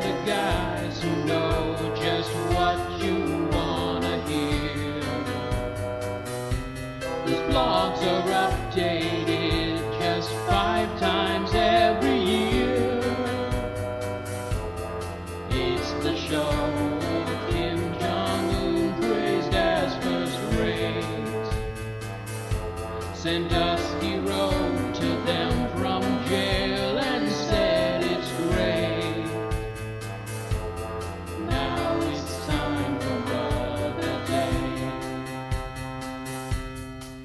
the guys who know just what you wanna hear. These blogs are updated just five times every year. It's the show of Kim Jong Un praised as first rate. Sandusky wrote to them from jail and said it's great. Now it's time for Brother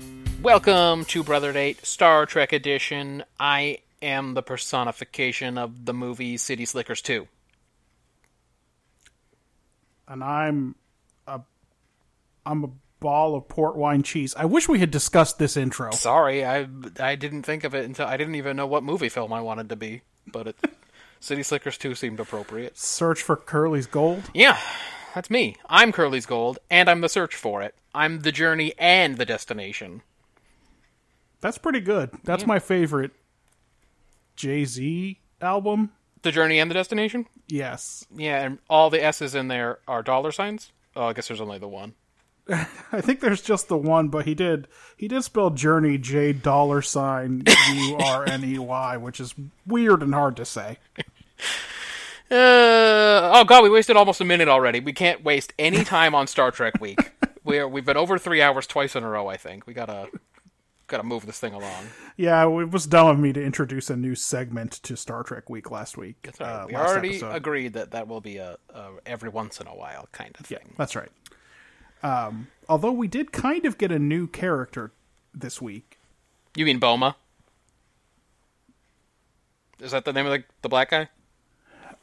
Day. Welcome to Brother Date Star Trek Edition. I am the personification of the movie City Slickers 2. and I'm a I'm a ball of port wine cheese. I wish we had discussed this intro. Sorry, I I didn't think of it until I didn't even know what movie film I wanted to be, but it, City Slickers 2 seemed appropriate. Search for Curly's gold. Yeah, that's me. I'm Curly's Gold, and I'm the search for it. I'm the journey and the destination. That's pretty good. That's my favorite Jay Z album. The journey and the destination? Yes, Yeah, and all the S's in there are dollar signs? Oh, I guess there's only the one. I think there's just the one, but he did he did spell journey J dollar sign U R N E Y, which is weird and hard to say. Uh, oh god, we wasted almost a minute already. We can't waste any time on Star Trek week. We're we've been over three hours twice in a row. I think we gotta gotta move this thing along. Yeah, it was dumb of me to introduce a new segment to Star Trek Week last week. uh, we last already episode. agreed that that will be a, a every once in a while kind of thing. That's right. Um, although we did kind of get a new character this week. You mean Boma? Is that the name of the, the black guy?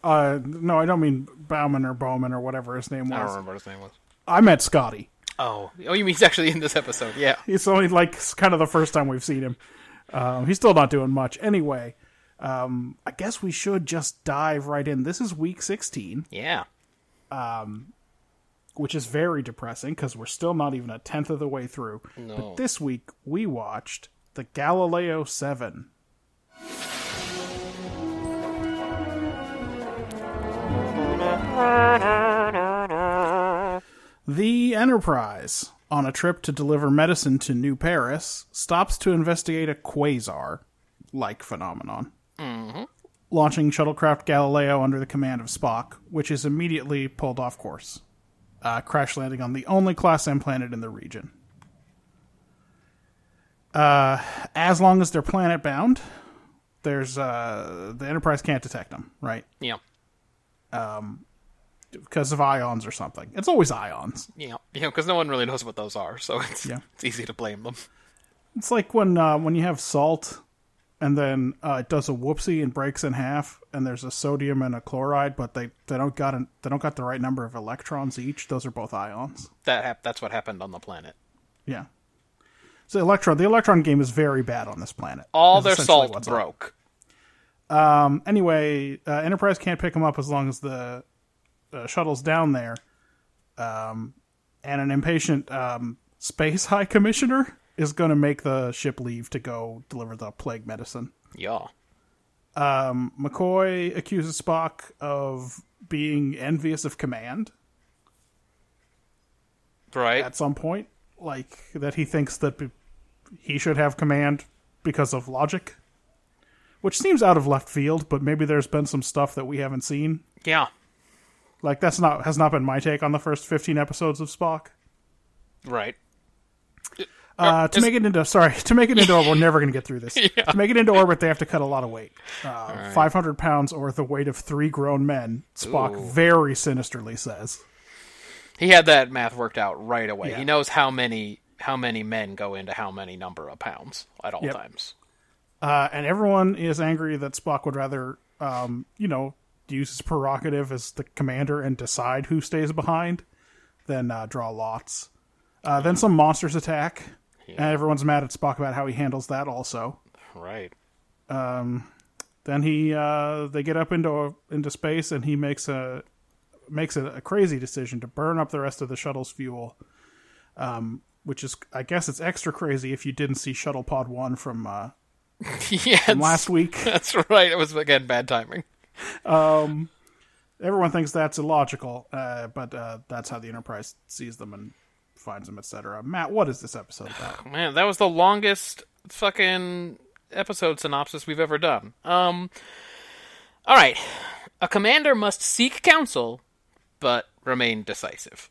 Uh, no, I don't mean Bauman or Bowman or whatever his name I don't was. remember what his name was. I met Scotty. Oh, oh, you mean he's actually in this episode? Yeah. It's only like it's kind of the first time we've seen him. Um, he's still not doing much. Anyway, um, I guess we should just dive right in. This is week 16, Yeah. which is very depressing because we're still not even a tenth of the way through. But this week we watched The Galileo 7. The Enterprise, on a trip to deliver medicine to New Paris, stops to investigate a quasar like phenomenon. Launching shuttlecraft Galileo under the command of Spock, which is immediately pulled off course, uh, crash landing on the only Class M planet in the region. Uh, as long as they're planet bound, there's uh, the Enterprise can't detect them, right? Yeah. Because of ions or something. It's always ions. Yeah. You know, because no one really knows what those are, so it's Yeah. it's easy to blame them. It's like when uh, when you have salt, and then uh, it does a whoopsie and breaks in half, and there's a sodium and a chloride, but they, they don't got an, they don't got the right number of electrons each. Those are both ions. That hap- that's what happened on the planet. Yeah. So electron the electron game is very bad on this planet. All Is their essentially salt what's up. broke. Um, anyway, uh, Enterprise can't pick them up as long as the uh, shuttle's down there. Um, and an impatient um, space high commissioner is going to make the ship leave to go deliver the plague medicine. Yeah. McCoy accuses Spock of being envious of command Right. at some point, like that he thinks that be- he should have command because of logic, which seems out of left field. But maybe there's been some stuff that we haven't seen. yeah. Like that's not has not been my take on the first 15 episodes of Spock. Right. Uh, to make it into sorry to make it into orbit, we're never going to get through this. To make it into orbit, they have to cut a lot of weight, uh, 500 pounds or the weight of three grown men. Spock very sinisterly says. He had that math worked out right away. Yeah. He knows how many how many men go into how many number of pounds at all Yep. times. Uh, and everyone is angry that Spock would rather, um, you know, use his prerogative as the commander and decide who stays behind than uh, draw lots. Uh, then some monsters attack, and everyone's mad at Spock about how he handles that also. Right. Then he uh, they get up into into space, and he makes a makes a, a crazy decision to burn up the rest of the shuttle's fuel, Um, which is I guess it's extra crazy if you didn't see Shuttle Pod One from uh, yes, last week. that's right. It was again bad timing. Everyone thinks that's illogical, uh, but uh, that's how the Enterprise sees them and finds them, etc. Matt, what is this episode about? Man, that was the longest fucking episode synopsis we've ever done. Um, all right. A commander must seek counsel, but remain decisive.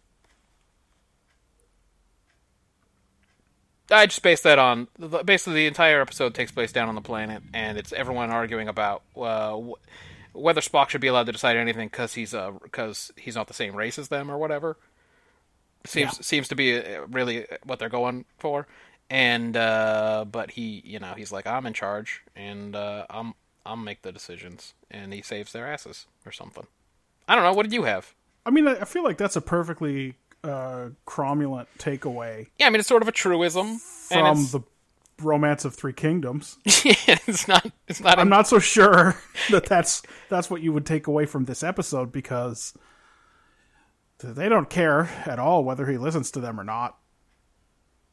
I just based that on the- basically the entire episode takes place down on the planet, and it's everyone arguing about uh, wh- whether Spock should be allowed to decide anything because he's uh, cause he's not the same race as them or whatever seems seems to be uh, really what they're going for and uh but he you know he's like i'm in charge and uh i'm i'll make the decisions and he saves their asses or something i don't know what did you have I mean, I I feel like that's a perfectly uh, cromulent takeaway yeah i mean it's sort of a truism and from it's, the Romance of Three Kingdoms. yeah, it's not it's not, I'm a, not so sure that that's that's what you would take away from this episode because they don't care at all whether he listens to them or not.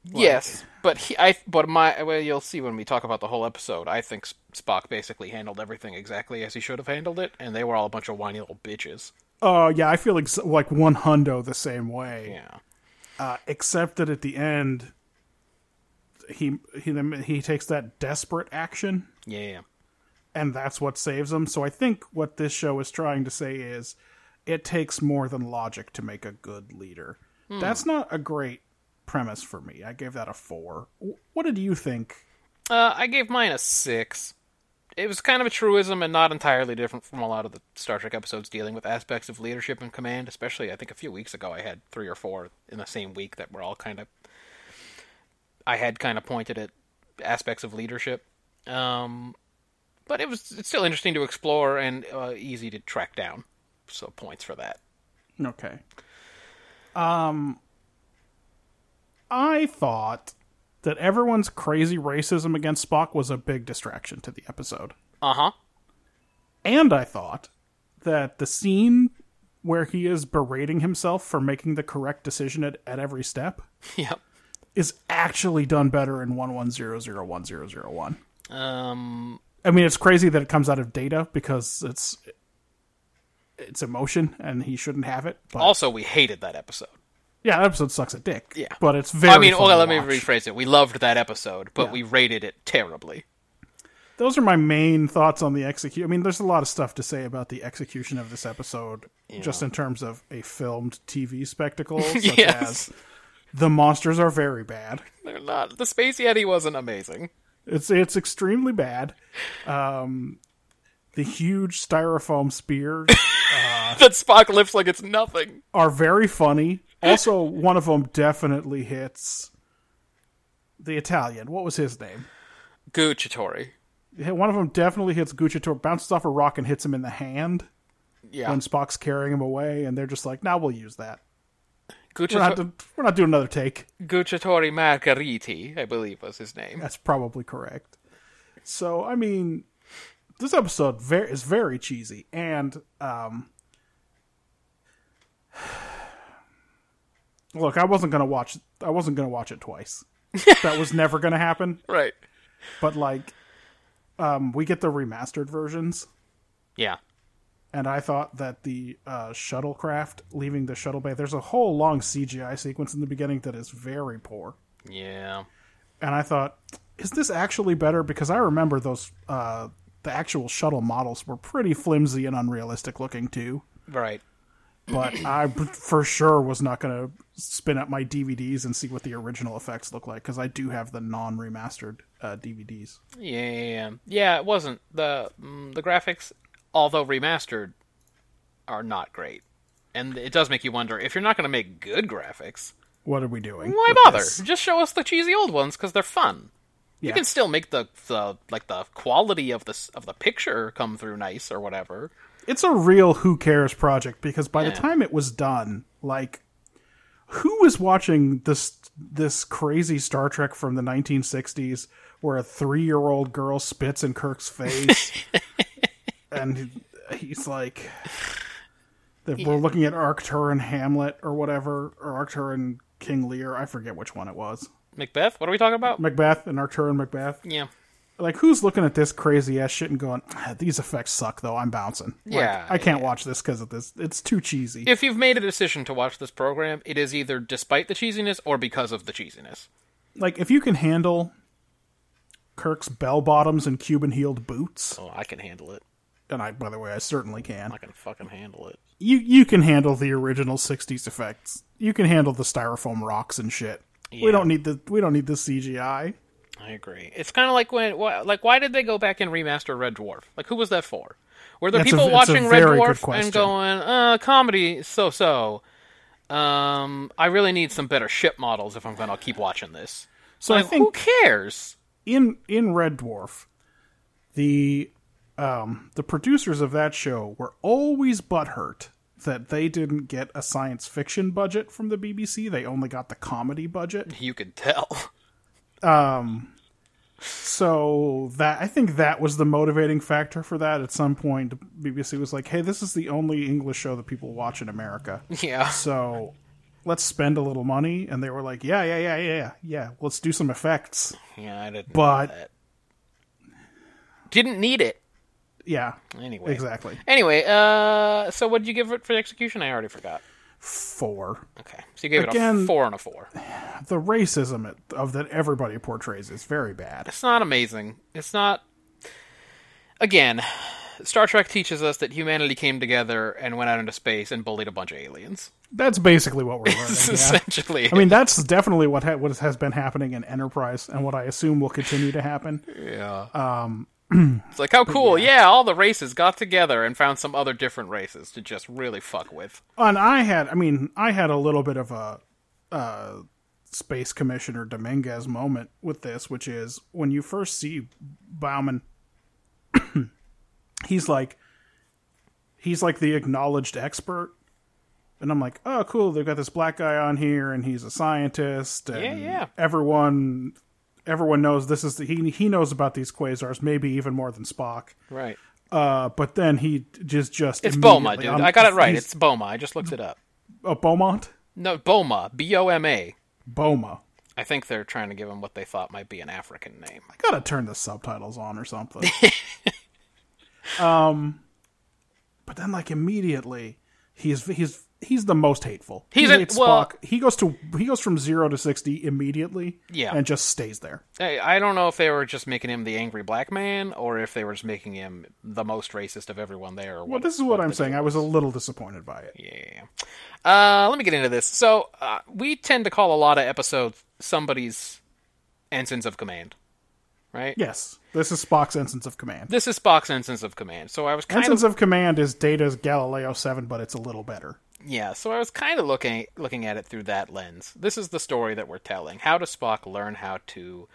yes but he i but my well you'll see when we talk about the whole episode i think S- spock basically handled everything exactly as he should have handled it and they were all a bunch of whiny little bitches Oh yeah, I feel ex- like one hundo the same way. yeah uh, except that at the end he he he takes that desperate action yeah and that's what saves him so i think what this show is trying to say is it takes more than logic to make a good leader that's not a great premise for me i gave that a 4 W- what did you think Uh, I gave mine a six. It was kind of a truism and not entirely different from a lot of the Star Trek episodes dealing with aspects of leadership and command. Especially, I think a few weeks ago, I had three or four in the same week that were all kind of. I had kind of pointed at aspects of leadership, um, but it was it's still interesting to explore and uh, easy to track down. So points for that. Okay. Um, I thought that everyone's crazy racism against Spock was a big distraction to the episode. Uh huh. And I thought that the scene where he is berating himself for making the correct decision at, at every step Yep. is actually done better in 11001001. Um. I mean, it's crazy that it comes out of data because it's it's emotion and he shouldn't have it. But Also, we hated that episode. yeah, that episode sucks a dick. Yeah. but it's very. I mean, fun okay, to let me watch. rephrase it. We loved that episode, but we rated it terribly. those are my main thoughts on the execute. I mean, there's a lot of stuff to say about the execution of this episode, just in terms of a filmed TV spectacle, such Yes. as the monsters are very bad. They're not. The Space Yeti wasn't amazing. It's it's extremely bad. Um, the huge styrofoam spears that Spock lifts like it's nothing. are very funny. Also, one of them definitely hits the Italian. What was his name? Gucciatori. One of them definitely hits Gucciator, bounces off a rock and hits him in the hand. Yeah. when Spock's carrying him away, and they're just like, "Now we'll use that. We're not, Gucciatori, we're not doing another take." Gucciatori Margheriti, I believe was his name. That's probably correct. So, I mean, this episode very, is very cheesy, and um, look, I wasn't gonna watch. I wasn't gonna watch it twice. that was never gonna happen. Right. But like, um, we get the remastered versions. Yeah. and I thought that the uh, shuttlecraft leaving the shuttle bay. There's a whole long CGI sequence in the beginning that is very poor, Yeah. and I thought, is this actually better? Because I remember those uh, the actual shuttle models were pretty flimsy and unrealistic looking too. Right. But I b- for sure was not going to spin up my DVDs and see what the original effects look like because I do have the non remastered uh, DVDs. Yeah. Yeah, it wasn't. The mm, the graphics, although remastered, are not great. And it does make you wonder if you're not going to make good graphics, What are we doing? why with bother? this? Just show us the cheesy old ones because they're fun. You Yeah. can still make the, the like the quality of the s- of the picture come through nice or whatever. it's a real who cares project because by Yeah. the time it was done, like who was watching this this crazy Star Trek from the 1960s where a 3-year-old girl spits in Kirk's face and he's like that we're looking at Arctur and Hamlet or whatever or Arctur and King Lear. I forget which one it was. Macbeth? What are we talking about? Macbeth and Artur and Macbeth. yeah. Mm. Like, who's looking at this crazy ass shit and going, "Ah, "These effects suck," though. I'm bouncing. Like, Yeah, I can't watch this because of this. It's too cheesy. If you've made a decision to watch this program, it is either despite the cheesiness or because of the cheesiness. like, if you can handle Kirk's bell bottoms and Cuban heeled boots, Oh, I can handle it. and I, by the way, I certainly can. I can fucking handle it. you you can handle the original '60s effects. You can handle the styrofoam rocks and shit. Yeah. We don't need the we don't need the CGI. I agree. It's kind of like when, why, like, why did they go back and remaster Red Dwarf? Like, who was that for? Were there That's a people v- it's a watching Red very good Dwarf question. and going, uh, comedy, so so. Um, I really need some better ship models if I'm going to keep watching this. So Like, I think who cares? in in Red Dwarf, the um the producers of that show were always butthurt that they didn't get a science fiction budget from the BBC. They only got the comedy budget. You can tell. So that I think that was the motivating factor for that. At some point, BBC was like, "Hey, this is the only English show that people watch in America." yeah. So let's spend a little money. And they were like, yeah, yeah, yeah, yeah, yeah, yeah. Let's do some effects. Yeah, I didn't. But- know that. didn't need it Yeah, anyway. exactly. Anyway, uh, so what did you give it for execution? I already forgot. Four. Okay, so you gave it a Again- four on a four. The racism it- of that everybody portrays is very bad. It's not amazing. It's not. Again, Star Trek teaches us that humanity came together and went out into space and bullied a bunch of aliens. That's basically what we're learning. It's yeah. essentially. I mean, that's definitely what ha- what has been happening in Enterprise, and what I assume will continue to happen. yeah. Um. It's like how cool, yeah. All the races got together and found some other different races to just really fuck with. And I had, I mean, I had a little bit of a uh, Space Commissioner Dominguez moment with this, which is when you first see Bauman, he's like, he's like the acknowledged expert. And I'm like, oh, cool. They've got this black guy on here, and he's a scientist. And Yeah, yeah. Everyone, everyone knows this is the he. He knows about these quasars, maybe even more than Spock. Right. Uh, but then he just just It's Boma, immediately- dude. I'm- I got it right. he's- It's Boma. I just looked it up. oh, Beaumont. No, Boma. B O M A. Boma. I think they're trying to give him what they thought might be an African name. I gotta turn the subtitles on or something. um, but then like immediately, he's he's he's the most hateful. He's he a- well- He goes to he goes from zero to sixty immediately. Yeah. and just stays there. Hey, I don't know if they were just making him the angry black man or if they were just making him the most racist of everyone there. Or Well, this is what, I'm saying. I was a little disappointed by it. Yeah. Uh, let me get into this. So uh, we tend to call a lot of episodes somebody's ensigns of command, right? Yes, this is Spock's ensigns of command. This is Spock's ensigns of command. So I was kind Ensigns of of command is Data's Galileo Seven, but it's a little better. yeah. So I was kind of looking looking at it through that lens. This is the story that we're telling. How does Spock learn how to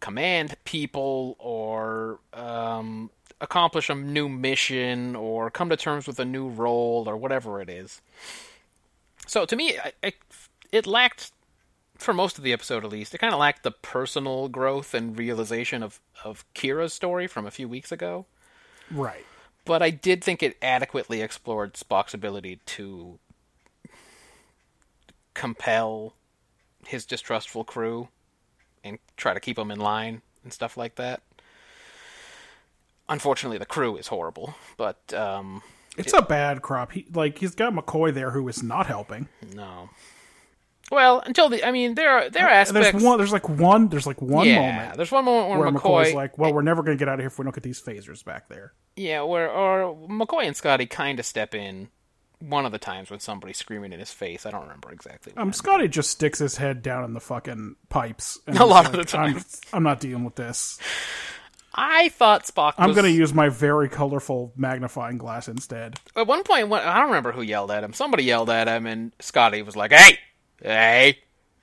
command people or um, accomplish a new mission or come to terms with a new role or whatever it is. So to me, I, I, it lacked, for most of the episode at least, it kind of lacked the personal growth and realization of, of Kira's story from a few weeks ago. Right. But I did think it adequately explored Spock's ability to compel his distrustful crew and try to keep them in line and stuff like that. Unfortunately, the crew is horrible, but um, It's a bad crop. He like he's got McCoy there who is not helping. no. Well, until the I mean, there are there are aspects. Uh, There's one. There's like one. There's like one yeah, moment there's one moment where, where McCoy, McCoy's like, "Well, we're never going to get out of here if we don't get these phasers back there." Yeah, where or McCoy and Scotty kind of step in one of the times when somebody's screaming in his face. I don't remember exactly. Um, Scotty just sticks his head down in the fucking pipes. And A is lot of like, the I'm, I'm not dealing with this. I thought Spock. I'm was- going to use my very colorful magnifying glass instead. At one point, when, I don't remember who yelled at him. Somebody yelled at him, and Scotty was like, "Hey, hey!"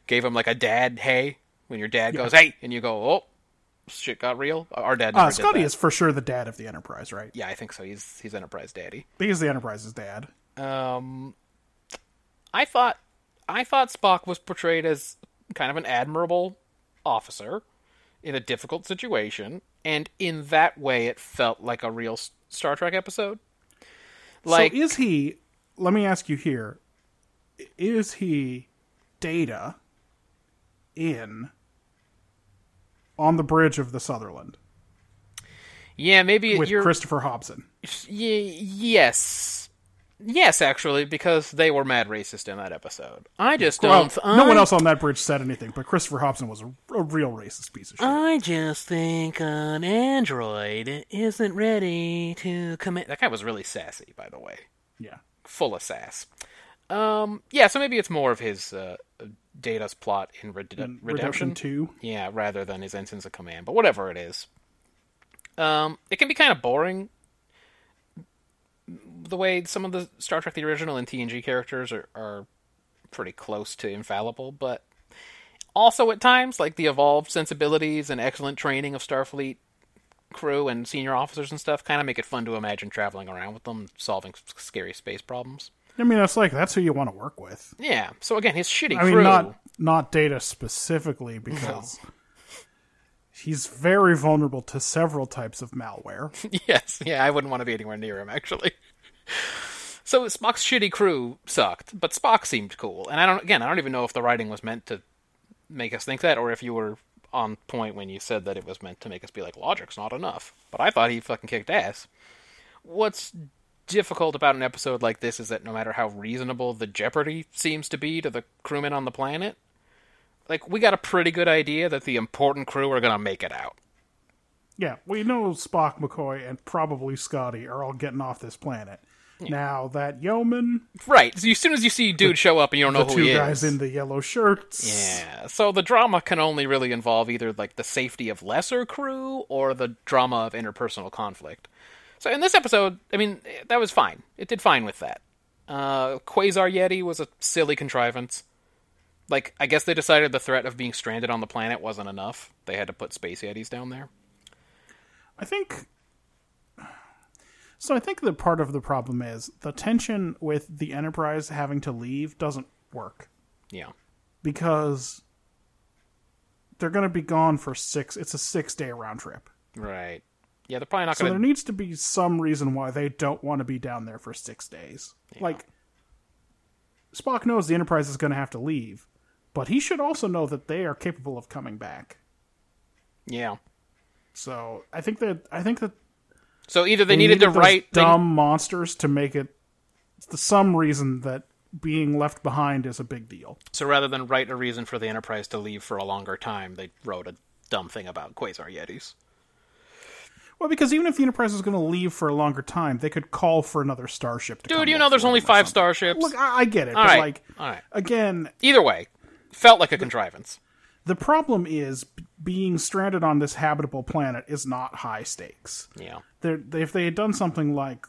Gave him like a dad hey when your dad goes hey, and you go, "Oh, shit got real." Our dad. Never Uh, did Scotty that. is for sure the dad of the Enterprise, right? Yeah, I think so. He's he's Enterprise daddy. He's the Enterprise's dad. Um, I thought I thought Spock was portrayed as kind of an admirable officer in a difficult situation, and in that way, it felt like a real S- Star Trek episode. Like, so is he? Let me ask you here: Is he Data in on the bridge of the Sutherland Yeah, maybe with you're. Christopher Hobson. y- yes. Yes, actually, because they were mad racist in that episode. I just Well, don't. no one I- else on that bridge said anything, but Christopher Hobson was a, a real racist piece of shit. Uh, I just think an android isn't ready to commit. That guy was really sassy, by the way. yeah. full of sass. Um, yeah, so maybe it's more of his uh, Data's plot in Red- Redemption. Mm, Redemption 2. Yeah, rather than his Ensigns of Command, but whatever it is. Um, it can be kind of boring the way some of the Star Trek the original and TNG characters are, are pretty close to infallible, but also at times, like the evolved sensibilities and excellent training of Starfleet crew and senior officers and stuff kind of make it fun to imagine traveling around with them, solving s- scary space problems. I mean, it's like that's who you want to work with. Yeah. So again, his shitty I mean, crew. not not Data specifically because he's very vulnerable to several types of malware. yes. Yeah, I wouldn't want to be anywhere near him actually. so Spock's shitty crew sucked, but Spock seemed cool. And I don't. Again, I don't even know if the writing was meant to make us think that, or if you were on point when you said that it was meant to make us be like, logic's not enough. But I thought he fucking kicked ass. What's difficult about an episode like this is that no matter how reasonable the jeopardy seems to be to the crewmen on the planet, like we got a pretty good idea that the important crew are gonna make it out. Yeah, we know Spock, McCoy, and probably Scotty are all getting off this planet. Now that yeoman, Right. So you- as soon as you see dude show up and you don't know the who two Oh, he guys is. in the yellow shirts. yeah. So the drama can only really involve either like the safety of lesser crew or the drama of interpersonal conflict. So in this episode, I mean, that was fine. It did fine with that. Uh, Quasar Yeti was a silly contrivance. Like, I guess they decided the threat of being stranded on the planet wasn't enough. They had to put space yetis down there. I think. So I think that part of the problem is the tension with the Enterprise having to leave doesn't work. Yeah. because they're going to be gone for six. It's a six day round trip. Right. Yeah, they're probably not So going there to needs to be some reason why they don't want to be down there for six days. Like, Spock knows the Enterprise is going to have to leave, but he should also know that they are capable of coming back. Yeah. So I think that I think that So either they, needed, to those write they- dumb monsters to make it the some reason that being left behind is a big deal. So rather than write a reason for the Enterprise to leave for a longer time, they wrote a dumb thing about quasar yetis. Well, because even if the Enterprise is going to leave for a longer time, they could call for another starship. To Dude, come you look know there's for only them or five something. starships. Look, I, I get it, All but right, like all right. again, Either way, felt like a contrivance. the problem is b- being stranded on this habitable planet is not high stakes. Yeah. They're, they, if they had done something like,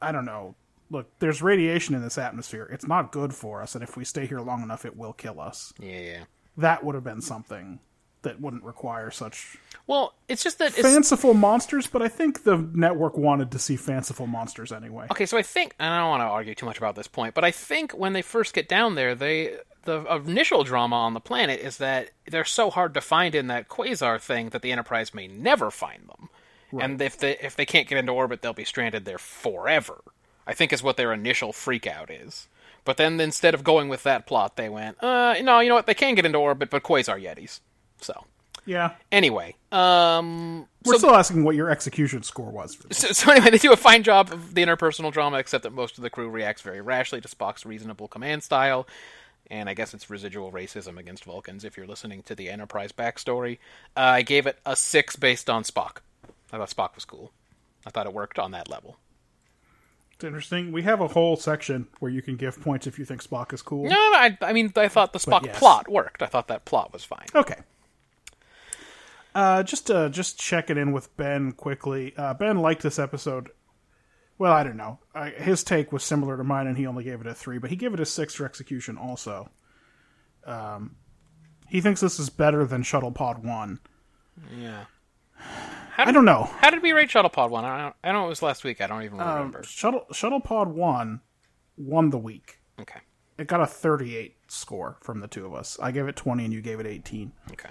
I don't know, look, there's radiation in this atmosphere. It's not good for us, and if we stay here long enough, it will kill us. Yeah, yeah. That would have been something that wouldn't require such Well, it's just that it's fanciful monsters. But I think the network wanted to see fanciful monsters anyway. Okay, so I think and I don't want to argue too much about this point, but I think when they first get down there, they the initial drama on the planet is that they're so hard to find in that quasar thing that the Enterprise may never find them. And if they if they can't get into orbit, they'll be stranded there forever. I think is what their initial freak out is. But then instead of going with that plot, they went, uh, no, you know what? They can get into orbit, but quasar yetis. So Yeah, anyway, um, we're still asking what your execution score was. For this. so, so anyway, they do a fine job of the interpersonal drama, except that most of the crew reacts very rashly to Spock's reasonable command style, and I guess it's residual racism against Vulcans. If you're listening to the Enterprise backstory, uh, I gave it a six based on Spock. I thought Spock was cool. I thought it worked on that level. It's interesting. We have a whole section where you can give points if you think Spock is cool. No, no, no I, I mean, I thought the Spock yes. plot worked. I thought that plot was fine. Okay. Uh, just uh, just checking in with Ben quickly. Uh, ben liked this episode. Well, I don't know. I, his take was similar to mine, and he only gave it a three, but he gave it a six for execution. Also, um, he thinks this is better than Shuttle Pod One. Yeah. I don't know. How did we rate Shuttlepod one? I don't. I know it was last week. I don't even remember. Shuttle Shuttle Pod One won the week. okay. It got a thirty-eight score from the two of us. I gave it twenty, and you gave it eighteen. Okay.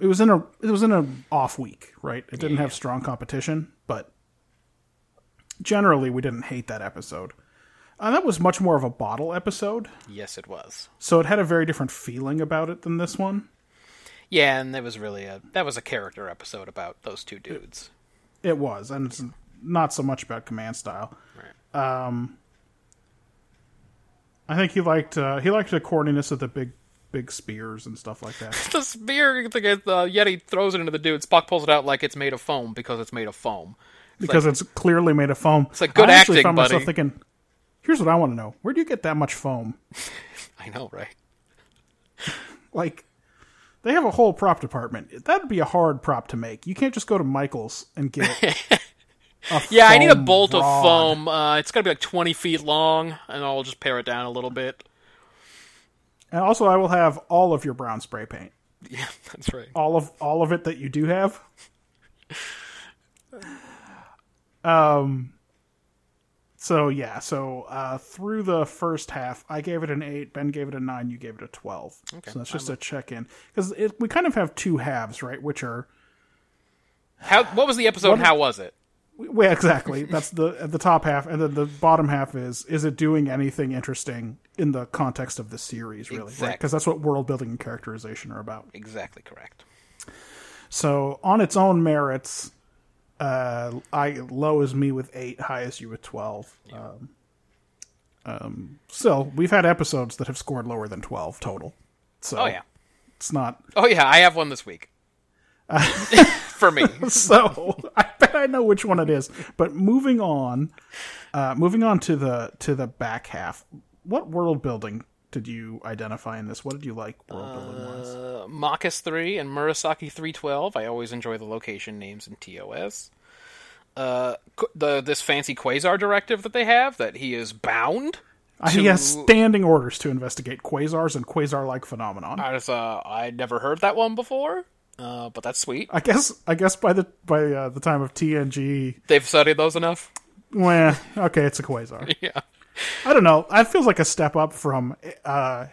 it was in a it was in a off week, right? It didn't have strong competition, but generally we didn't hate that episode. And that was much more of a bottle episode, Yes, it was. so it had a very different feeling about it than this one. Yeah, and that was really a that was a character episode about those two dudes. It was, and it's not so much about command style. Um, I think he liked uh, he liked the corniness of the big big spears and stuff like that. The spear thing is, uh, Yeti throws it into the dude. Spock pulls it out like it's made of foam because it's made of foam. because it's clearly made of foam. It's like good I actually acting, found myself buddy. thinking, here's what I want to know: where do you get that much foam? I know, right? Like, they have a whole prop department. That'd be a hard prop to make. You can't just go to Michaels and get. a Yeah, I need a foam bolt of rod. foam. Uh, it's got to be like 20 feet long, and I'll just pare it down a little bit. And also, I will have all of your brown spray paint, Yeah, that's right. all of all of it that you do have. Um, Um, so yeah, so uh, through the first half, I gave it an eight. Ben gave it a nine. You gave it a twelve. Okay, so that's just a check in because we kind of have two halves, right? Which are How? What was the episode? and how was it? well, exactly. That's the at the top half, and then the bottom half is is it doing anything interesting in the context of the series, really? Because Exactly. that's what world building and characterization are about. Exactly correct. So on its own merits, uh, I low is me with eight, high is you with twelve. Um, um, still, we've had episodes that have scored lower than twelve total. So Oh yeah. it's not Oh yeah. I have one this week. For me, so. I bet I know which one it is. But moving on, uh, moving on to the to the back half. What world building did you identify in this? What did you like world building wise? uh, Machus three and Murasaki three twelve. I always enjoy the location names in TOS. Uh, qu- the this fancy quasar directive that they have that he is bound. Uh, He has standing orders to investigate quasars and quasar like phenomenon. I was uh, I never heard that one before. Uh, but that's sweet. I guess I guess by the by uh, the time of TNG, They've studied those enough. well, okay, it's a quasar. Yeah. I don't know. That feels like a step up from uh,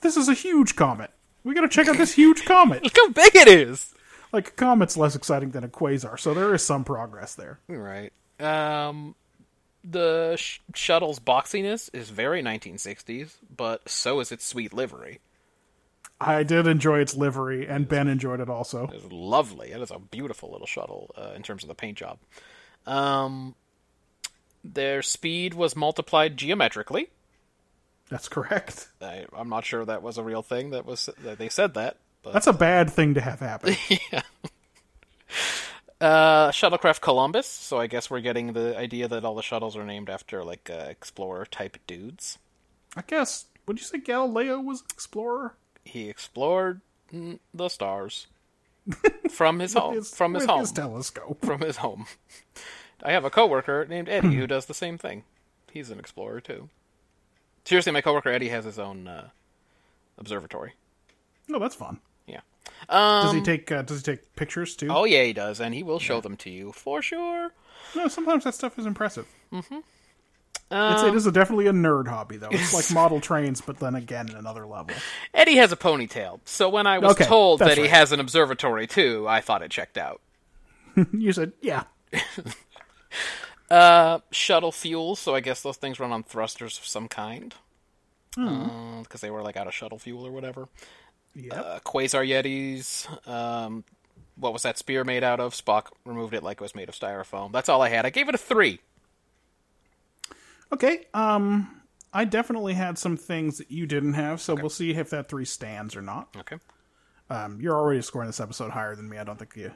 this is a huge comet. We got to check out this huge comet. Look how big it is. Like a comet's less exciting than a quasar, so there is some progress there. Right. Um, the sh- shuttle's boxiness is very 1960s, but so is its sweet livery. I did enjoy its livery, and Ben enjoyed it also. It's lovely. It is a beautiful little shuttle uh, in terms of the paint job. Um, their speed was multiplied geometrically. That's correct. I, I'm not sure that was a real thing. That was that they said that, but That's a bad thing to have happen. Uh, shuttlecraft Columbus. So I guess we're getting the idea that all the shuttles are named after like uh, explorer type dudes. I guess. Would you say Galileo was an explorer? He explored mm, the stars from his home. His- from his with home. his telescope. from his home. I have a coworker named Eddie who does the same thing. He's an explorer too. Seriously, my coworker Eddie has his own uh, observatory. No, that's fun. Yeah. Does he Um, take uh, Does he take pictures too? Oh yeah, he does, and he will show them to you for sure. No, sometimes that stuff is impressive. Mm-hmm. it's, Um, it is a, definitely a nerd hobby, though. It's like model trains, but then again, at another level. Eddie has a ponytail, so when I was Okay, told that that's he right. has an observatory too, I thought it checked out. You said, yeah. Shuttle fuel, so I guess those things run on thrusters of some kind. Because they were like out of shuttle fuel or whatever. Yep. uh, quasar yetis. Um, what was that spear made out of? Spock removed it like it was made of styrofoam. That's all I had. I gave it a three. Okay. Um, I definitely had some things that you didn't have, so we'll see if that three stands or not. Okay. Um, you're already scoring this episode higher than me. I don't think you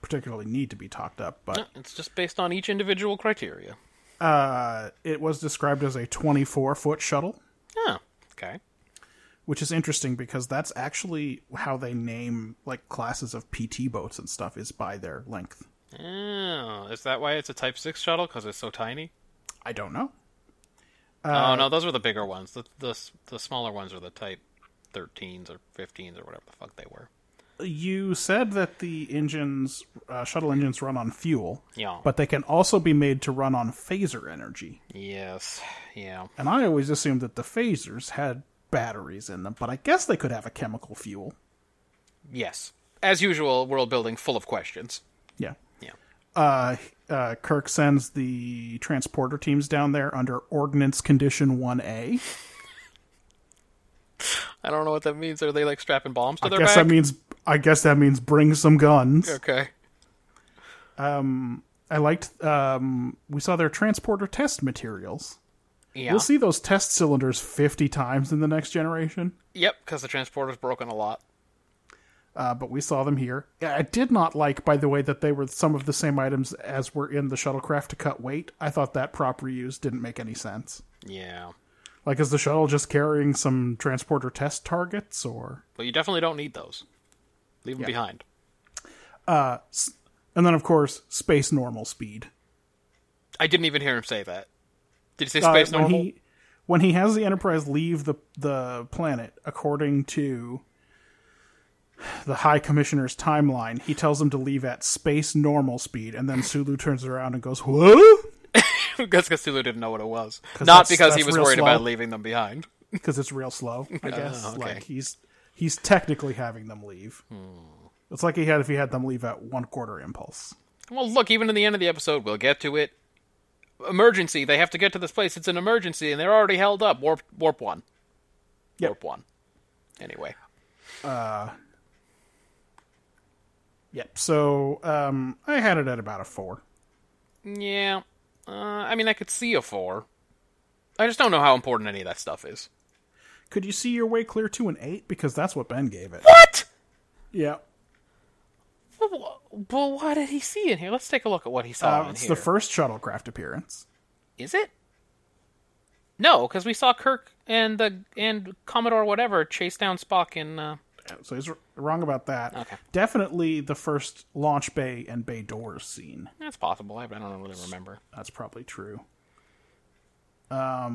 particularly need to be talked up, but Uh, It's just based on each individual criteria. uh, it was described as a 24 foot shuttle, Oh, okay. which is interesting because that's actually how they name like classes of PT boats and stuff is by their length. Oh, is that why it's a Type 6 shuttle? Because it's so tiny? I don't know. oh, no, those were the bigger ones. The, the, s- the smaller ones are the Type 13s or 15s or whatever the fuck they were. You said that the engines, uh, shuttle engines, run on fuel. Yeah. But they can also be made to run on phaser energy. Yes. Yeah. And I always assumed that the phasers had batteries in them, but I guess they could have a chemical fuel. Yes. As usual, world building full of questions. Yeah. Yeah. uh, uh, Kirk sends the transporter teams down there under Ordnance Condition 1A. I don't know what that means. Are they like strapping bombs to I their guess Oh, back? that means I guess that means bring some guns. okay. I liked um, we saw their transporter test materials. Yeah. We'll see those test cylinders 50 times in the next generation, Yep, because the transporter's broken a lot. uh, but we saw them here. I did not like, by the way, that they were some of the same items as were in the shuttlecraft to cut weight. I thought that prop reuse didn't make any sense. Yeah. Like, is the shuttle just carrying some transporter test targets, or? Well, you definitely don't need those. Leave them behind. And then, of course, space normal speed. I didn't even hear him say that. Did he say Uh, space when normal? He, when he has the Enterprise leave the the planet, according to the High Commissioner's timeline, he tells them to leave at space normal speed, and then Sulu turns around and goes, "Whoa!" That's because Sulu didn't know what it was. Not that's- because he that's was real worried about slow. leaving them behind. because it's real slow. I guess Oh, okay. like he's he's technically having them leave. Hmm. It's like he had if he had them leave at one quarter impulse. Well, look, even in the end of the episode, we'll get to it. Emergency. They have to get to this place. It's an emergency, and they're already held up. Warp, warp one. Yep. Warp one. Anyway. Yep. So um, I had it at about a four. Yeah. Uh, I mean, I could see a four. I just don't know how important any of that stuff is. Could you see your way clear to an eight? Because that's what Ben gave it. What? Yeah. Well, wh- well, what did he see in here? Let's take a look at what he saw Uh, in it's here. the first shuttlecraft appearance. Is it? No, because we saw Kirk and the and Commodore whatever chase down Spock in. Uh... So he's r- wrong about that. Okay. Definitely the first launch bay and bay doors scene. That's possible. I, I don't really remember. That's probably true. Um. uh,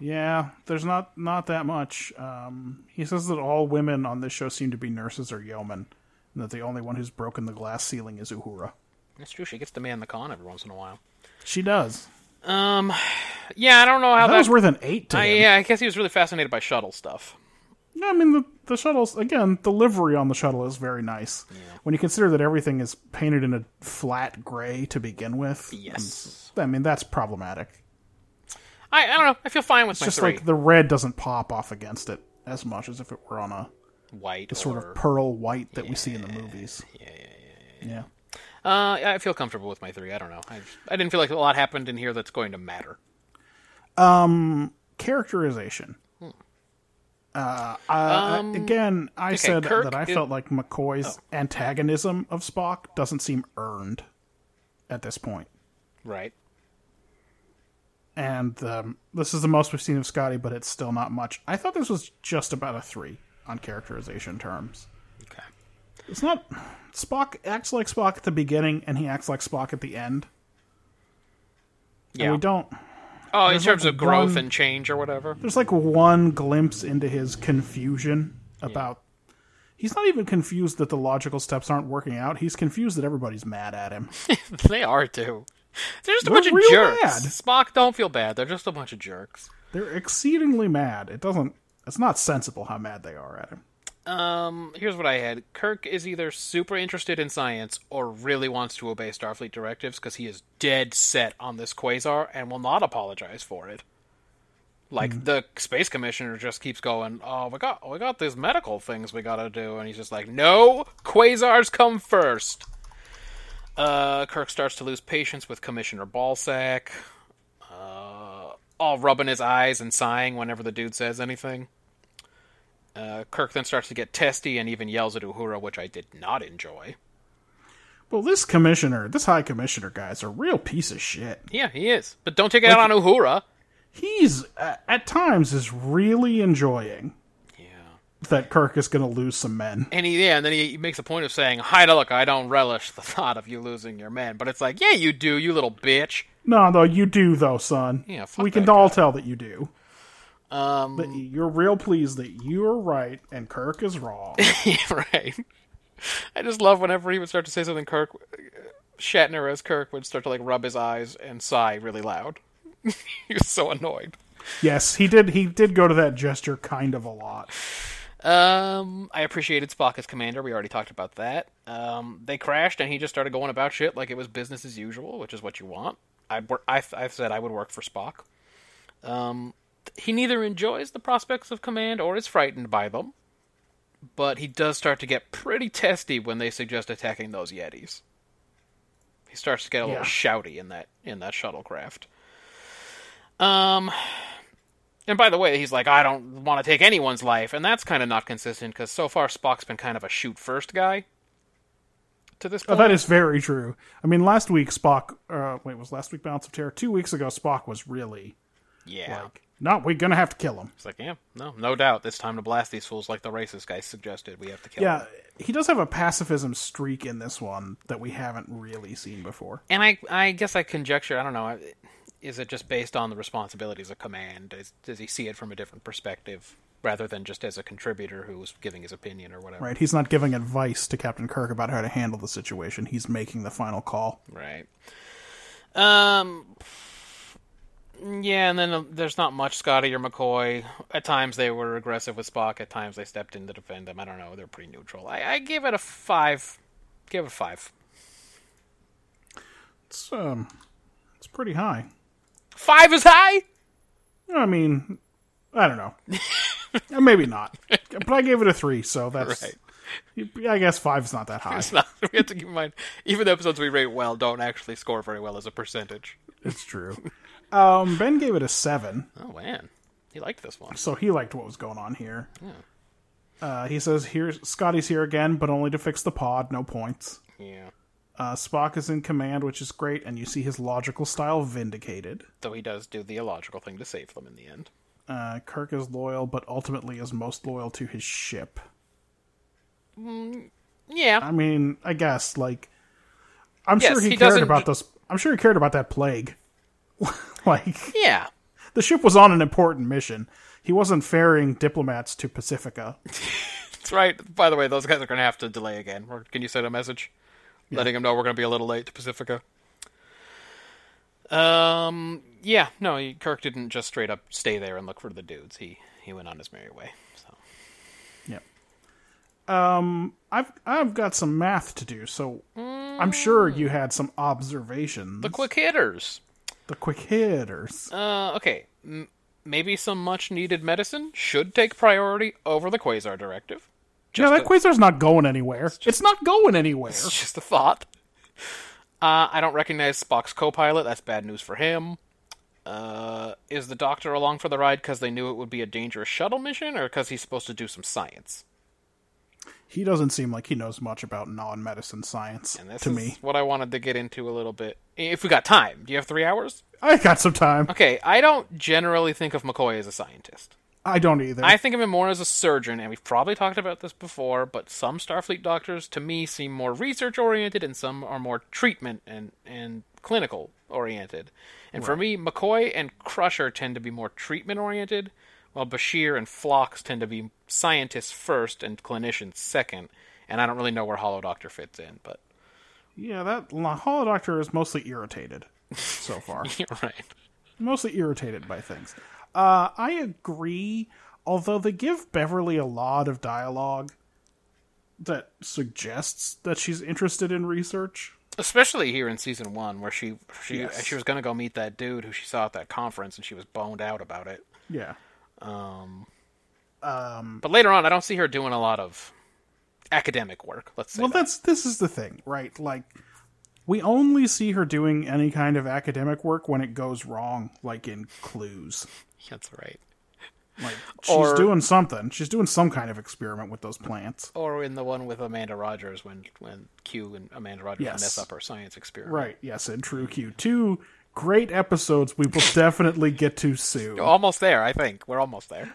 Yeah, there's not not that much. Um, he says that all women on this show seem to be nurses or yeomen, and that the only one who's broken the glass ceiling is Uhura. That's true. She gets to man the con every once in a while. She does. Yeah, I don't know how That that. was worth an eight to I, uh, him. yeah, I guess he was really fascinated by shuttle stuff. Yeah, I mean the the shuttles again. The livery on the shuttle is very nice. When you consider that everything is painted in a flat gray to begin with, Yes. I mean that's problematic. I, I don't know. I feel fine with my Just three. like the red doesn't pop off against it as much as if it were on a White or sort of pearl white that we see in the movies. Yeah, yeah, yeah. yeah. Uh, I feel comfortable with my three. I don't know. I, just- I didn't feel like a lot happened in here that's going to matter. Characterization. Uh, uh, again, I said Kirk that I is- felt like McCoy's antagonism of Spock doesn't seem earned at this point. Right. and um, this is the most we've seen of Scotty, but it's still not much. I thought this was just about a three on characterization terms. Okay. It's not. Spock acts like Spock at the beginning, and he acts like Spock at the end. Yeah. And we don't. oh, in terms like of growth one- and change or whatever. There's like one glimpse into his confusion about. He's not even confused that the logical steps aren't working out. He's confused that everybody's mad at him. They are too. They're just a They're bunch of real jerks. bad. Spock, don't feel bad. They're just a bunch of jerks. They're exceedingly mad. It doesn't. It's not sensible how mad they are at him. Um, here's what I had. Kirk is either super interested in science or really wants to obey Starfleet directives because he is dead set on this quasar and will not apologize for it. Like the space commissioner just keeps going, "Oh, we got we got these medical things we got to do," and he's just like, "No, quasars come first. Uh, Kirk starts to lose patience with Commissioner Balsack. Uh, all rubbing his eyes and sighing whenever the dude says anything. Uh, Kirk then starts to get testy and even yells at Uhura, which I did not enjoy. Well, this commissioner, this high commissioner guy, is a real piece of shit. Yeah, he is. But don't take it out on Uhura. he's uh, at times is really enjoying Yeah. that Kirk is going to lose some men. And he, yeah, and then he makes a point of saying, "Hi, look, I don't relish the thought of you losing your men," but it's like, "Yeah, you do, you little bitch." No, though you do though, son. Yeah, fuck we can that all tell that you do. Um, But you're real pleased that you're right and Kirk is wrong. Yeah, right. I just love whenever he would start to say something, Kirk, Shatner as Kirk would start to like rub his eyes and sigh really loud. he was so annoyed. yes, he did. He did go to that gesture kind of a lot. Um, I appreciated Spock as commander. We already talked about that. Um, they crashed, and he just started going about shit like it was business as usual, which is what you want. I I, I said I would work for Spock. Um, he neither enjoys the prospects of command or is frightened by them, but he does start to get pretty testy when they suggest attacking those Yetis. He starts to get a Yeah. little shouty in that in that shuttlecraft. Um, and by the way, he's like, I don't want to take anyone's life, and that's kind of not consistent because so far Spock's been kind of a shoot first guy. To this Oh, point, that is very true. I mean, last week Spock. Uh, wait, was last week Balance of Terror? Two weeks ago, Spock was really yeah. like, "No, we're gonna have to kill him." It's like, yeah, no, no doubt. It's time to blast these fools like the racist guy suggested. We have to kill them. Yeah, he does have a pacifism streak in this one that we haven't really seen before. And I, I guess I conjecture. I don't know. I- Is it just based on the responsibilities of command? Is, does he see it from a different perspective rather than just as a contributor who was giving his opinion or whatever? Right? He's not giving advice to Captain Kirk about how to handle the situation. He's making the final call. Right. Um. Yeah, and then uh, there's not much Scotty or McCoy. At times they were aggressive with Spock. At times they stepped in to defend him. I don't know. They're pretty neutral. I, I give it a five. Give it a five. It's um, it's pretty high. Five is high. I mean, I don't know. Uh, Maybe not. But I gave it a three, so that's. I guess five's not that high. It's not. We have to keep in mind, even the episodes we rate well don't actually score very well as a percentage. It's true. Um, ben gave it a seven, Oh man, he liked this one. so he liked what was going on here. Uh, he says, "Here's Scotty's here again, but only to fix the pod. No points." Yeah, Uh, Spock is in command, which is great, and you see his logical style vindicated. though he does do the illogical thing to save them in the end. Uh, Kirk is loyal, but ultimately is most loyal to his ship. Yeah, I mean, I guess like I'm Yes, sure he, he cared doesn't- about this. I'm sure he cared about that plague. like yeah. the ship was on an important mission. He wasn't ferrying diplomats to Pacifica. That's right. By the way, those guys are going to have to delay again. Or Can you send a message letting them know we're going to be a little late to Pacifica? Um. Yeah. No. he- Kirk didn't just straight up stay there and look for the dudes. He he went on his merry way. So Yep. Um, I've I've got some math to do, so I'm sure you had some observations. the quick hitters. the quick hitters. Uh, okay. M- maybe some much needed medicine should take priority over the quasar directive. yeah, that quasar's not going anywhere. It's, not going anywhere. It's just a thought. Uh, I don't recognize Spock's co pilot. That's bad news for him. Uh, is the doctor along for the ride because they knew it would be a dangerous shuttle mission or because he's supposed to do some science? He doesn't seem like he knows much about non-medicine science And this to is me. what I wanted to get into a little bit. If we got time, do you have three hours? I got some time. Okay, I don't generally think of McCoy as a scientist. I don't either. I think of him more as a surgeon, and we've probably talked about this before, but some Starfleet doctors to me seem more research oriented and some are more treatment and, and clinical oriented. And for me, McCoy and Crusher tend to be more treatment oriented, while Bashir and Phlox tend to be scientists first and clinicians second. And I don't really know where Hollow Doctor fits in, but yeah, that La- Holodoctor is mostly irritated so far. you're right. mostly irritated by things. Uh, I agree, although they give Beverly a lot of dialogue that suggests that she's interested in research. especially here in season one where she she Yes. she was going to go meet that dude who she saw at that conference and she was boned out about it. Yeah. But later on, I don't see her doing a lot of academic work. Let's say Well, that. that's this is the thing, right? Like we only see her doing any kind of academic work when it goes wrong, like in clues. that's right. Like she's Or- doing something. She's doing some kind of experiment with those plants. Or in the one with Amanda Rogers when when Q and Amanda Rogers Yes. mess up her science experiment. Right, yes, in True Q. Two great episodes we will definitely get to soon. Almost there, I think. We're almost there.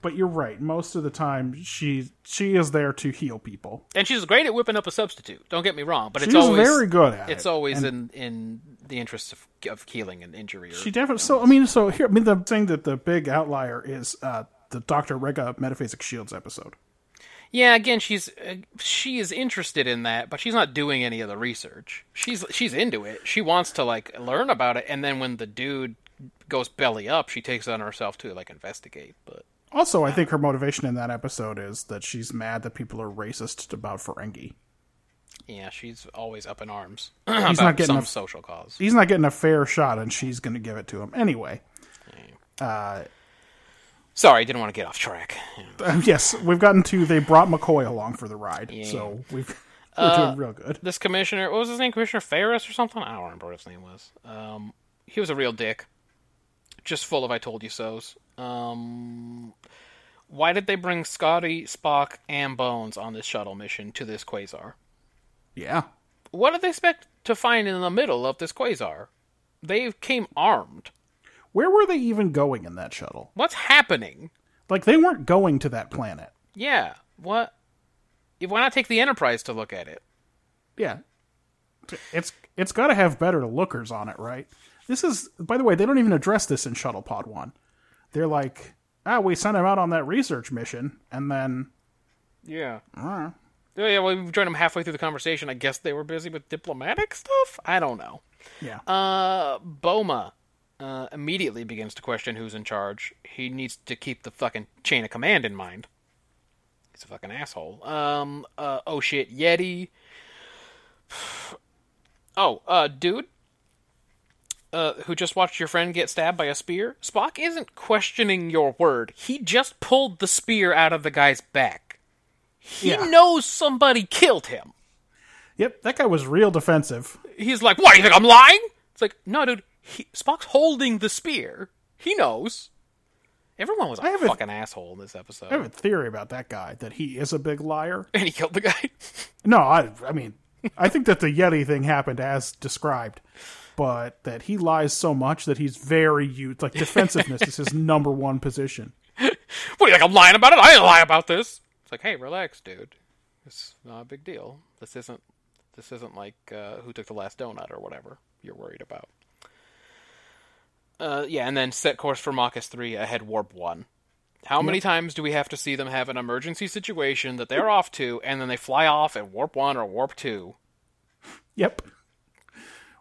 but you're right. Most of the time, she she is there to heal people. And she's great at whipping up a substitute. Don't get me wrong, but She's it's always very good at It's it. always in in the interest of of healing an injury. Or, She definitely. So I mean, so here, I mean, the thing that the big outlier is uh, the Doctor Rega metaphasic shields episode. yeah, again, she's uh, she is interested in that, but she's not doing any of the research. She's she's into it. She wants to like learn about it, and then when the dude goes belly up, she takes it on herself to like investigate. But Also, I think her motivation in that episode is that she's mad that people are racist about Ferengi. Yeah, she's always up in arms He's about not getting some a, social cause. he's not getting a fair shot, and she's going to give it to him anyway. Sorry, didn't want to get off track. Yeah. yes, we've gotten to they brought McCoy along for the ride, so we've we're doing real good. This commissioner, what was his name? Commissioner Ferris or something? I don't remember what his name was. Um, he was a real dick, just full of "I told you so"s. Um, why did they bring Scotty, Spock, and Bones on this shuttle mission to this quasar? Yeah, What did they expect to find in the middle of this quasar? They came armed. where were they even going in that shuttle? What's happening? Like they weren't going to that planet. Yeah. What? Why not take the Enterprise to look at it? Yeah, it's it's got to have better lookers on it, right? This is, by the way, they don't even address this in Shuttle Pod One. They're like, ah, we sent him out on that research mission, and then Yeah. Yeah, Oh, yeah, well, we joined them halfway through the conversation. I guess they were busy with diplomatic stuff? I don't know. yeah, Uh, Boma uh, immediately begins to question who's in charge. He needs to keep the fucking chain of command in mind. He's a fucking asshole. Um, uh, oh shit, Yeti. Oh, uh, dude. Uh, who just watched your friend get stabbed by a spear? Spock isn't questioning your word. He just pulled the spear out of the guy's back. He Yeah. knows somebody killed him yep, that guy was real defensive. he's like, "What? You think I'm lying?" It's like, "No, dude. He, Spock's holding the spear. He knows." Everyone was a have a- fucking asshole in this episode, I have a theory about that guy that he is a big liar. and he killed the guy. No, I I mean I think that the Yeti thing happened as described, but that he lies so much that he's very used like defensiveness is his number one position. what do you think I'm lying about it? I didn't lie about this. It's like, hey, relax, dude. It's not a big deal. This isn't. This isn't like uh, who took the last donut or whatever you're worried about. Uh, yeah, and then set course for Machus three ahead warp one. How many times do we have to see them have an emergency situation that they're off to, and then they fly off at warp one or warp two? Yep.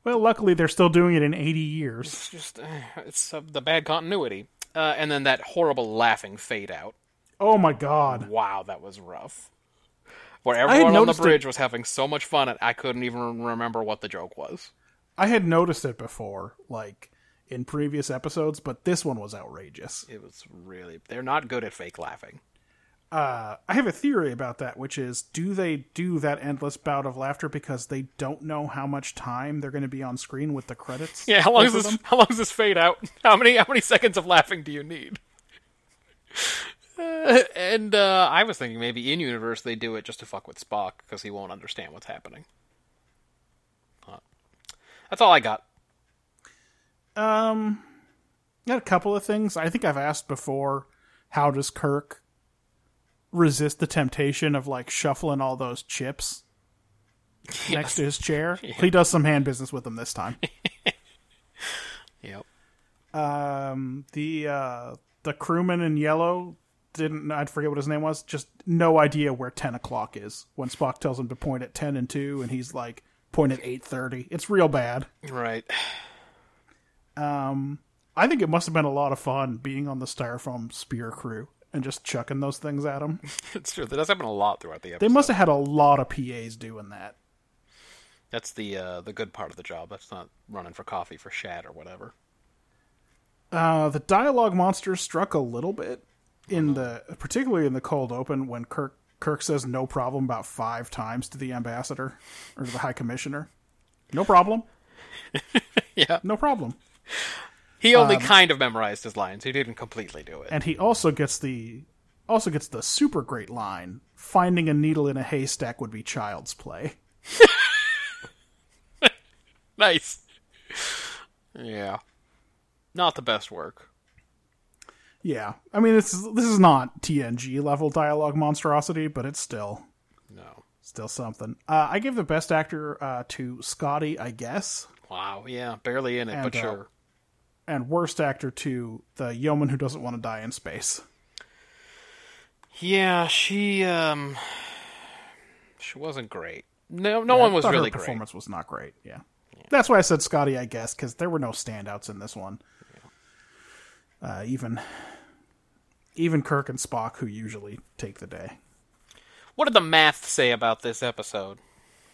Well, luckily they're still doing it in 80 years. It's just uh, it's uh, the bad continuity, uh, and then that horrible laughing fade out. Oh my god. Wow, that was rough. Where had everyone on the noticed it- bridge was having so much fun, and I couldn't even remember what the joke was. I had noticed it before like in previous episodes, but this one was outrageous. It was really. They're not good at fake laughing. Uh, I have a theory about that, which is do they do that endless bout of laughter because they don't know how much time they're going to be on screen with the credits? Yeah, how long is over this? them? How long is this fade out? How many? How many seconds of laughing do you need? Uh, and uh, I was thinking maybe in universe they do it just to fuck with Spock because he won't understand what's happening. But that's all I got. Got a couple of things. I think I've asked before how does Kirk resist the temptation of like shuffling all those chips next to his chair? He does some hand business with them this time. Yep. um, the uh, the crewman in yellow didn't I forget what his name was, just no idea where ten o'clock is when Spock tells him to point at ten and two and he's like point at eight thirty. It's real bad. Right. I think it must have been a lot of fun being on the styrofoam spear crew and just chucking those things at him. it's true. That does happen a lot throughout the episode. They must have had a lot of PAs doing that. That's the uh, the good part of the job. That's not running for coffee for Shad or whatever. Uh, the dialogue monster struck a little bit in the particularly in the cold open when Kirk Kirk says no problem about five times to the ambassador or to the high commissioner. No problem. Yeah. No problem. He only Um, kind of memorized his lines. He didn't completely do it. And he also gets the also gets the super great line, finding a needle in a haystack would be child's play. Nice. yeah. Not the best work. Yeah. I mean this is this is not TNG level dialogue monstrosity, but it's still No. still something. Uh, I give the best actor uh, to Scotty, I guess. Wow. Yeah. Barely in it, but uh, sure. and worst actor to the yeoman who doesn't want to die in space. Yeah. She um. She wasn't great. No. No one was Thought really her great. performance was not great. Yeah. that's why I said Scotty, I guess, because there were no standouts in this one. Uh, even even Kirk and Spock, who usually take the day. What did the math say about this episode?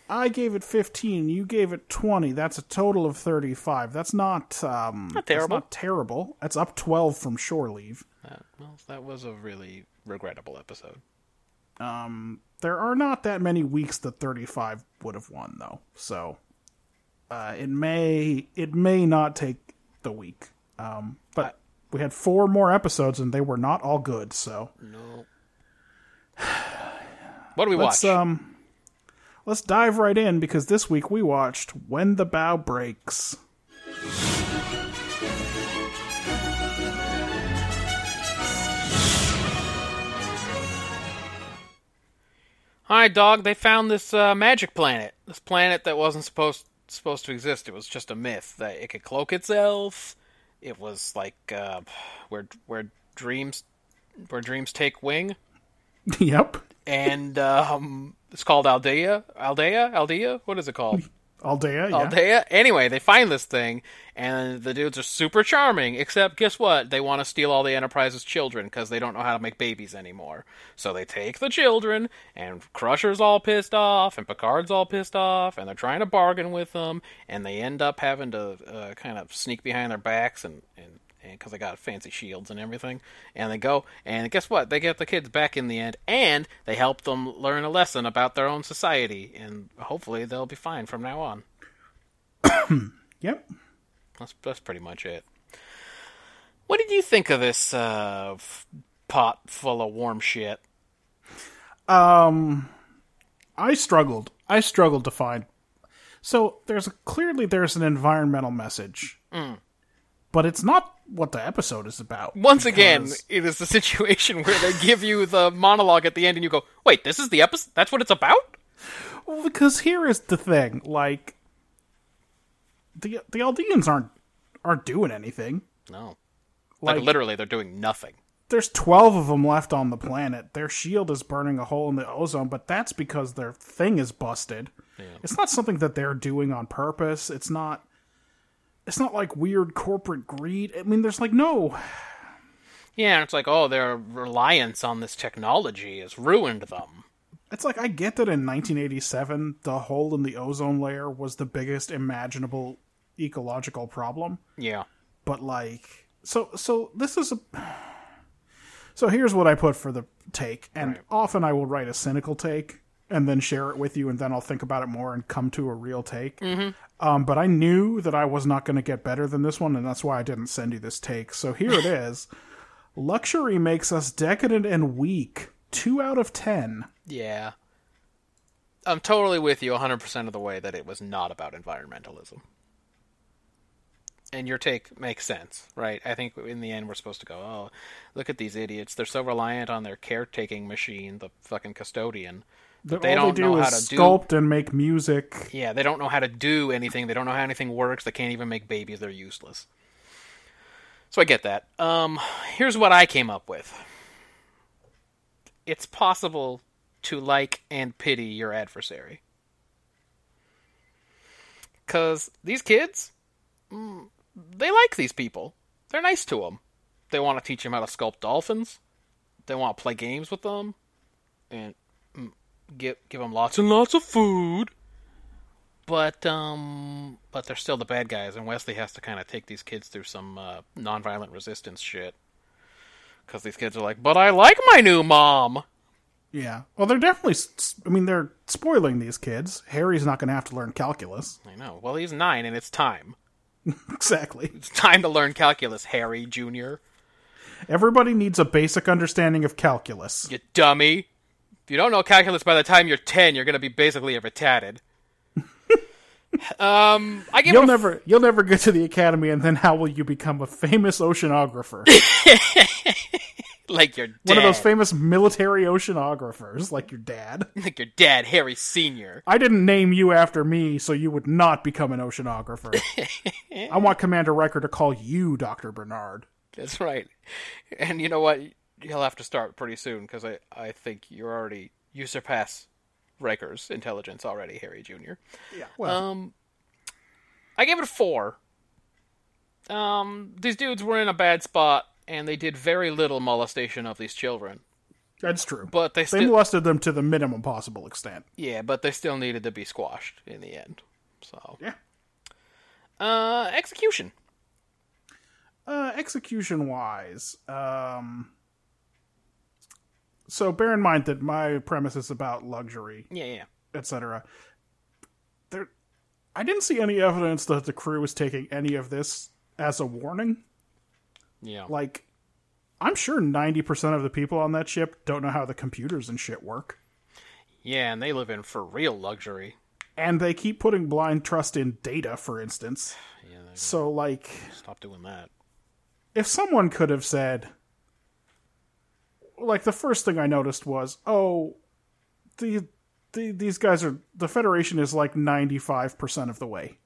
I gave it 15. You gave it 20. That's a total of 35. That's not um, not terrible. That's not terrible. That's up 12 from shore leave. Uh, well, that was a really regrettable episode. There are not that many weeks that 35 would have won, though. So uh, it may it may not take the week. Um, but we had four more episodes, and they were not all good. So No. What do we let's watch? um let's dive right in because this week we watched When the Bow Breaks. All right, dog. They found this uh, magic planet. This planet that wasn't supposed supposed to exist. It was just a myth that it could cloak itself. It was like uh, where where dreams where dreams take wing. yep, And um, it's called Aldea. Aldea. Aldea. What is it called? Aldea. Yeah. Aldea. Anyway, Oh, they find this thing, and the dudes are super charming. Except, guess what? They want to steal all the Enterprise's children because they don't know how to make babies anymore. So they take the children, and Crusher's all pissed off, and Picard's all pissed off, and they're trying to bargain with them, and they end up having to uh, kind of sneak behind their backs and and because they got fancy shields and everything. And they go, and guess what? They get the kids back in the end, and they help them learn a lesson about their own society, and hopefully they'll be fine from now on. Yep. That's that's pretty much it. What did you think of this uh, f- pot full of warm shit? I struggled. I struggled to find. So there's a, clearly there's an environmental message, but it's not what the episode is about. Once again, because- it is the situation where they give you the monologue at the end, and you go, "Wait, this is the episode? That's what it's about?" Well, because here is the thing: like the the Aldeans aren't aren't doing anything. No, like, Like- literally, they're doing nothing. There's twelve of them left on the planet. Their shield is burning a hole in the ozone, but that's because their thing is busted. It's not something that they're doing on purpose. It's not. It's not like weird corporate greed. I mean, there's like no Yeah, it's like, oh, their reliance on this technology has ruined them. It's like I get that in 1987, the hole in the ozone layer was the biggest imaginable ecological problem, Yeah, but like so so this is a So here's what I put for the take, and often I will write a cynical take and then share it with you and then I'll think about it more and come to a real take. Um, but I knew that I was not going to get better than this one and that's why I didn't send you this take. So here it is. Luxury makes us decadent and weak. 2 out of 10. yeah. I'm totally with you 100% of the way that it was not about environmentalism. and your take makes sense, right? I think in the end we're supposed to go, oh, look at these idiots. They're so reliant on their caretaking machine, the fucking custodian. that all they do is sculpt and make music. do. Yeah, they don't know how to do anything. They don't know how anything works. They can't even make babies. They're useless. So I get that. Um, here's what I came up with. It's possible to like and pity your adversary. Cuz these kids mm, they like these people. They're nice to them. They want to teach them how to sculpt dolphins. They want to play games with them, and mm, give give them lots and lots of food. But um, but they're still the bad guys, and Wesley has to kind of take these kids through some uh, nonviolent resistance shit. Because these kids are like, "But I like my new mom." Yeah. Well, they're definitely. s- s- I mean, they're spoiling these kids. Harry's not going to have to learn calculus. I know. Well, he's nine, and it's time. Exactly. It's time to learn calculus, Harry Junior. Everybody needs a basic understanding of calculus. You dummy. If you don't know calculus by the time you're 10, you're going to be basically a retarded. um, I give You'll it a- never, you'll never get to the academy, and then how will you become a famous oceanographer? like your dad. One of those famous military oceanographers, like your dad. like your dad, Harry Sr. I didn't name you after me, so you would not become an oceanographer. I want Commander Riker to call you Doctor Bernard. That's right. And you know what? He'll have to start pretty soon because I, I think you're already. You surpass Riker's intelligence already, Harry Jr. Yeah. Well, Um, I gave it a four. Um, these dudes were in a bad spot. and they did very little molestation of these children. That's true. But they they still, molested them to the minimum possible extent. yeah, but they still needed to be squashed in the end. So, Yeah. uh, execution. Uh, execution wise, um, so bear in mind that my premise is about luxury, Yeah, yeah. etc. There, I didn't see any evidence that the crew was taking any of this as a warning. Yeah. Like, I'm sure ninety percent of the people on that ship don't know how the computers and shit work, Yeah, and they live in for real luxury. and they keep putting blind trust in data, for instance. Yeah, they So, like, stop doing that. if someone could have said like the first thing i noticed was oh the, the these guys are the federation is like 95% of the way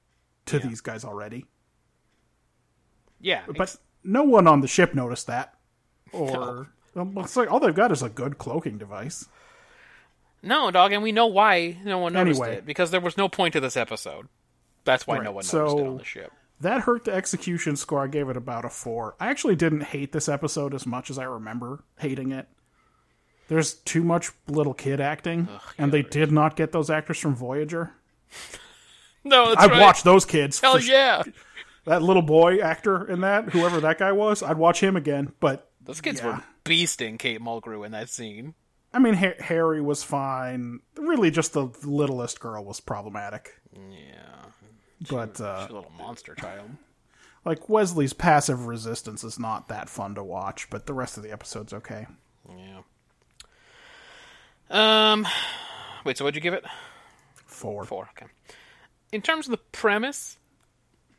to these guys already Yeah, but no one on the ship noticed that or Um, it's like all they've got is a good cloaking device No, dog, and we know why no one noticed Anyway. it because there was no point to this episode. That's why no Right, one noticed so- it on the ship. that hurt the execution score i gave it about a four i actually didn't hate this episode as much as i remember hating it there's too much little kid acting and they did not get those actors from voyager No, that's I'd right. watch those kids. Hell for sh- yeah! That little boy actor in that, whoever that guy was, I'd watch him again. But Those kids were beasting Kate Mulgrew in that scene. I mean, ha- Harry was fine. Really, just the littlest girl was problematic. Yeah, But uh, she's a little monster child. like Wesley's passive resistance is not that fun to watch. But the rest of the episode's okay. Yeah. Um, wait. So, what'd you give it? Four. Four. Okay. In terms of the premise,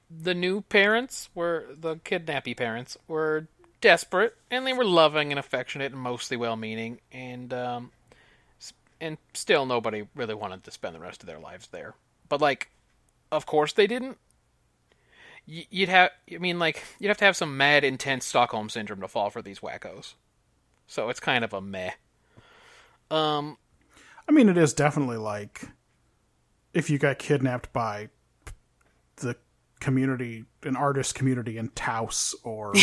the new parents were the kidnappy parents were desperate, and they were loving and affectionate and mostly well-meaning, and um, s- and still nobody really wanted to spend the rest of their lives there. But like, of course they didn't. Y- You'd have, I mean, like you'd have to have some mad, intense Stockholm syndrome to fall for these wackos. So it's kind of a meh. Um, I mean, it is definitely like if you got kidnapped by the community, an artist community in Taos or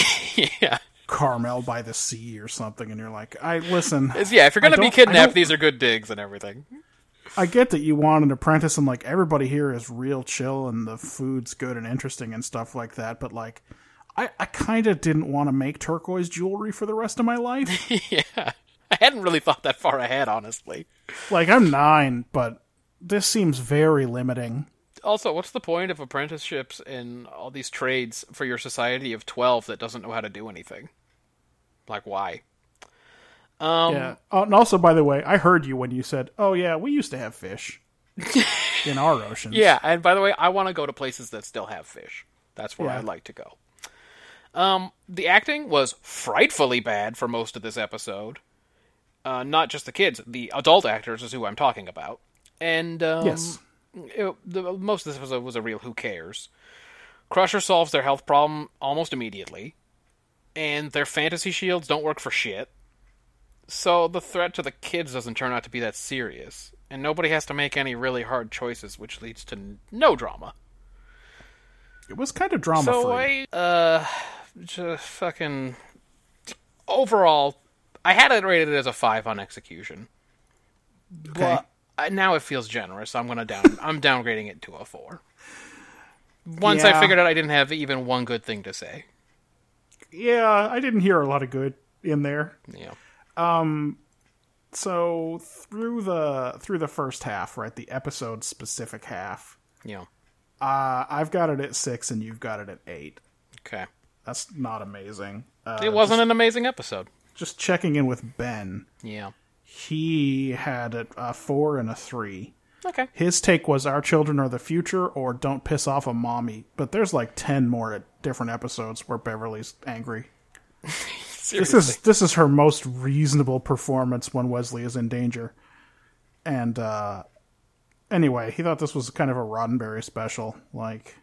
yeah. Carmel by the Sea or something, and you're like, I listen. It's- yeah, if you're I gonna be don't- I kidnapped, don't- these are good digs and everything. I get that you want an apprentice and like everybody here is real chill and the food's good and interesting and stuff like that, but like I, I kind of didn't want to make turquoise jewelry for the rest of my life. yeah, I hadn't really thought that far ahead, honestly. like I'm 9, but this seems very limiting. Also, what's the point of apprenticeships and all these trades for your society of twelve that doesn't know how to do anything? Like, why? Um, yeah. Oh, and also by the way, I heard you when you said, "Oh yeah, we used to have fish in our oceans." Yeah, and by the way, I want to go to places that still have fish. That's where Yeah. I'd like to go. Um, the acting was frightfully bad for most of this episode. Uh, not just the kids, the adult actors is who I'm talking about. And um, Yes. it- the, most of this was a, was a real who cares. Crusher solves their health problem almost immediately, and their fantasy shields don't work for shit. So the threat to the kids doesn't turn out to be that serious, and nobody has to make any really hard choices, which leads to n- no drama. It was kind of drama So free. I, uh, just fucking. Overall, I had it rated as a five on execution. Okay. But I, now it feels generous. I'm gonna down. I'm downgrading it to a four. Once I Yeah. figured out I didn't have even one good thing to say. yeah, I didn't hear a lot of good in there. Yeah. so through the through the first half right the episode specific half Yeah. uh, i've got it at six and you've got it at eight Okay. that's not amazing uh, It wasn't an amazing episode. just checking in with ben Yeah. he had a, a four and a three Okay. his take was our children are the future or don't piss off a mommy but there's like 10 more at different episodes where beverly's angry this Seriously. is this is her most reasonable performance when Wesley is in danger. And uh anyway, he thought this was kind of a Roddenberry special. Like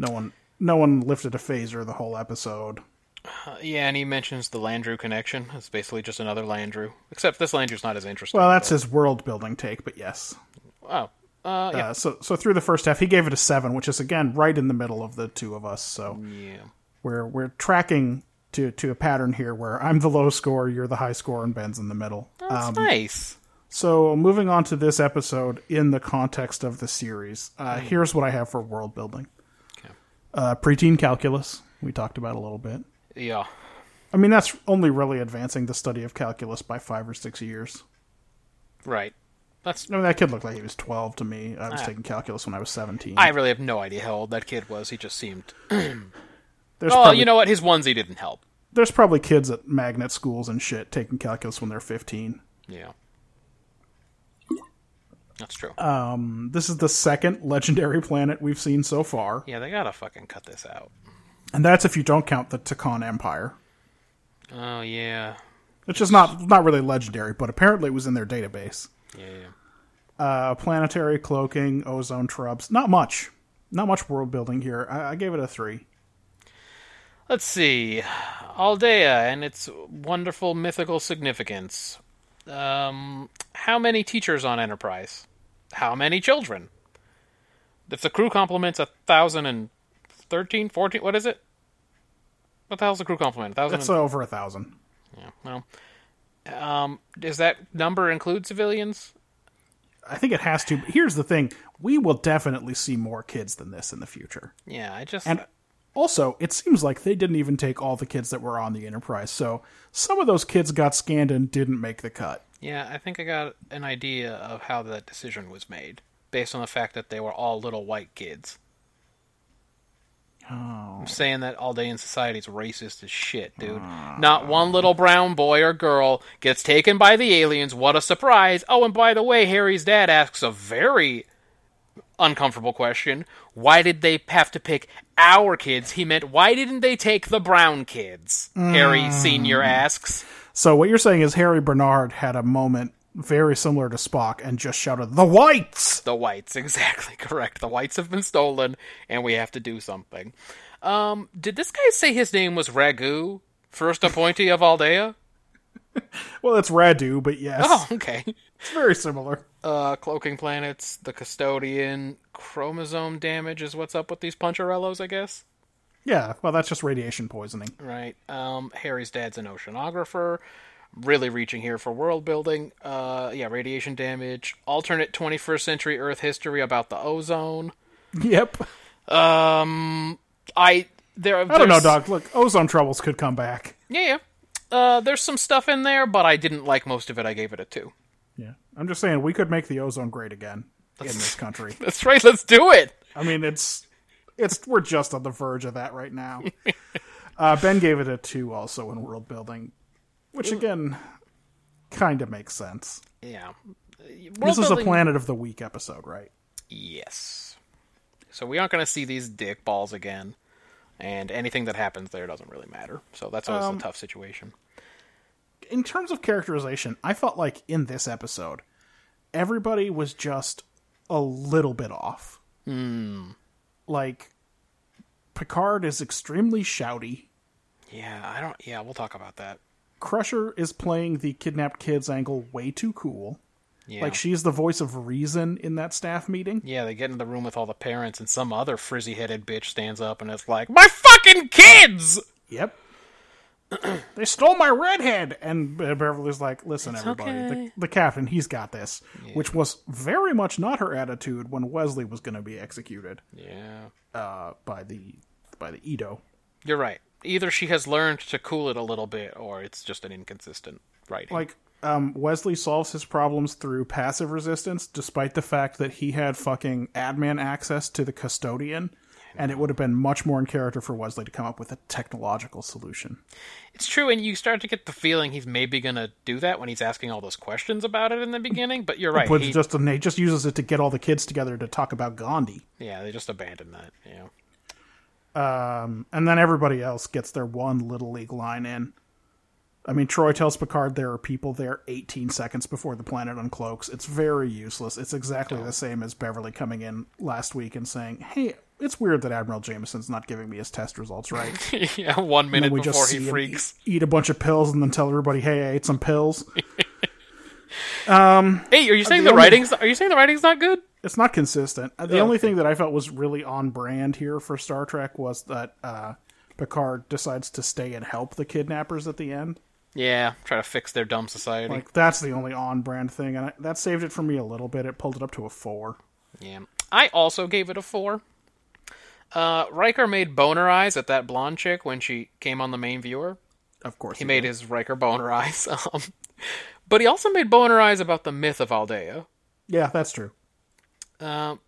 no one no one lifted a phaser the whole episode. Uh, Yeah, and he mentions the Landrew connection. It's basically just another Landrew, except this Landrew's not as interesting. Well, that's his world building take, but yes. oh, uh, yeah, Uh, so so through the first half, he gave it a seven, which is again right in the middle of the two of us. So yeah, we're we're tracking to to a pattern here where I'm the low score, you're the high score, and Ben's in the middle. That's nice. So, moving on to this episode in the context of the series, uh, Hmm. here's what I have for world building. Uh, preteen calculus, we talked about a little bit. Yeah. I mean, that's only really advancing the study of calculus by five or six years. Right. That's. I mean, that kid looked like he was 12 to me. I was taking calculus when I was 17. Ah. I really have no idea how old that kid was. He just seemed. there's, Oh, probably, you know what? His onesie didn't help. there's probably kids at magnet schools and shit taking calculus when they're 15. Yeah. That's true. This is the second legendary planet we've seen so far, yeah, they gotta fucking cut this out. and that's if you don't count the Takan Empire, Oh yeah. which is not not really legendary, but apparently it was in their database. Yeah. yeah. Uh, planetary cloaking, ozone trubs, not much, not much world building here. I, I gave it a three. Let's see. Aldea and its wonderful mythical significance. Um, how many teachers on Enterprise? How many children? If the crew complements a thousand and thirteen, fourteen, what is it? What the hell's the crew complement? A thousand That's and... over a thousand. yeah, well. Um, does that number include civilians? I think it has to. But here's the thing: we will definitely see more kids than this in the future. Yeah, I just And also, it seems like they didn't even take all the kids that were on the Enterprise, so some of those kids got scanned and didn't make the cut. Yeah, I think I got an idea of how that decision was made based on the fact that they were all little white kids. Oh. I'm saying that all day in society is racist as shit, dude. Not one little brown boy or girl gets taken by the aliens. What a surprise. Oh, and by the way, Harry's dad asks a very uncomfortable question. Why did they have to pick our kids? He meant, why didn't they take the brown kids? Harry Sr. asks. So what you're saying is Harry Bernard had a moment very similar to Spock and just shouted, "The whites!" the whites exactly correct the whites have been stolen and we have to do something um did this guy say his name was ragu first appointee of aldea Well, it's Radu, but yes, oh okay it's very similar. uh cloaking planets the custodian chromosome damage is what's up with these puncharellos i guess Yeah, well, that's just radiation poisoning. right? Um, Harry's dad's an oceanographer. Really reaching here for world building. Uh, yeah, radiation damage. Alternate 21st century Earth history about the ozone. Yep. Um, I there. I don't know, Doc. Look, ozone troubles could come back. Yeah, yeah. Uh, there's some stuff in there, but I didn't like most of it. I gave it a two. Yeah, I'm just saying we could make the ozone great again in this country. That's right. Let's do it. I mean, it's it's we're just on the verge of that right now. uh, ben gave it a two, also in world building, which again kind of makes sense. Yeah. World this is a building- planet of the week episode, right? Yes. So we aren't going to see these dick balls again, and anything that happens there doesn't really matter. So that's always Um, a tough situation. in terms of characterization, I felt like in this episode, everybody was just a little bit off. Hmm. Like, Picard is extremely shouty. Yeah, I don't. Yeah, we'll talk about that. Crusher is playing the kidnapped kids angle way too cool. Yeah. Like, she's the voice of reason in that staff meeting. yeah, they get in the room with all the parents, and some other frizzy-headed bitch stands up and it's like, "My fucking kids!" Yep. they stole my redhead! And Be- Beverly's like, listen, everybody, okay. the, the captain, he's got this. Which was very much not her attitude when Wesley was going to be executed. Yeah, by the by the Edo. you're right. Either she has learned to cool it a little bit, or it's just an inconsistent writing. Like um, Wesley solves his problems through passive resistance, despite the fact that he had fucking admin access to the custodian, and it would have been much more in character for Wesley to come up with a technological solution. it's true, and you start to get the feeling he's maybe gonna do that when he's asking all those questions about it in the beginning. But you're right. But he- just and he just uses it to get all the kids together to talk about Gandhi, yeah, they just abandoned that. Yeah. and then everybody else gets their one little league line in. I mean, Troy tells Picard there are people there 18 seconds before the planet uncloaks. It's very useless. It's exactly the same as Beverly coming in last week and saying, "Hey, it's weird that Admiral Jameson's not giving me his test results right." yeah, one minute and we before just he see him freaks. eat, eat a bunch of pills and then tell everybody, "Hey, I ate some pills." Hey, are you saying the, only- writing's? Are you saying the writing's not good? it's not Oh, consistent. Uh, The only thing that I felt was really on brand here for Star Trek was that uh, Picard decides to stay and help the kidnappers at the end. Yeah, try to fix their dumb society. Like that's the only on-brand thing, and I, that saved it for me a little bit. It pulled it up to a four. yeah, I also gave it a four. Uh, Riker made boner eyes at that blonde chick when she came on the main viewer. Of course, He made his Riker boner eyes, um, but he also made boner eyes about the myth of Aldea. Yeah, that's true. Um,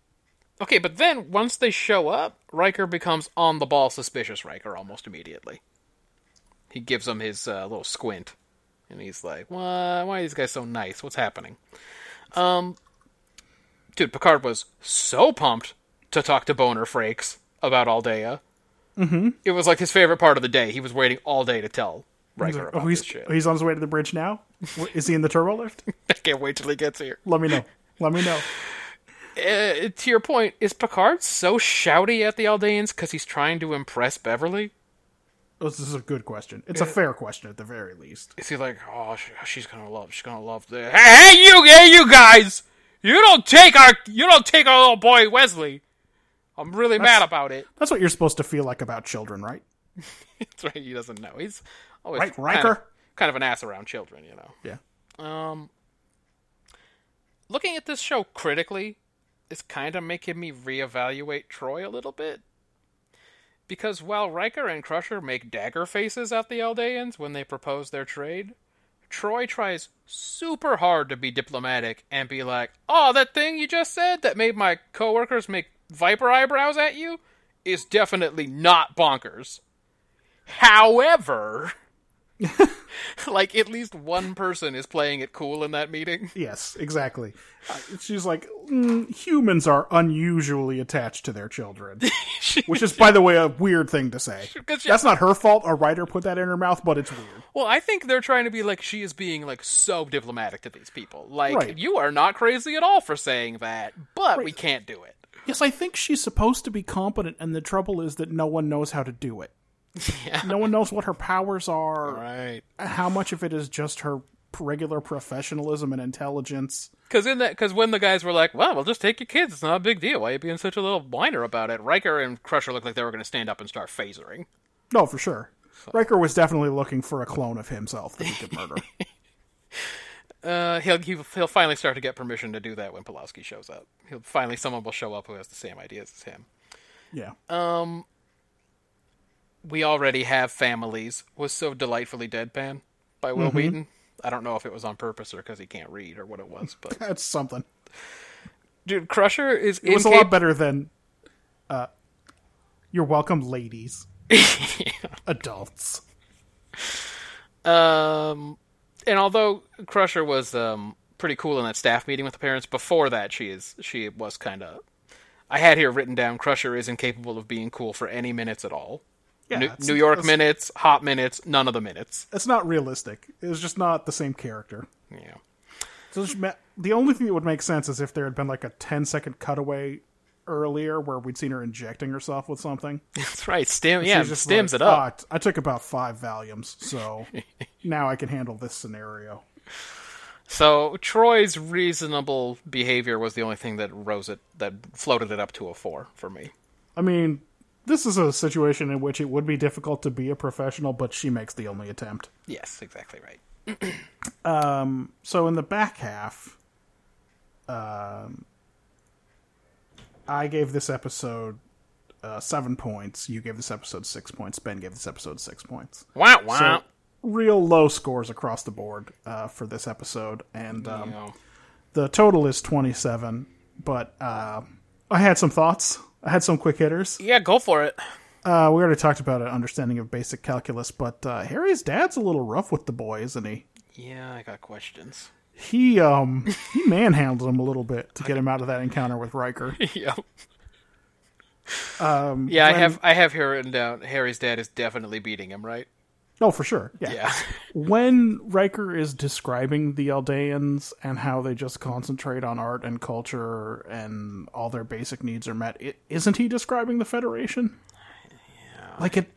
Okay, but then once they show up, Riker becomes on the ball suspicious Riker almost immediately. He gives him his uh, little squint, and he's like, "Why? Why are these guys so nice? What's happening?" Um, dude, Picard was so pumped to talk to Boner Frakes about Aldea. Mm-hmm. It was like his favorite part of the day. He was waiting all day to tell Riker about oh, he's this shit. he's on his way to the bridge now. Wh- Is he in the turbo lift? I can't wait till he gets here. Let me know. Let me know. Uh, to your point, is Picard so shouty at the Aldeans because he's trying to impress Beverly? Oh, This is a good question. It's a fair question at the very least. Is he like, oh, sh she's gonna love, she's gonna love this. Hey, hey, you, hey, you guys! You don't take our, you don't take our little boy Wesley. I'm really mad about it. That's what you're supposed to feel like about children, right? That's right. He doesn't know. He's always Right, kind of- Riker? kind of an ass around children, you know. Yeah. Looking at this show critically is kind of making me reevaluate Troy a little bit. Because while Riker and Crusher make dagger faces at the Aldeans when they propose their trade, Troy tries super hard to be diplomatic and be like, "Oh, that thing you just said that made my coworkers make viper eyebrows at you is definitely not bonkers." However, like at least one person is playing it cool in that meeting. Yes, exactly. Uh, She's like, mm, humans are unusually attached to their children, which is, by the way, a weird thing to say. 'Cause she- That's not her fault. A writer put that in her mouth, but it's weird. well, I think they're trying to be like she is being like so diplomatic to these people. Like Right. you are not crazy at all for saying that, but we can't do it. Yes, I think she's supposed to be competent, and the trouble is that no one knows how to do it. No one knows what her powers are, Right. how much of it is just her regular professionalism and intelligence. Because in that, because when the guys were like, "Well, we'll just take your kids. It's not a big deal. Why are you being such a little whiner about it?" Riker and Crusher looked like they were going to stand up and start phasering. No, for sure. Riker was definitely looking for a clone of himself that he could murder. Uh, he'll he'll he'll finally start to get permission to do that when Pulaski shows up. He'll finally someone will show up who has the same ideas as him. yeah. We already have families was so delightfully deadpan by Will Wheaton. I don't know if it was on purpose or because he can't read or what it was, but That's something. dude, Crusher is It was a incap- lot better than uh, You're welcome, ladies. Adults. Um, and although Crusher was um pretty cool in that staff meeting with the parents, before that she is she was kind of. I had here written down Crusher is incapable of being cool for any minutes at all. Yeah, New, it's- New York it's- minutes, hot minutes, none of the minutes. It's not realistic. It's just not the same character. Yeah. So it's ma- the only thing that would make sense is if there had been like a 10 second cutaway earlier where we'd seen her injecting herself with something. That's right. Stim, yeah, She's just stims like, it up. "Ah, I took about five Valiums, so now I can handle this scenario. So Troy's reasonable behavior was the only thing that rose it, that floated it up to a four for me. I mean, this is a situation in which it would be difficult to be a professional, but she makes the only attempt. Yes, exactly right. So in the back half, um, I gave this episode uh, seven points. You gave this episode six points. Ben gave this episode six points. Wow, wow. So real low scores across the board uh, for this episode, and um, the total is twenty-seven. But uh, I had some thoughts. I had some quick hitters. yeah, go for it. Uh, we already talked about an understanding of basic calculus, but uh, Harry's dad's a little rough with the boy, isn't he? Yeah, I got questions. He um he manhandles him a little bit to get him out of that encounter with Riker. Yep. Um, yeah, I have I have here written down Harry's dad is definitely beating him, right? Oh, for sure. Yeah. Yeah. When Riker is describing the Aldeans and how they just concentrate on art and culture and all their basic needs are met, is isn't he describing the Federation? Like it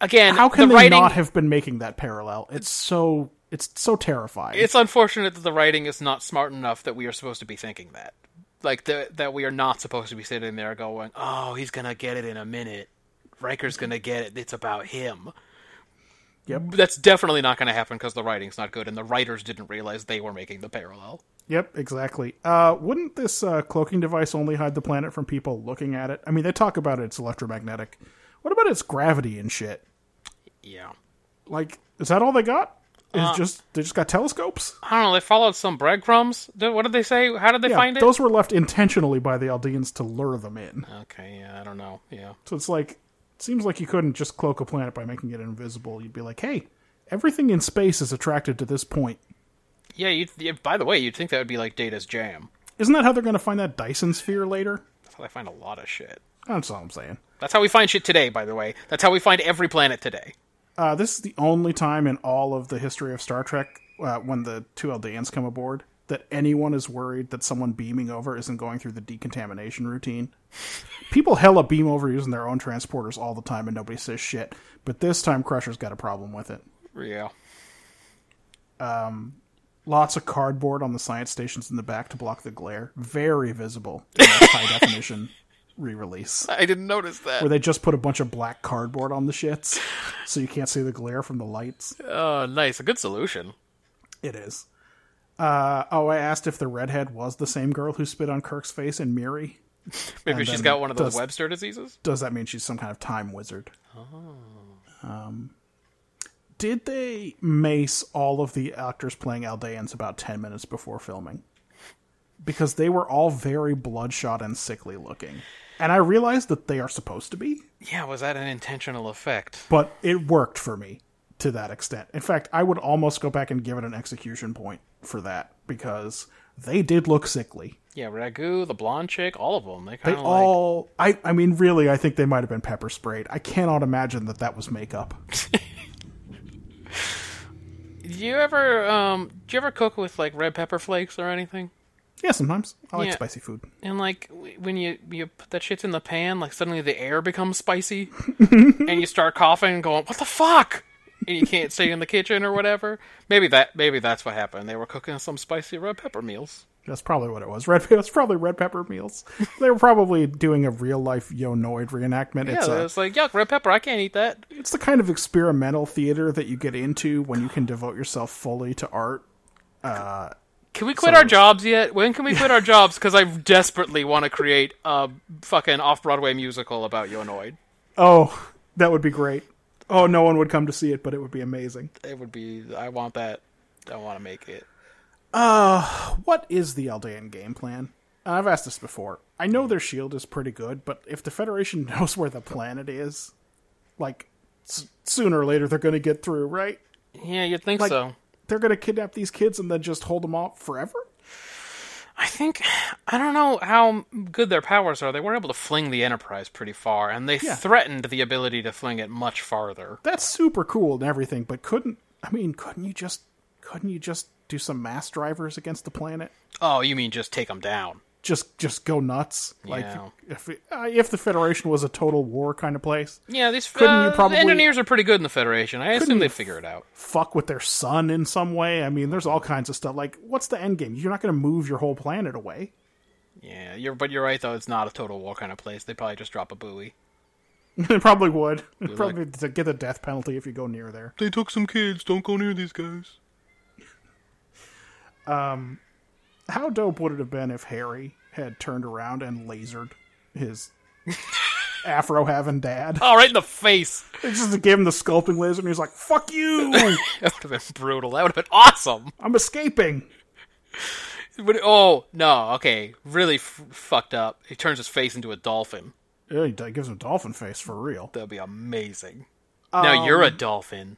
Again, how can Uh, the they writing not have been making that parallel? It's so it's so terrifying. it's unfortunate that the writing is not smart enough that we are supposed to be thinking that. Like the, that we are not supposed to be sitting there going, "Oh, he's going to get it in a minute." Riker's gonna get it. It's about him. Yep. That's definitely not gonna happen because the writing's not good, and the writers didn't realize they were making the parallel. Yep, exactly. Uh, wouldn't this uh, cloaking device only hide the planet from people looking at it? I mean, they talk about it's electromagnetic. What about its gravity and shit? Yeah. Like, is that all they got? Is just they just got telescopes? Uh, I don't know. They followed some breadcrumbs. Did- What did they say? How did they Yeah, find it? those were left intentionally by the Aldeans to lure them in. Okay. Yeah. I don't know. Yeah. So it's like, it seems like you couldn't just cloak a planet by making it invisible. You'd be like, hey, everything in space is attracted to this point. Yeah. You. yeah by the way, you'd think that would be like Data's jam. Isn't that how they're going to find that Dyson sphere later? That's how they find a lot of shit. That's all I'm saying. That's how we find shit today. By the way, that's how we find every planet today. Uh, this is the only time in all of the history of Star Trek uh, when the two Eldeans come aboard that anyone is worried that someone beaming over isn't going through the decontamination routine. People hella beam over using their own transporters all the time and nobody says shit, but this time Crusher's got a problem with it. Yeah. Lots of cardboard on the science stations in the back to block the glare. Very visible in this high definition re release. I didn't notice that. Where they just put a bunch of black cardboard on the shits so you can't see the glare from the lights. Oh, nice. A good solution. It is. Uh, oh, I asked if the redhead was the same girl who spit on Kirk's face in Miri. Maybe And she's then got one of those does- Webster diseases. Does that mean she's some kind of time wizard? Oh. Um, did they mace all of the actors playing Aldeans about 10 minutes before filming? Because they were all very bloodshot and sickly looking. And I realized that they are supposed to be, Yeah. Was that an intentional effect? but it worked for me to that extent. In fact, I would almost go back and give it an execution point for that because they did look sickly. Yeah. Ragu, the blonde chick, all of them. They They kind of like. all, I, I mean, really, I think they might have been pepper sprayed. I cannot imagine that that was makeup. Do you ever um? Do you ever cook with like red pepper flakes or anything? Yeah, sometimes I like Yeah. spicy food. And like w- when you you put that shit in the pan, like suddenly the air becomes spicy, and you start coughing and going, "What the fuck?" And you can't stay in the kitchen or whatever. Maybe that maybe that's what happened. They were cooking some spicy red pepper meals. That's probably what it was. Red, it was probably red pepper meals. they were probably doing a real life Yonoid reenactment. Yeah, it's, a, it's like yuck, red pepper. I can't eat that. it's the kind of experimental theater that you get into when you can devote yourself fully to art. Can we quit our jobs yet? When can we quit our jobs? Because I desperately want to create a fucking off Broadway musical about Yonoid. Oh, that would be great. Oh, no one would come to see it, but it would be amazing. It would be. I want that. I want to make it. What is the Aldean game plan? And I've asked this before. I know their shield is pretty good, but if the Federation knows where the planet is, like s- sooner or later they're going to get through, right? Yeah, you'd think Like so. they're going to kidnap these kids and then just hold them off forever. I think I don't know how good their powers are. They were able to fling the Enterprise pretty far, and they Yeah. threatened the ability to fling it much farther. That's super cool and everything, but couldn't I mean, couldn't you just couldn't you just do some mass drivers against the planet? Oh, you mean just take them down? Just just go nuts. Like Yeah. if it- uh, if the Federation was a total war kind of place, Yeah, these Couldn't you uh, probably- the engineers are pretty good in the Federation. I assume Couldn't they you- figure it out. fuck with their sun in some way. I mean, there's all kinds of stuff. Like, what's the end game? You're not going to move your whole planet away. Yeah, you're but you're right though. It's not a total war kind of place. They probably just drop a buoy. it probably would. It probably to get the death penalty if you go near there. They took some kids. Don't go near these guys. Um, How dope would it have been if Harry had turned around and lasered his afro having dad? Oh, right in the face. They just gave him the sculpting laser, and he's like, "Fuck you! That would have been brutal. That would have been awesome. I'm escaping." Would- oh no, okay, really f- fucked up. He turns his face into a dolphin. Yeah, he d- gives him dolphin face for real. That'd be amazing. now you're a dolphin.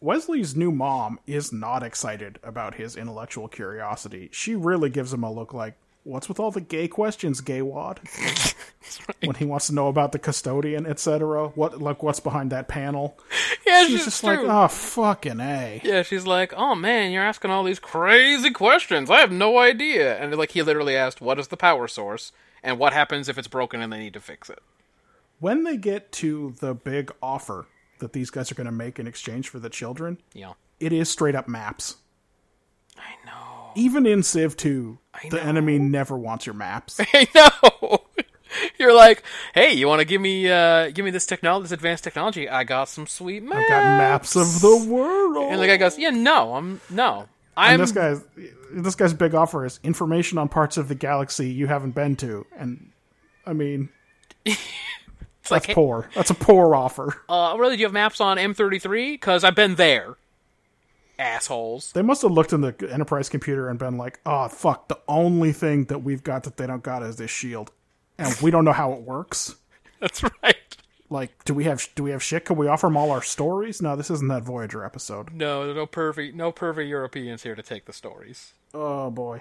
Wesley's new mom is not excited about his intellectual curiosity. She really gives him a look like, "What's with all the gay questions, gay wad?" When he wants to know about the custodian, etc. What like what's behind that panel? Yeah, She's just like, "Oh, fucking a." yeah, she's like, oh man, you're asking all these crazy questions. I have no idea. And like, he literally asked, what is the power source, and what happens if it's broken and they need to fix it. When they get to the big offer that these guys are going to make in exchange for the children, Yeah, it is straight up maps. I know. Even in Civ 2, the know. enemy never wants your maps. I know. You're like, hey, you want to give me uh, give me this technology, this advanced technology? I got some sweet maps. Got maps of the world. And the guy goes, yeah, no, I'm no, I'm And this guy's this guy's big offer is information on parts of the galaxy you haven't been to, and I mean, it's like, that's poor. That's a poor offer. uh, really, do you have maps on M33? Because I've been there, assholes. They must have looked in the Enterprise computer and been like, "Oh fuck, the only thing that we've got that they don't got is this shield, and we don't know how it works. That's right. Like, do we have do we have shit? Can we offer them all our stories? No, this isn't that Voyager episode. No, there are no pervy, no pervy Europeans here to take the stories. Oh boy. Um,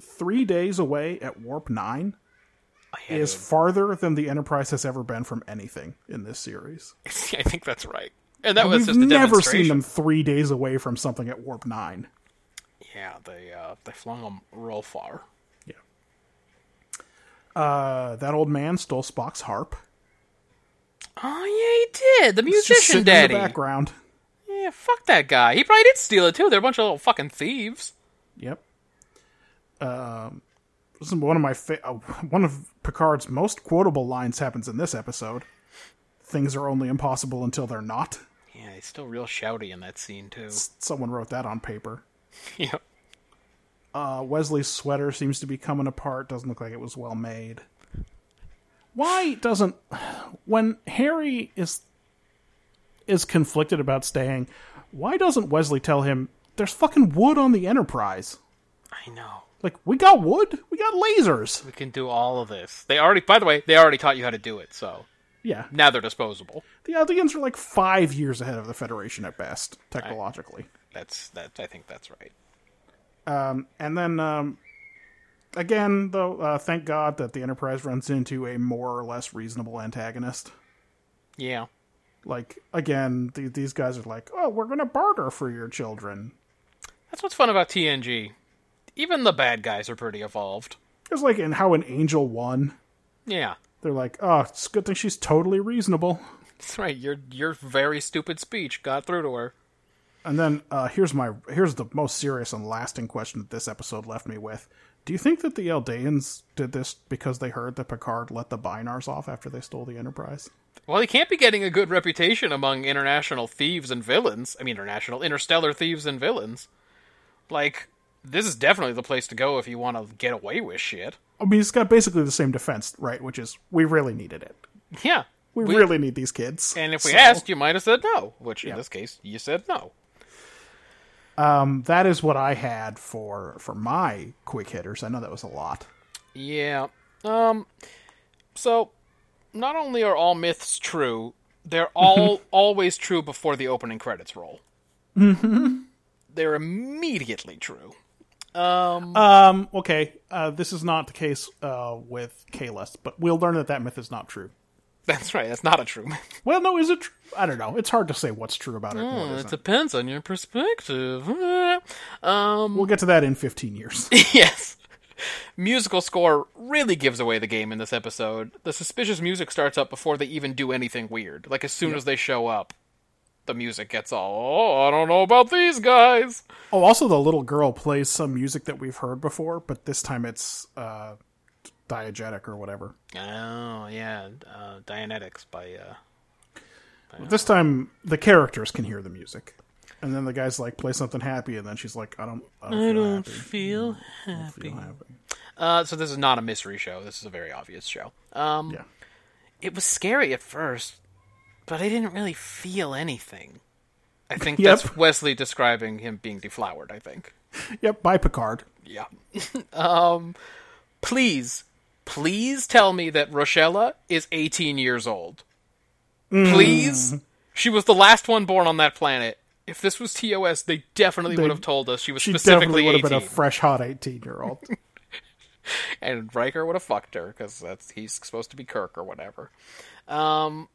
three days away at warp nine is farther than the Enterprise has ever been from anything in this series. I think that's right. And that was We've Oh, just a never demonstration. seen them three days away from something at warp nine. Yeah, they uh, they flung them real far. Yeah. Uh, that old man stole Spock's harp. Oh yeah, he did. The It's just musician sitting daddy. in the background. Yeah, fuck that guy. He probably did steal it too. They're a bunch of little fucking thieves. Yep. Um, this is one of my fa- uh, one of Picard's most quotable lines happens in this episode. Things are only impossible until they're not. Yeah, he's still real shouty in that scene too. Someone wrote that on paper. yeah. Uh, Wesley's sweater seems to be coming apart. Doesn't look like it was well made. Why doesn't when Harry is is conflicted about staying? Why doesn't Wesley tell him there's fucking wood on the Enterprise? I know. Like we got wood, we got lasers. We can do all of this. They already by the way, they already taught you how to do it, so Yeah, now they're disposable. the Aldeans are like five years ahead of the Federation at best, technologically. That's that I think that's right. And then, um, again, though, uh, thank God that the Enterprise runs into a more or less reasonable antagonist. Yeah. Like, again, th- these guys are like, oh, we're going to barter for your children. That's what's fun about TNG. Even the bad guys are pretty evolved. It's like in how an Angel won. Yeah. They're like, oh, it's a good thing she's totally reasonable. That's right. Your your very stupid speech got through to her. And then uh, here's my here's the most serious and lasting question that this episode left me with. Do you think that the Eldeans did this because they heard that Picard let the Binars off after they stole the Enterprise? Well, he can't be getting a good reputation among international thieves and villains. I mean, international, interstellar thieves and villains. Like, this is definitely the place to go if you want to get away with shit. I mean, it's got basically the same defense, right? Which is we really needed it. Yeah. We, really need these kids. And if we So, asked, you might have said no, which in this case, you said no. that is what I had for for my quick hitters. I know that was a lot. Yeah. Um. So, not only are all myths true, they're all always true before the opening credits roll. Mm-hmm. They're immediately true. Um, okay, uh, this is not the case uh, with Kalis, but we'll learn that that myth is not true. That's right. That's not a true myth. Well, no, is it? Tr- I don't know. It's hard to say what's true about it. and what Well, isn't. it depends on your perspective. um, We'll get to that in 15 years. yes. Musical score really gives away the game in this episode. The suspicious music starts up before they even do anything weird. Like as soon as they show up, the music gets all, "Oh, I don't know about these guys." oh, also, the little girl plays some music that we've heard before, but this time it's uh, diegetic or whatever. Oh, yeah, uh, Dianetics by uh This time, the characters can hear the music. And then the guy's like, play something happy. And then she's like, I don't, I don't, feel, Feel happy. I don't feel happy. uh so this is not a mystery show. This is a very obvious show. Um Yeah. It was scary at first. but I didn't really feel anything. I think Yep. that's Wesley describing him being deflowered, I think. Yep, bye, Picard. Yeah. um, please, please tell me that Rochella is 18 years old. Please? Mm. She was the last one born on that planet. If this was TOS, they definitely would have told us she was She definitely specifically would 18. have been a fresh, hot 18 year old. and Riker would have fucked her because that's he's supposed to be Kirk or whatever. Um,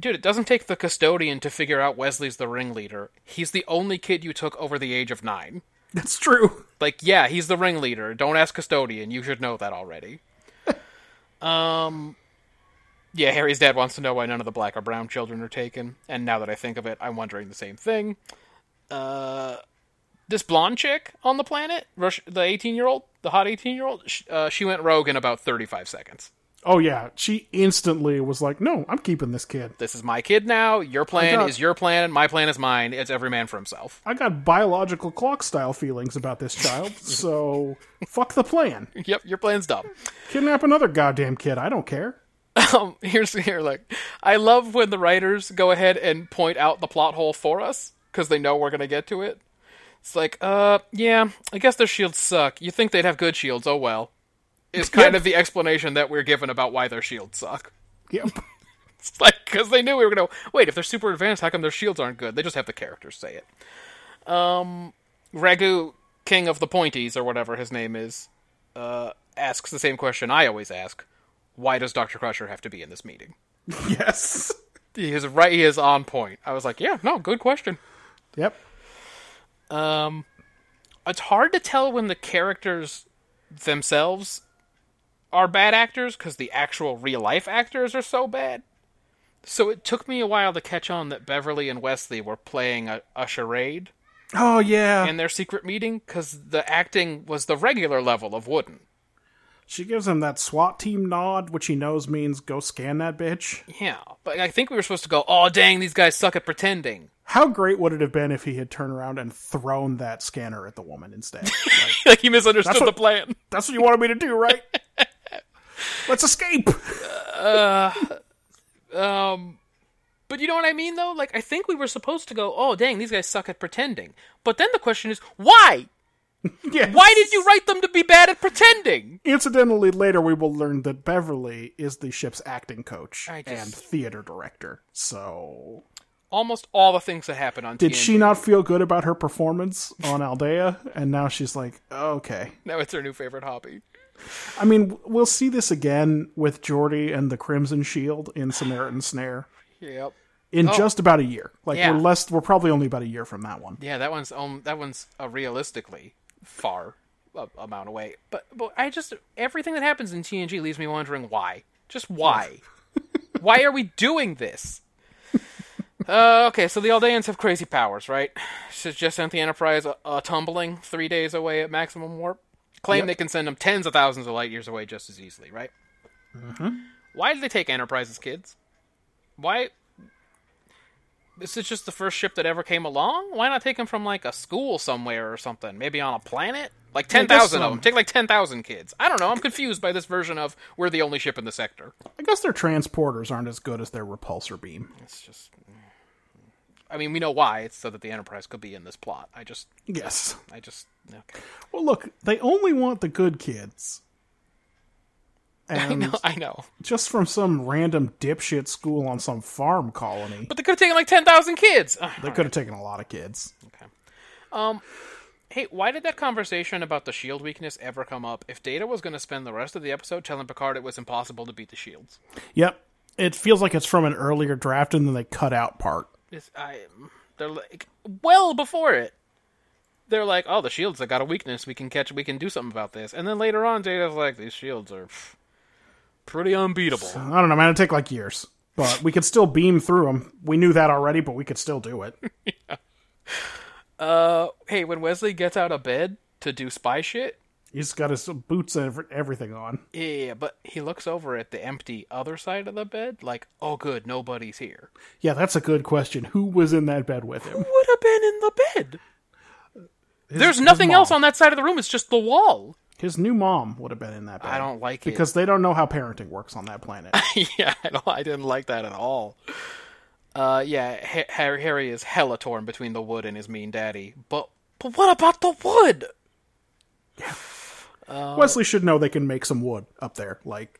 dude, it doesn't take the custodian to figure out Wesley's the ringleader. He's the only kid you took over the age of nine. That's true. Like, yeah, he's the ringleader. Don't ask custodian. You should know that already. um, yeah, Harry's dad wants to know why none of the black or brown children are taken. And now that I think of it, I'm wondering the same thing. Uh, this blonde chick on the planet, Rush, the 18 year old, the hot 18 year old, sh- uh, she went rogue in about 35 seconds. Oh yeah, she instantly was like, "No, I'm keeping this kid. This is Oh my kid now. Your plan got- is your plan. My plan is mine. It's every man for himself. I got biological clock style feelings about this child, so fuck the plan. Yep, your plan's dumb. Kidnap another goddamn kid. I don't care." Um, here's here like I love when the writers go ahead and point out the plot hole for us because they know we're gonna get to it. It's like, uh, yeah, I guess their shields suck. You think they'd have good shields? Oh well, is kind of the explanation that we're given about why their shields suck. Yep. It's like because they knew we were gonna wait. If they're super advanced, how come their shields aren't good? They just have the characters say it. Um, Ragu, king of the pointies or whatever his name is, uh, asks the same question I always ask: Why does Doctor Crusher have to be in this meeting? yes. He is right. He is on point. I was like, yeah, no, good question. Yep. Um, it's hard to tell when the characters themselves are bad actors because the actual real life actors are so bad. So it took me a while to catch on that Beverly and Wesley were playing a, a charade Oh yeah. in their secret meeting because the acting was the regular level of wooden. she gives him that SWAT team nod, which he knows means go scan that bitch. Yeah, but I think we were supposed to go, oh, dang, these guys suck at pretending. How great would it have been if he had turned around and thrown that scanner at the woman instead? Like, like he misunderstood what- the plan. that's what you wanted me to do, right? Let's escape. Um, But you know what I mean, though? Like, I think we were supposed to go, oh, dang, these guys suck at pretending. But then the question is, why? Yes. Why did you write them to be bad at pretending? Incidentally, later we will learn that Beverly is the ship's acting coach I just- and theater director. So, Almost all the things that happened on did TNG. she not feel good about her performance on Aldea? And now she's like, okay. Now it's her new favorite hobby. I mean, we'll see this again with Jordy and the Crimson Shield in Samaritan Snare Yep. in just about a year. Like Oh. Yeah. we're less, we're probably only about a year from that one. Yeah, that one's um, that one's a realistically far a- amount away. But but I just everything that happens in TNG leaves me wondering why. Just why? why are we doing this? Uh, okay, so the Aldeans have crazy powers, right? So just sent the Enterprise uh, uh, tumbling three days away at maximum warp. Claim they can send them tens of thousands of light years away just as easily, right? Mm-hmm. Why did they take Enterprise's kids? Why? This is just the first ship that ever came along. Why not take them from like a school somewhere or something? Maybe on a planet? Like ten thousand of some- them. Take like ten thousand kids. I don't know. I'm confused by this version of we're the only ship in the sector. I guess their transporters aren't as good as their repulsor beam. It's just. I mean, we know why. It's so that the Enterprise could be in this plot. I just, Yes. I just, okay. Well, look, they only want the good kids. And No, I know, just from some random dipshit school on some farm colony, but they could have taken like ten thousand kids. Ugh, they could have taken a lot of kids. okay. Um, hey, why did that conversation about the shield weakness ever come up? If Data was going to spend the rest of the episode telling Picard it was impossible to beat the shields, Yep. It feels like it's from an earlier draft and then they cut out part. it's, I, they're like well before it. They're like, oh, the shields. I got a weakness. We can catch. We can do something about this. And then later on, Data's like, these shields are pff, pretty unbeatable. I don't know, man. It'd take like years, but we could still beam through them. We knew that already, but we could still do it. Uh, hey, when Wesley gets out of bed to do spy shit, He's got his boots and ev- everything on. yeah, but he looks over at the empty other side of the bed, like, oh, good, nobody's here. Yeah, that's a good question. Who was in that bed with him? Would have been in the bed. His- There's his nothing mom. else on that side of the room. It's just the wall. His new mom would have been in that bed. I don't like because they don't know how parenting works on that planet. it. yeah, I, don't, I didn't like that at all. Uh, yeah, Ha- Harry, Harry is hella torn between the wood and his mean daddy. But but what about the wood? Uh, Wesley should know they can make some wood up there. Like,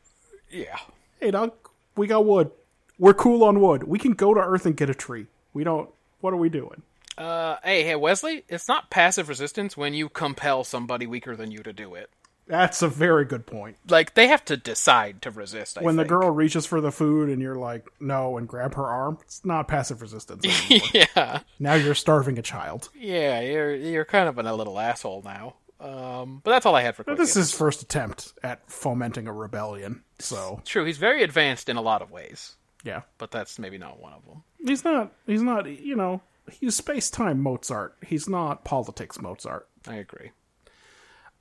Yeah, hey, dog, we got wood. We're cool on wood. We can go to Earth and get a tree. We don't. What are we doing? Uh, hey, hey, Wesley, it's not passive resistance when you compel somebody weaker than you to do it. That's a very good point. Like, they have to decide to resist, I When the think. girl reaches for the food and you're like, no, and grab her arm, it's not passive resistance. anymore. yeah, now you're starving a child. yeah, you're you're kind of an- a little asshole now. Um, but that's all I had for quick This hits. is his first attempt at fomenting a rebellion. So, true. He's very advanced in a lot of ways, yeah. but that's maybe not one of them. He's not, he's not, you know, he's space time Mozart. He's not politics Mozart. I agree.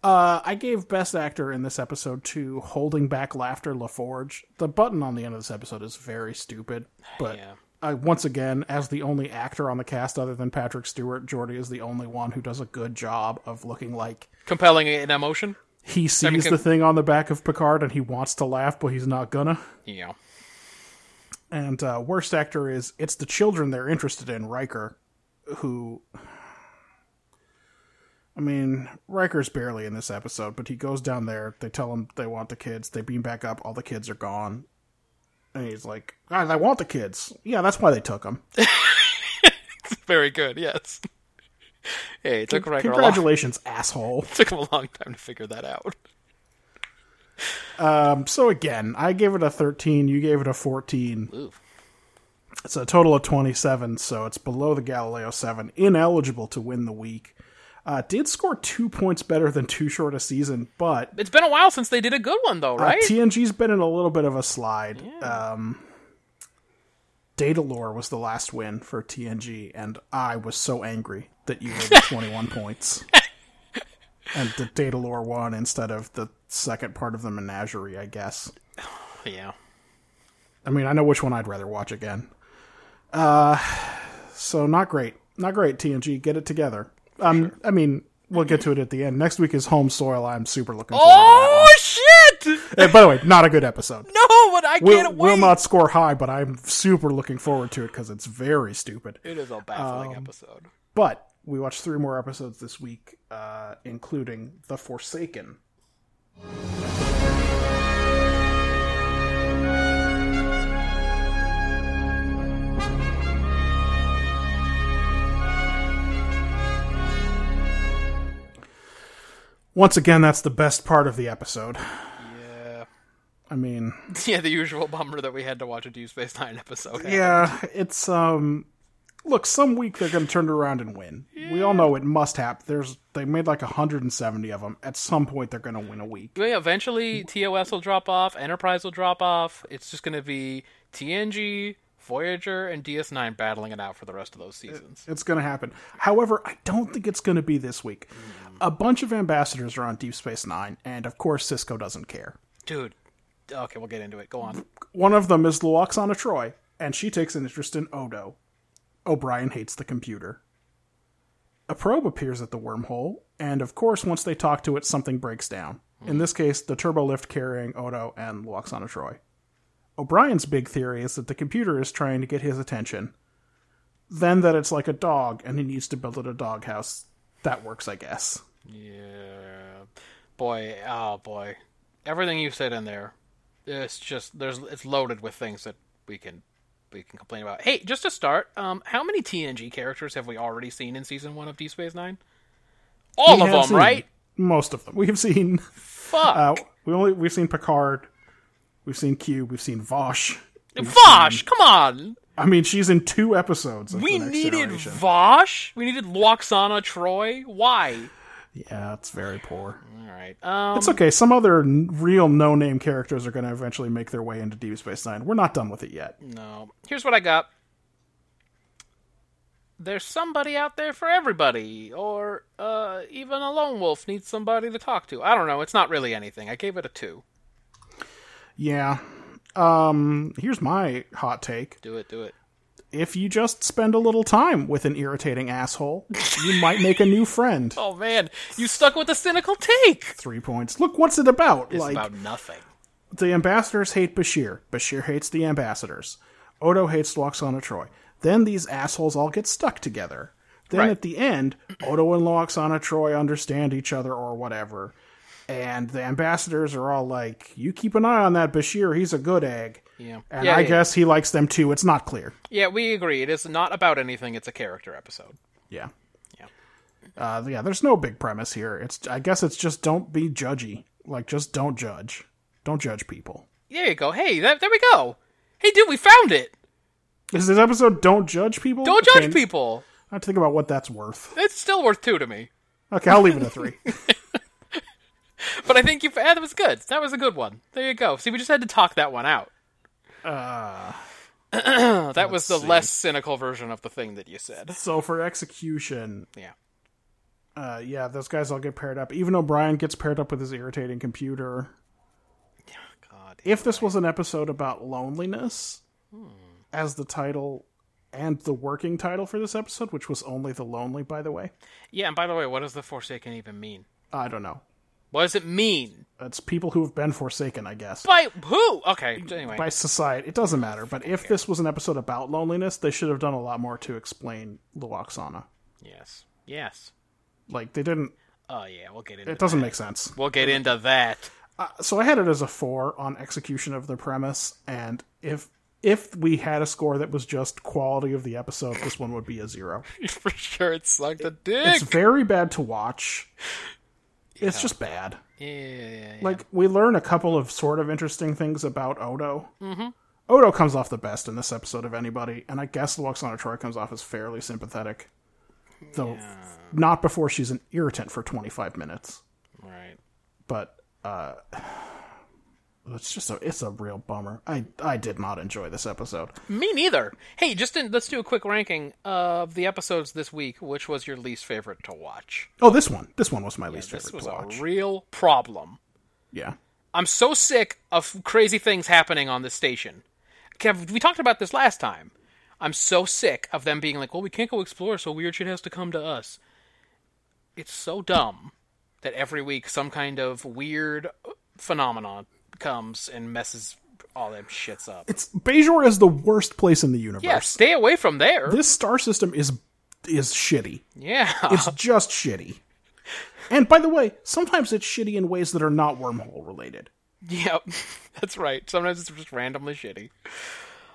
Uh, I gave Best Actor in this episode to Holding Back Laughter LaForge. The button on the end of this episode is very stupid, but Yeah. uh, once again, as the only actor on the cast other than Patrick Stewart, Jordy is the only one who does a good job of looking like Compelling in emotion. he sees can- the thing on the back of Picard and he wants to laugh, but he's not gonna. Yeah. And uh, worst actor is it's the children they're interested in, Riker, who. I mean, Riker's barely in this episode, but he goes down there. They tell him they want the kids. They beam back up. All the kids are gone. And he's like, "Ah, I want the kids. Yeah, that's why they took them. Very good. Yes. Hey, it took Riker a long, it Congratulations, asshole. took him a long time to figure that out. Um, so again, I gave it a 13. You gave it a 14. Ooh. It's a total of 27, so it's below the Galileo 7. Ineligible to win the week. Uh, did score two points better than too short a season, but It's been a while since they did a good one, though, uh, right? TNG's been in a little bit of a slide. Um, Data Lore was the last win for TNG, and I was so angry that you gave it 21 points. And the Data Lore won instead of the second part of the menagerie, I guess. yeah. I mean, I know which one I'd rather watch again. Uh, so not great, not great. TNG, get it together. Um, I mean, we'll get to it at the end. Next week is home soil. I'm super looking forward. Oh shit! to that. Uh, By the way, not a good episode. No, but I Will, can't will wait. not score high, but I'm super looking forward to it because it's very stupid. It is a baffling Um, episode. But we watched three more episodes this week, uh, including The Forsaken. Once again, that's the best part of the episode. Yeah. I mean, Yeah, the usual bummer that we had to watch a Deep Space Nine episode. Yeah, it's um look, some week they're going to turn it around and win. We all know it must happen. There's they made like 170 of them. At some point they're going to win a week. Yeah, eventually Mm. TOS will drop off, Enterprise will drop off. It's just going to be TNG, Voyager, and DS9 battling it out for the rest of Uh, those seasons. It's going to happen. However, I don't think it's going to be this week. A bunch of ambassadors are on Deep Space 9 and of course Cisco doesn't care. Dude. Okay, we'll get into it. Go on. One of them is Luoxana Troy and she takes an interest in Odo. O'Brien hates the computer. A probe appears at the wormhole, and of course, once they talk to it, something breaks down. In this case, the turbo lift carrying Odo and Luoxana Troy. O'Brien's big theory is that the computer is trying to get his attention. Then that it's like a dog, and he needs to build it a doghouse. That works, I guess. Yeah. Boy, oh boy. Everything you said in there, it's just there's it's loaded with things that we can we can complain about. Hey, just to start, um how many TNG characters have we already seen in season 1 of Deep Space 9? All We of have them, seen right? Most of them. We have seen. Fuck. Uh, we only we've seen Picard, we've seen Q, we've seen Vosh. Vosh, come on. I mean, she's in two episodes. Of We the next needed Generation. Vosh. We needed Loxana Troy. Why? Yeah, it's very poor. All right. Um, It's okay. Some other n- real no-name characters are going to eventually make their way into Deep Space Nine. We're not done with it yet. no. Here's what I got. There's somebody out there for everybody, or uh, even a lone wolf needs somebody to talk to. I don't know. It's not really anything. I gave it a two. Yeah. Um. Here's my hot take. Do it. Do it. If you just spend a little time with an irritating asshole, you might make a new friend. Oh man, you stuck with the cynical take. Three points. Look, what's it about? It's like about nothing. the ambassadors hate Bashir. Bashir hates the ambassadors. Odo hates Loxana Troy. Then these assholes all get stuck together. Then Right. at the end, Odo and Loxana Troy understand each other or whatever. And the ambassadors are all like, You keep an eye on that Bashir, he's a good egg. Yeah. And yeah, I yeah. guess he likes them too. It's not clear. Yeah, we agree. It is not about anything. It's a character episode. Yeah. Yeah. Uh, yeah, there's no big premise here. It's I guess it's just don't be judgy. Like just don't judge. Don't judge people. There you go. Hey, that, there we go. Hey, dude, we found it. Is this episode don't judge people? Don't judge Okay. people. I have to think about what that's worth. It's still worth two to me. Okay, I'll leave it a three. But I think you. Yeah, that was good. That was a good one. There you go. See, we just had to talk that one out. Uh, that was the less cynical version of the thing that you said. so for execution, Yeah. Uh, yeah, those guys all get paired up. Even O'Brien gets paired up with his irritating computer. God. If this was an episode about loneliness, as the title and the working title for this episode, which was only the lonely, by the way, Yeah, and by the way, what does the Forsaken even mean? I don't know. What does it mean? It's people who have been forsaken, I guess, By who? Okay, anyway. by society. It doesn't matter. But if this was an episode about loneliness, they should have done a lot more to explain Luoxana. yes. Yes. Like they didn't. Oh, yeah, we'll get into It doesn't make sense. We'll get into that. so I had it as a four on execution of the premise, and if if we had a score that was just quality of the episode, this one would be a zero. For sure, it sucked a It's dick. very bad to watch. It's just bad. Yeah, yeah, yeah. Like we learn a couple of sort of interesting things about Odo. Mm-hmm. Odo comes off the best in this episode of anybody, and I guess Luxana Troy comes off as fairly sympathetic, though not before she's an irritant for twenty five minutes. Right. but uh it's just a it's a real bummer i i did not enjoy this episode Me neither. Hey, just in, let's do a quick ranking of the episodes this week. Which was your least favorite to watch? oh this one this one was my least This favorite was to a watch real problem. yeah I'm so sick of crazy things happening on this station. Kev, we talked about this last time. I'm so sick of them being like, well, we can't go explore, so weird shit has to come to us. It's so dumb that every week some kind of weird phenomenon comes and messes all them shits up. it's Bajor is the worst place in the universe Yeah, stay away from there. this star system is is shitty yeah. it's just shitty and by the way sometimes it's shitty in ways that are not wormhole related Yep, that's right. Sometimes it's just randomly shitty.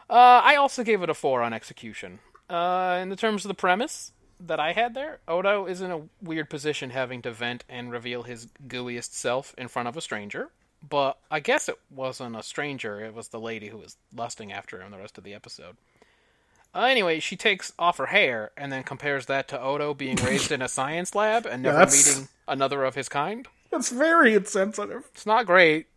Uh, I also gave it a four on execution. Uh, in the terms of the premise that I had there, Odo is in a weird position having to vent and reveal his gooeyest self in front of a stranger. But I guess it wasn't a stranger, it was the lady who was lusting after him the rest of the episode. Uh, anyway, she takes off her hair and then compares that to Odo being raised in a science lab and never That's- meeting another of his kind. it's very insensitive It's not great.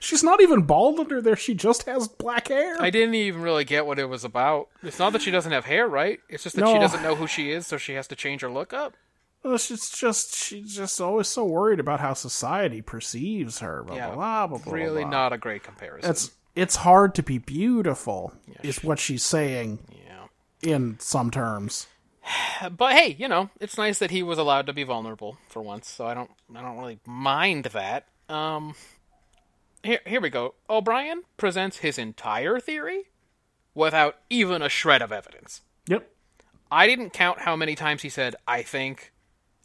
she's not even bald under there she just has black hair I didn't even really get what it was about. It's not that she doesn't have hair, right? It's just that she No. doesn't know who she is, so she has to change her look up. Well, she's just she's just always so worried about how society perceives her. Blah Yeah, blah blah blah. blah really blah. not a great comparison. It's it's hard to be beautiful. Is what she's saying yeah. in some terms. Uh, But hey, you know, it's nice that he was allowed to be vulnerable for once, so I don't I don't really mind that. Um here here we go. O'Brien presents his entire theory without even a shred of evidence. Yep. I didn't count how many times he said I think,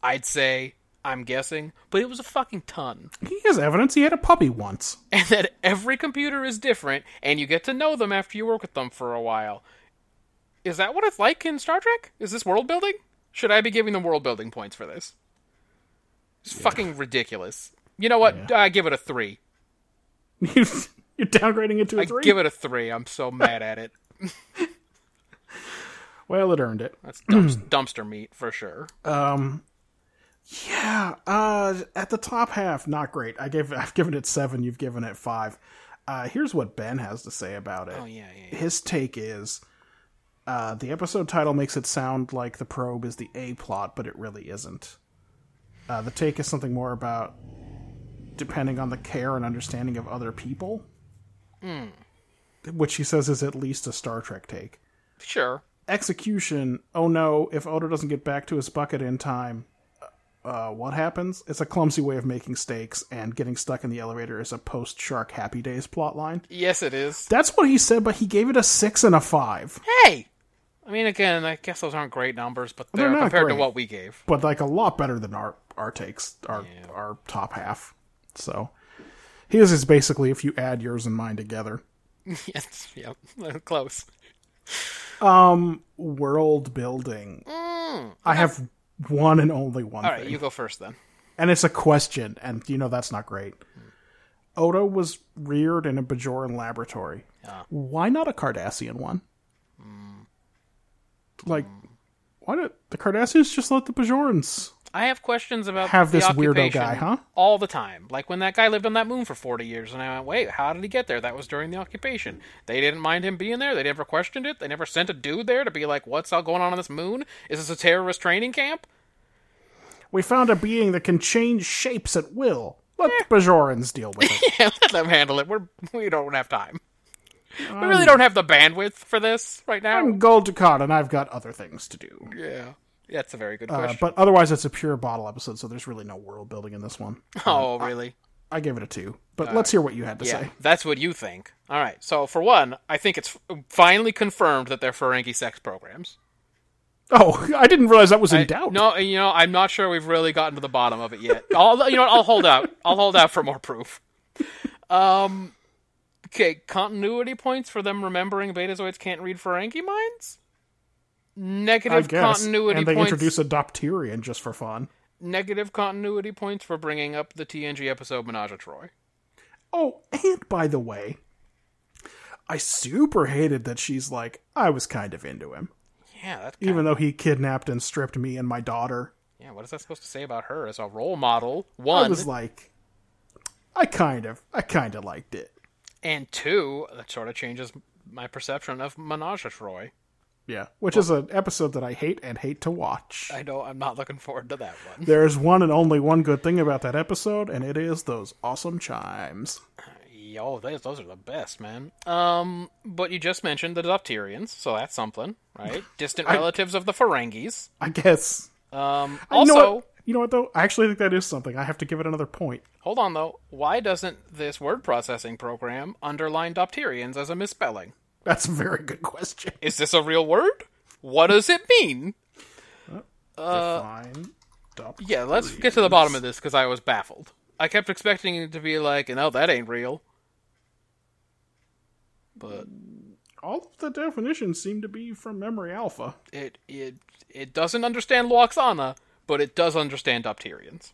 I'd say, I'm guessing, but it was a fucking ton. He has evidence. He had a puppy once. and that every computer is different and you get to know them after you work with them for a while. Is that what it's like in Star Trek? Is this world building? Should I be giving them world building points for this? It's fucking ridiculous. You know what? I give it a three. You're downgrading it to a I three. give it a three. I'm so mad at it. well, it earned it. That's dumps- dumpster meat for sure. Yeah. Uh, at the top half, not great. I gave I've given it seven. You've given it five. Uh, here's what Ben has to say about it. Oh yeah, yeah. yeah. his take is uh, the episode title makes it sound like the probe is the A plot, but it really isn't. Uh, the take is something more about depending on the care and understanding of other people, which he says is at least a Star Trek take. Sure. Execution. Oh no! If Odo doesn't get back to his bucket in time, uh, what happens? It's a clumsy way of making stakes, and getting stuck in the elevator is a post-Shark Happy Days plotline. Yes, it is. That's what he said, but he gave it a six and a five. Hey. I mean, again, I guess those aren't great numbers, but they're, They're not compared to great. what we gave. but like a lot better than our our takes, our our top half. So his is basically if you add yours and mine together, yes. Yep. Close. world building. I have one and only one Mm. All thing, right, you go first then. and it's a question, and you know that's not great. Odo was reared in a Bajoran laboratory. Why not a Cardassian one? Mm. Like, why did the Cardassians just let the Bajorans? I have questions about Have the this weirdo occupation guy, huh? All the time, like when that guy lived on that moon for forty years, and I went, "Wait, how did he get there?" That was during the occupation. They didn't mind him being there. They never questioned it. They never sent a dude there to be like, "What's all going on on this moon? Is this a terrorist training camp?" we found a being that can change shapes at will. Let Eh. the Bajorans deal with it. Let them handle it. We're we don't have time. we really don't have the bandwidth for this right now. Um, I'm Gold Dukat, and I've got other things to do. yeah, that's a very good Uh, question. but otherwise, it's a pure bottle episode, so there's really no world building in this one. oh, uh, really? I gave it a two, but let's hear what you had to Uh, Yeah, say. that's what you think. All right. So for one, I think it's f- finally confirmed that they're Ferengi sex programs. Oh, I didn't realize that was in I- doubt. No, you know, I'm not sure we've really gotten to the bottom of it yet. I'll, you know, what, I'll hold out. I'll hold out for more proof. Um, okay, continuity points for them remembering Betazoids can't read Ferengi minds. I Negative guess. continuity and they points. introduce a Dopterian just for fun. Negative continuity points for bringing up the TNG episode Menage a Troy. Oh, and by the way, I super hated that she's like, I was kind of into him, Yeah, that's kind even though he kidnapped and stripped me and my daughter. yeah. What is that supposed to say about her as a role model? I One was like, I kind of, I kind of liked it. and two. That sort of changes my perception of Menage a Troy. Yeah, which is an episode that I hate and hate to watch. I know I'm not looking forward to that one. There is one and only one good thing about that episode, and it is those awesome chimes. Yo, those, those are the best, man. Um, but you just mentioned the Dopterians, so that's something, right? Distant relatives of the Ferengis. I guess. Um, You know also, what- you know what though? I actually think that is something. I have to give it another point. hold on though. Why doesn't this word processing program underline Dopterians as a misspelling? That's a very good question. Is this a real word? What does it mean? Define dop- Uh, Yeah, let's get to the bottom of this because I was baffled. I kept expecting it to be like, no, that ain't real. But All of the definitions seem to be from Memory Alpha. it it it doesn't understand Loxana, but it does understand Dopterians.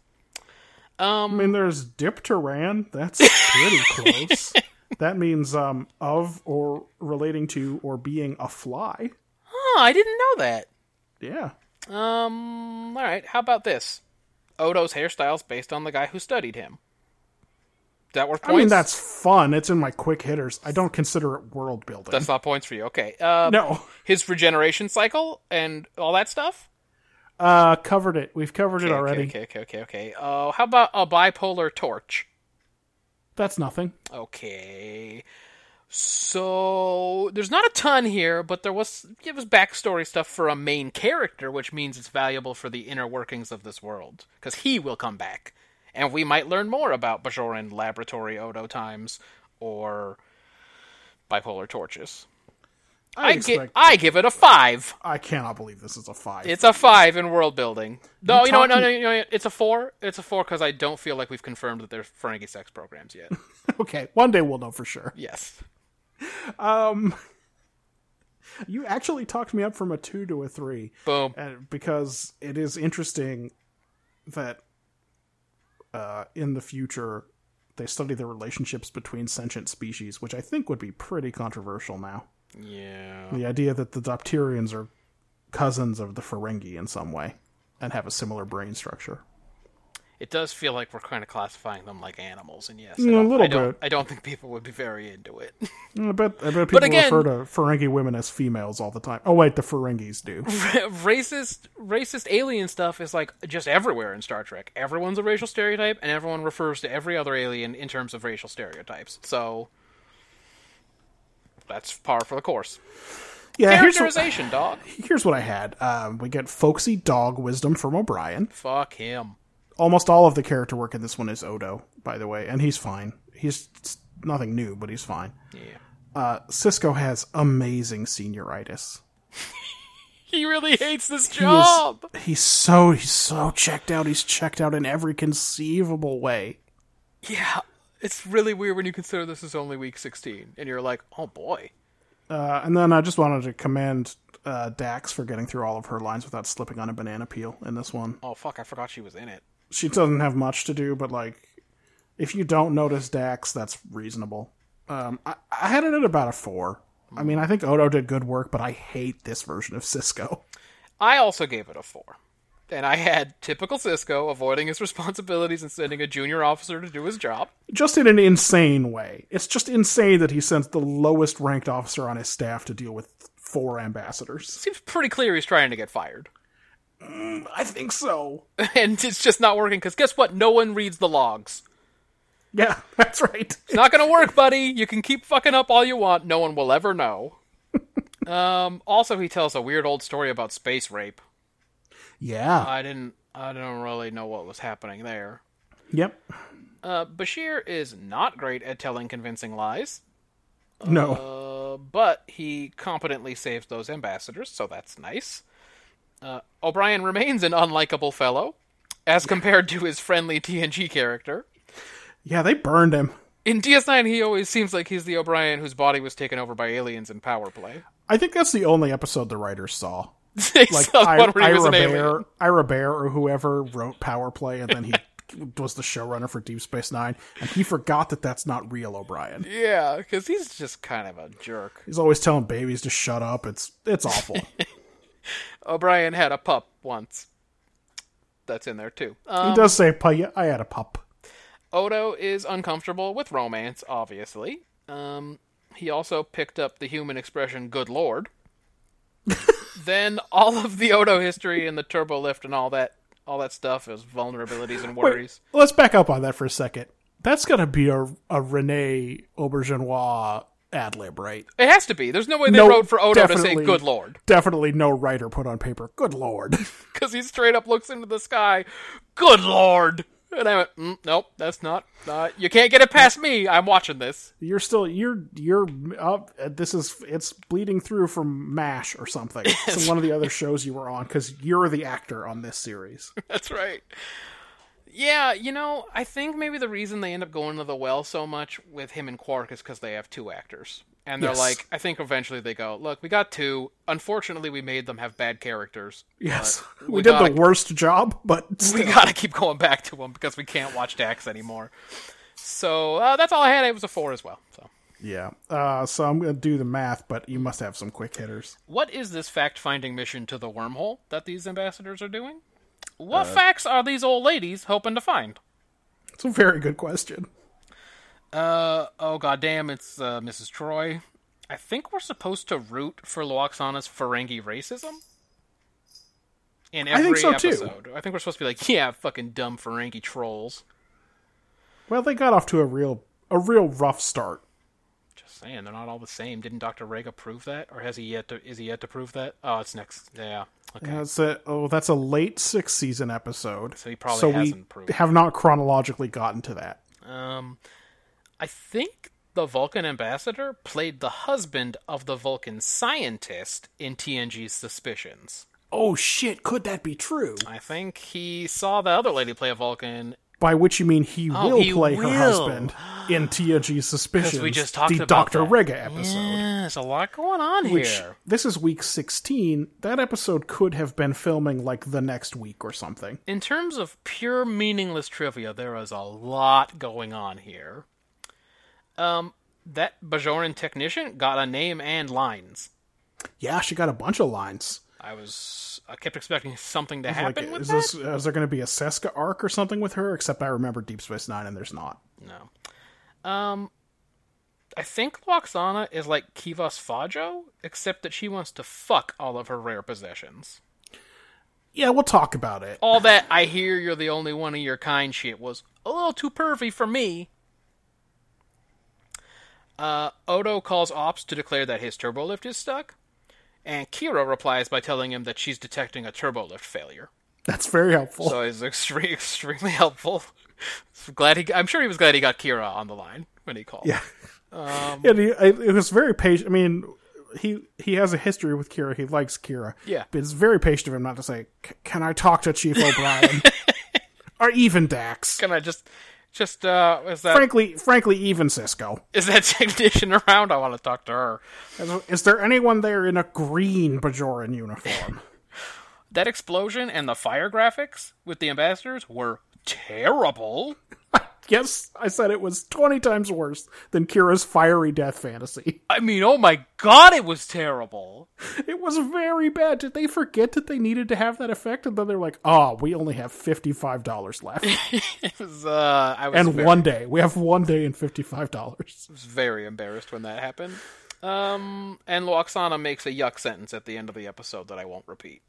I mean, there's Dipteran. That's pretty close. That means um, of or relating to or being a fly. Huh, I didn't know that. Yeah. Um, all right. How about this? Odo's hairstyle's based on the guy who studied him. Is that worth I points? mean, that's fun. It's in my quick hitters. I don't consider it world building. that's not points for you. Okay. Uh, no. his regeneration cycle and all that stuff. Uh, covered it. We've covered it Okay, already. Okay, okay, okay, okay. Oh, how about a bipolar torch? That's nothing. Okay. So there's not a ton here, but there was it was backstory stuff for a main character, which means it's valuable for the inner workings of this world because he will come back, and we might learn more about Bajoran laboratory Odo times or bipolar torches. I, gi- expect- I give it a five. I cannot believe this is a five. It's a five in world building. No, You you know, what, no, no, talking- you know, what, it's a four. It's a four because I don't feel like we've confirmed that there's Ferengi sex programs yet. okay, one day we'll know for sure. yes. You actually talked me up from a two to a three Boom. uh, because it is interesting that uh, in the future they study the relationships between sentient species, which I think would be pretty controversial now. Yeah. The idea that the Dopterians are cousins of the Ferengi in some way and have a similar brain structure. It does feel like we're kind of classifying them like animals, and yes, I Mm, a don't- little I don't, bit. I don't think people would be very into it. I bet I bet people again- refer to Ferengi women as females all the time. Oh wait, the Ferengis do. racist, racist alien stuff is like just everywhere in Star Trek. Everyone's a racial stereotype, and everyone refers to every other alien in terms of racial stereotypes. So that's par for the course. Yeah, here's what, Characterization, dog. here's what I had. Um, we get folksy dog wisdom from O'Brien. Fuck him. Almost all of the character work in this one is Odo, by the way, and he's fine. He's it's nothing new, but he's fine. Yeah. Uh, Cisco has amazing senioritis. He really hates this He is- job. he's so he's so checked out. He's checked out in every conceivable way. Yeah. It's really weird when you consider this is only week 16, and you're like, oh boy. Uh, and then I just wanted to commend uh, Dax for getting through all of her lines without slipping on a banana peel in this one. Oh fuck, I forgot she was in it. she doesn't have much to do, but like, if you don't notice Dax, that's reasonable. Um, I, I had it at about a four. I mean, I think Odo did good work, but I hate this version of Cisco. I also gave it a four. And I had typical Cisco avoiding his responsibilities and sending a junior officer to do his job. Just in an insane way. It's just insane that he sends the lowest ranked officer on his staff to deal with four ambassadors. Seems pretty clear he's trying to get fired. I think so. and it's just not working because guess what? No one reads the logs. Yeah, that's right. It's not going to work, buddy. You can keep fucking up all you want. No one will ever know. um, also, he tells a weird old story about space rape. Yeah. I didn't. I don't really know what was happening there. yep. Uh, Bashir is not great at telling convincing lies, No. uh, but he competently saves those ambassadors, so that's nice. Uh, O'Brien remains an unlikable fellow, as compared to his friendly TNG character. yeah, they burned him. In DS9, he always seems like he's the O'Brien whose body was taken over by aliens in power play. I think that's the only episode the writers saw. like I- one where he was Ira an alien. Bear, Ira Bear, or whoever wrote Power Play, and then he was the showrunner for Deep Space Nine, and he forgot that that's not real O'Brien. Yeah, because he's just kind of a jerk. He's always telling babies to shut up. It's it's awful. O'Brien had a pup once. That's in there too. Uh, he does say, "Pay, I had a pup." Odo is uncomfortable with romance, obviously. Um, he also picked up the human expression "Good Lord." then all of the Odo history and the turbo lift and all that, all that stuff is vulnerabilities and worries. Let's back up on that for a second. That's gonna be a a Rene Auberginois ad lib, right? It has to be. There's no way they No, wrote for Odo to say definitely. "Good Lord" Definitely no writer put on paper. Good lord. because he straight up looks into the sky, "Good Lord," and I went, mm, "Nope, that's not. Uh, you can't get it past me. I'm watching this." You're still you're you're up. This is it's bleeding through from Mash or something. It's one of the other shows you were on because you're the actor on this series. That's right. Yeah, you know, I think maybe the reason they end up going to the well so much with him and Quark is because they have two actors. And they're Yes. like, I think eventually they go, look, we got two. Unfortunately, we made them have bad characters. Yes, But we, did gotta- the worst job, but We still. gotta keep going back to them because we can't watch Dax anymore. So uh, that's all I had. It was a four as well. So, yeah. Uh, so I'm gonna do the math, but you must have some quick hitters. what is this fact-finding mission to the wormhole that these ambassadors are doing? What facts are these old ladies hoping to find? It's a very good question. Uh oh, goddamn! It's uh, Mrs. Troy. I think we're supposed to root for Loaxana's Ferengi racism. In every think so, too. episode, I think we're supposed to be like, yeah, fucking dumb Ferengi trolls. Well, they got off to a real a real rough start. Just saying, they're not all the same. Didn't Doctor Rega prove that, or has he yet to? Is he yet to prove that? Oh, it's next. Yeah. Okay. That's a oh, that's a late sixth season episode. So he probably so we hasn't proved it. have not chronologically gotten to that. Um, I think the Vulcan ambassador played the husband of the Vulcan scientist in TNG's Suspicions. Oh shit! Could that be true? I think he saw the other lady play a Vulcan By which you mean he will Oh, he play will. her husband in TNG Suspicions, we just talked the about Doctor that. Rega episode. Yeah, Eh, there's a lot going on Which here. this is week sixteen. That episode could have been filming like the next week or something. In terms of pure meaningless trivia, there is a lot going on here. Um, that Bajoran technician got a name and lines. Yeah, she got a bunch of lines. I was, I kept expecting something to Like, happen with is that. this is there going to be a Seska arc or something with her? Except I remember Deep Space Nine, and there's not. No. Um, I think Loxana is like Kivas Fajo, except that she wants to fuck all of her rare possessions. Yeah, we'll talk about it. All that I hear you're the only one of your kind shit was a little too pervy for me. Uh, Odo calls Ops to declare that his turbolift is stuck, and Kira replies by telling him that she's detecting a turbolift failure. That's very helpful. So it's extremely, extremely helpful. glad he, I'm sure he was glad he got Kira on the line when he called. Yeah. yeah, he, I- it was very patient. I mean, he he has a history with Kira. He likes Kira. Yeah. but it's very patient of him not to say, "C- "Can I talk to Chief O'Brien?" or even Dax. Can I just, just uh, is that is frankly, frankly, even Cisco. that technician around? I want to talk to her. Is, is there anyone there in a green Bajoran uniform? That explosion and the fire graphics with the ambassadors were terrible. yes, I said it was twenty times worse than Kira's fiery death fantasy. I mean, oh my god, it was terrible. It was very bad. Did they forget that they needed to have that effect, and then they're like, "Ah, we only have fifty-five dollars left." It was, uh, I was and very, one day. We have one day and fifty-five dollars. was very embarrassed when that happened. Um, and Loxana makes a yuck sentence at the end of the episode that I won't repeat.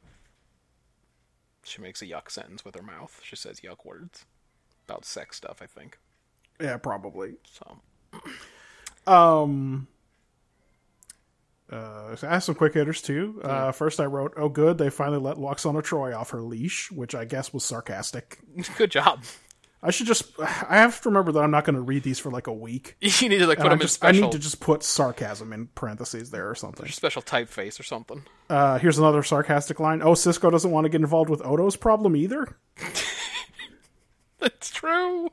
She makes a yuck sentence with her mouth. She says yuck words about sex stuff, I think. Yeah, probably. So Uh, I have some quick hitters too. Uh, first, I wrote, "Oh, good, they finally let Loxana Troy off her leash," which I guess was sarcastic. good job. I should just. I have to remember that I'm not going to read these for like a week. You need to like put And I, them in just, I special, need to just put sarcasm in parentheses there or something. special typeface or something. Uh, here's another sarcastic line. Oh, Cisco doesn't want to get involved with Odo's problem either. That's true.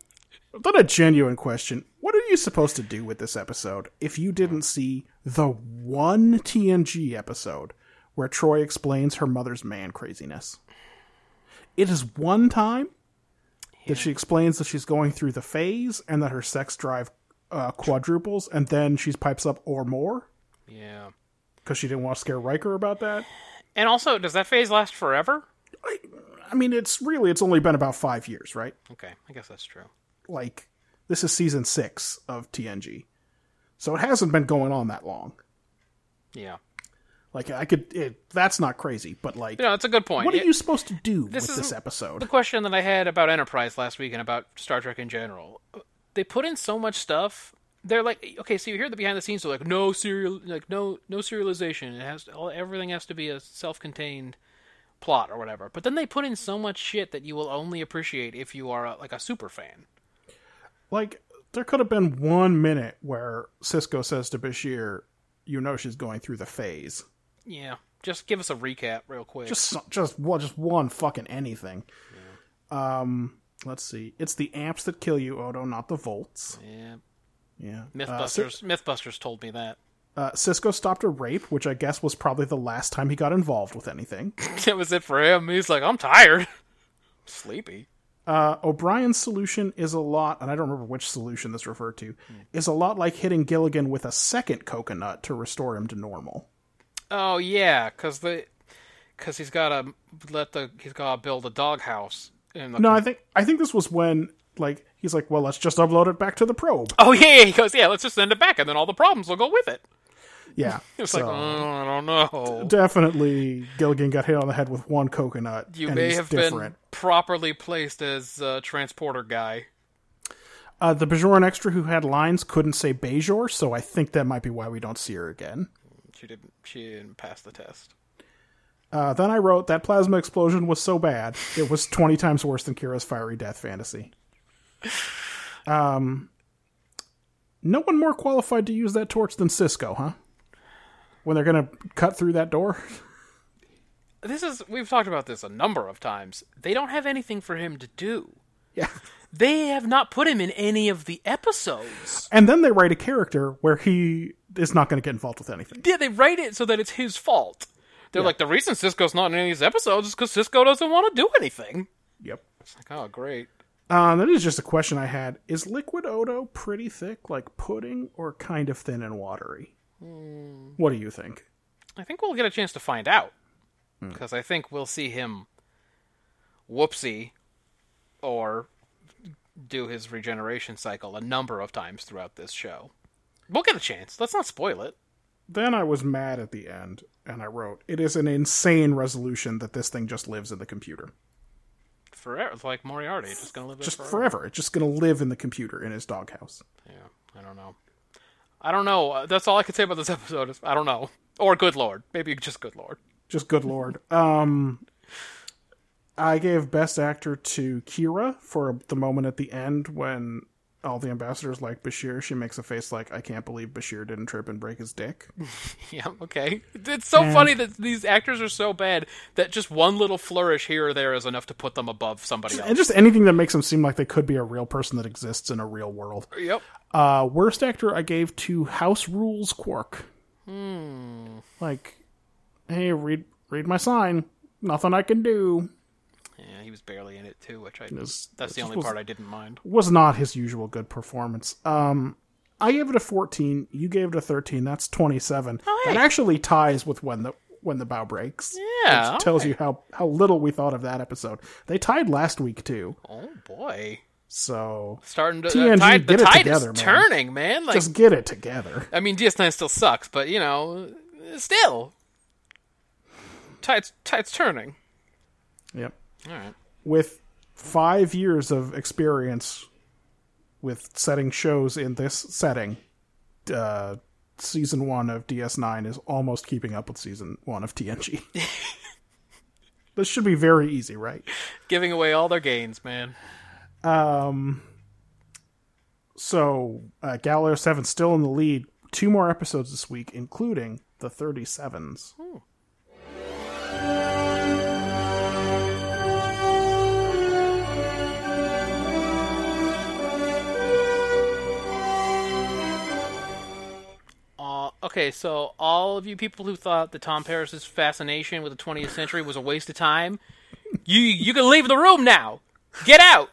Then a genuine question: What are you supposed to do with this episode if you didn't see the one TNG episode where Troy explains her mother's man craziness? It is one time that she explains that she's going through the phase and that her sex drive uh, quadruples, and then she's pipes up or more Yeah. because she didn't want to scare Riker about that. And also, does that phase last forever? I mean, it's really it's only been about five years, right? Okay, I guess that's true. like this is season six of TNG, so it hasn't been going on that long. Yeah. Like I could, it, that's not crazy, but like, You know, that's a good point. what are It- you supposed to do with isn't- this episode? the question that I had about Enterprise last week and about Star Trek in general. They put in so much stuff. They're like, okay, so you hear the behind the scenes, they're like, no serial, like no no serialization. It has all everything has to be a self contained plot or whatever. But then they put in so much shit that you will only appreciate if you are a, like a super fan. Like there could have been one minute where Cisco says to Bashir, "You know she's going through the phase." Yeah, just give us a recap real quick. Just, some- just one, just one fucking anything. Um, let's see. It's the amps that kill you, Odo, not the volts. yeah, Yeah. Uh, Cis- MythBusters MythBusters told me that. uh, Cisco stopped a rape, which I guess was probably the last time he got involved with anything. that was it for him. He's like, I'm tired, sleepy. Uh, O'Brien's solution is a lot, and I don't remember which solution this referred to, Hmm. is a lot like hitting Gilligan with a second coconut to restore him to normal. Oh yeah, because the because he's got to let the he's got to build a doghouse. In the, No, I think I think this was when like he's like, well, let's just upload it back to the probe. Oh yeah, yeah, he goes. Yeah, let's just send it back, and then all the problems will go with it. Yeah, It's so like "Oh, I don't know. definitely Gilligan got hit on the head with one coconut. you and may he's have different. been properly placed as uh, transporter guy. Uh, the Bajoran extra who had lines couldn't say Bajor, so I think that might be why we don't see her again. She didn't. She didn't pass the test. Uh, then I wrote that plasma explosion was so bad it was twenty times worse than Kira's fiery death fantasy. Um, no one more qualified to use that torch than Cisco, huh? When they're gonna cut through that door, This is we've talked about this a number of times. They don't have anything for him to do. yeah. They have not put him in any of the episodes. And then they write a character where he is not gonna get involved with anything. Yeah, they write it so that it's his fault. They're like the reason Cisco's not in any of these episodes is because Cisco doesn't want to do anything. Yep. It's like, oh great. Um, that is just a question I had: Is liquid Odo pretty thick, like pudding, or kind of thin and watery? What do you think? I think we'll get a chance to find out because I think we'll see him whoopsie or do his regeneration cycle a number of times throughout this show. We'll get a chance. Let's not spoil it. Then I was mad at the end, and I wrote, "It is an insane resolution that this thing just lives in the computer, Forever, it's like Moriarty, just gonna live there just forever. forever. It's just going to live in the computer in his doghouse." Yeah, I don't know. I don't know. Uh, That's all I can say about this episode. Is I don't know, or good lord, maybe just good lord. Just good lord. Um, I gave best actor to Kira for the moment at the end when all the ambassadors like Bashir. She makes a face like, "I can't believe Bashir didn't trip and break his dick." Yeah, okay. It's so funny that these actors are so bad that just one little flourish here or there is enough to put them above somebody else. and just anything that makes them seem like they could be a real person that exists in a real world. Yep. Uh, worst actor I gave to House Rules Quark. Hmm. Like, hey, read read my sign. Nothing I can do. Yeah, he was barely in it too, which I was- that's the it only was- part I didn't mind. Was not his usual good performance. Um, I gave it a fourteen. You gave it a thirteen. That's twenty-seven. That actually ties with when the when the bow breaks. Yeah. Which tells you how how little we thought of that episode. They tied last week too. Oh boy, So starting to TNG, uh, tide, the get it tide together, is man. turning, man. Like just get it together. I mean, DS9 still sucks, but you know, still tide's tide's turning. Yep. All right. with five years of experience with setting shows in this setting, uh, season one of DS9 is almost keeping up with season one of TNG. this should be very easy, right? Giving away all their gains, man. So, uh, Galileo 7 still in the lead. Two more episodes this week, including the 37s. Uh, okay, so all of you people who thought that Tom Paris's fascination with the 20th century was a waste of time, you you can leave the room now. Get out,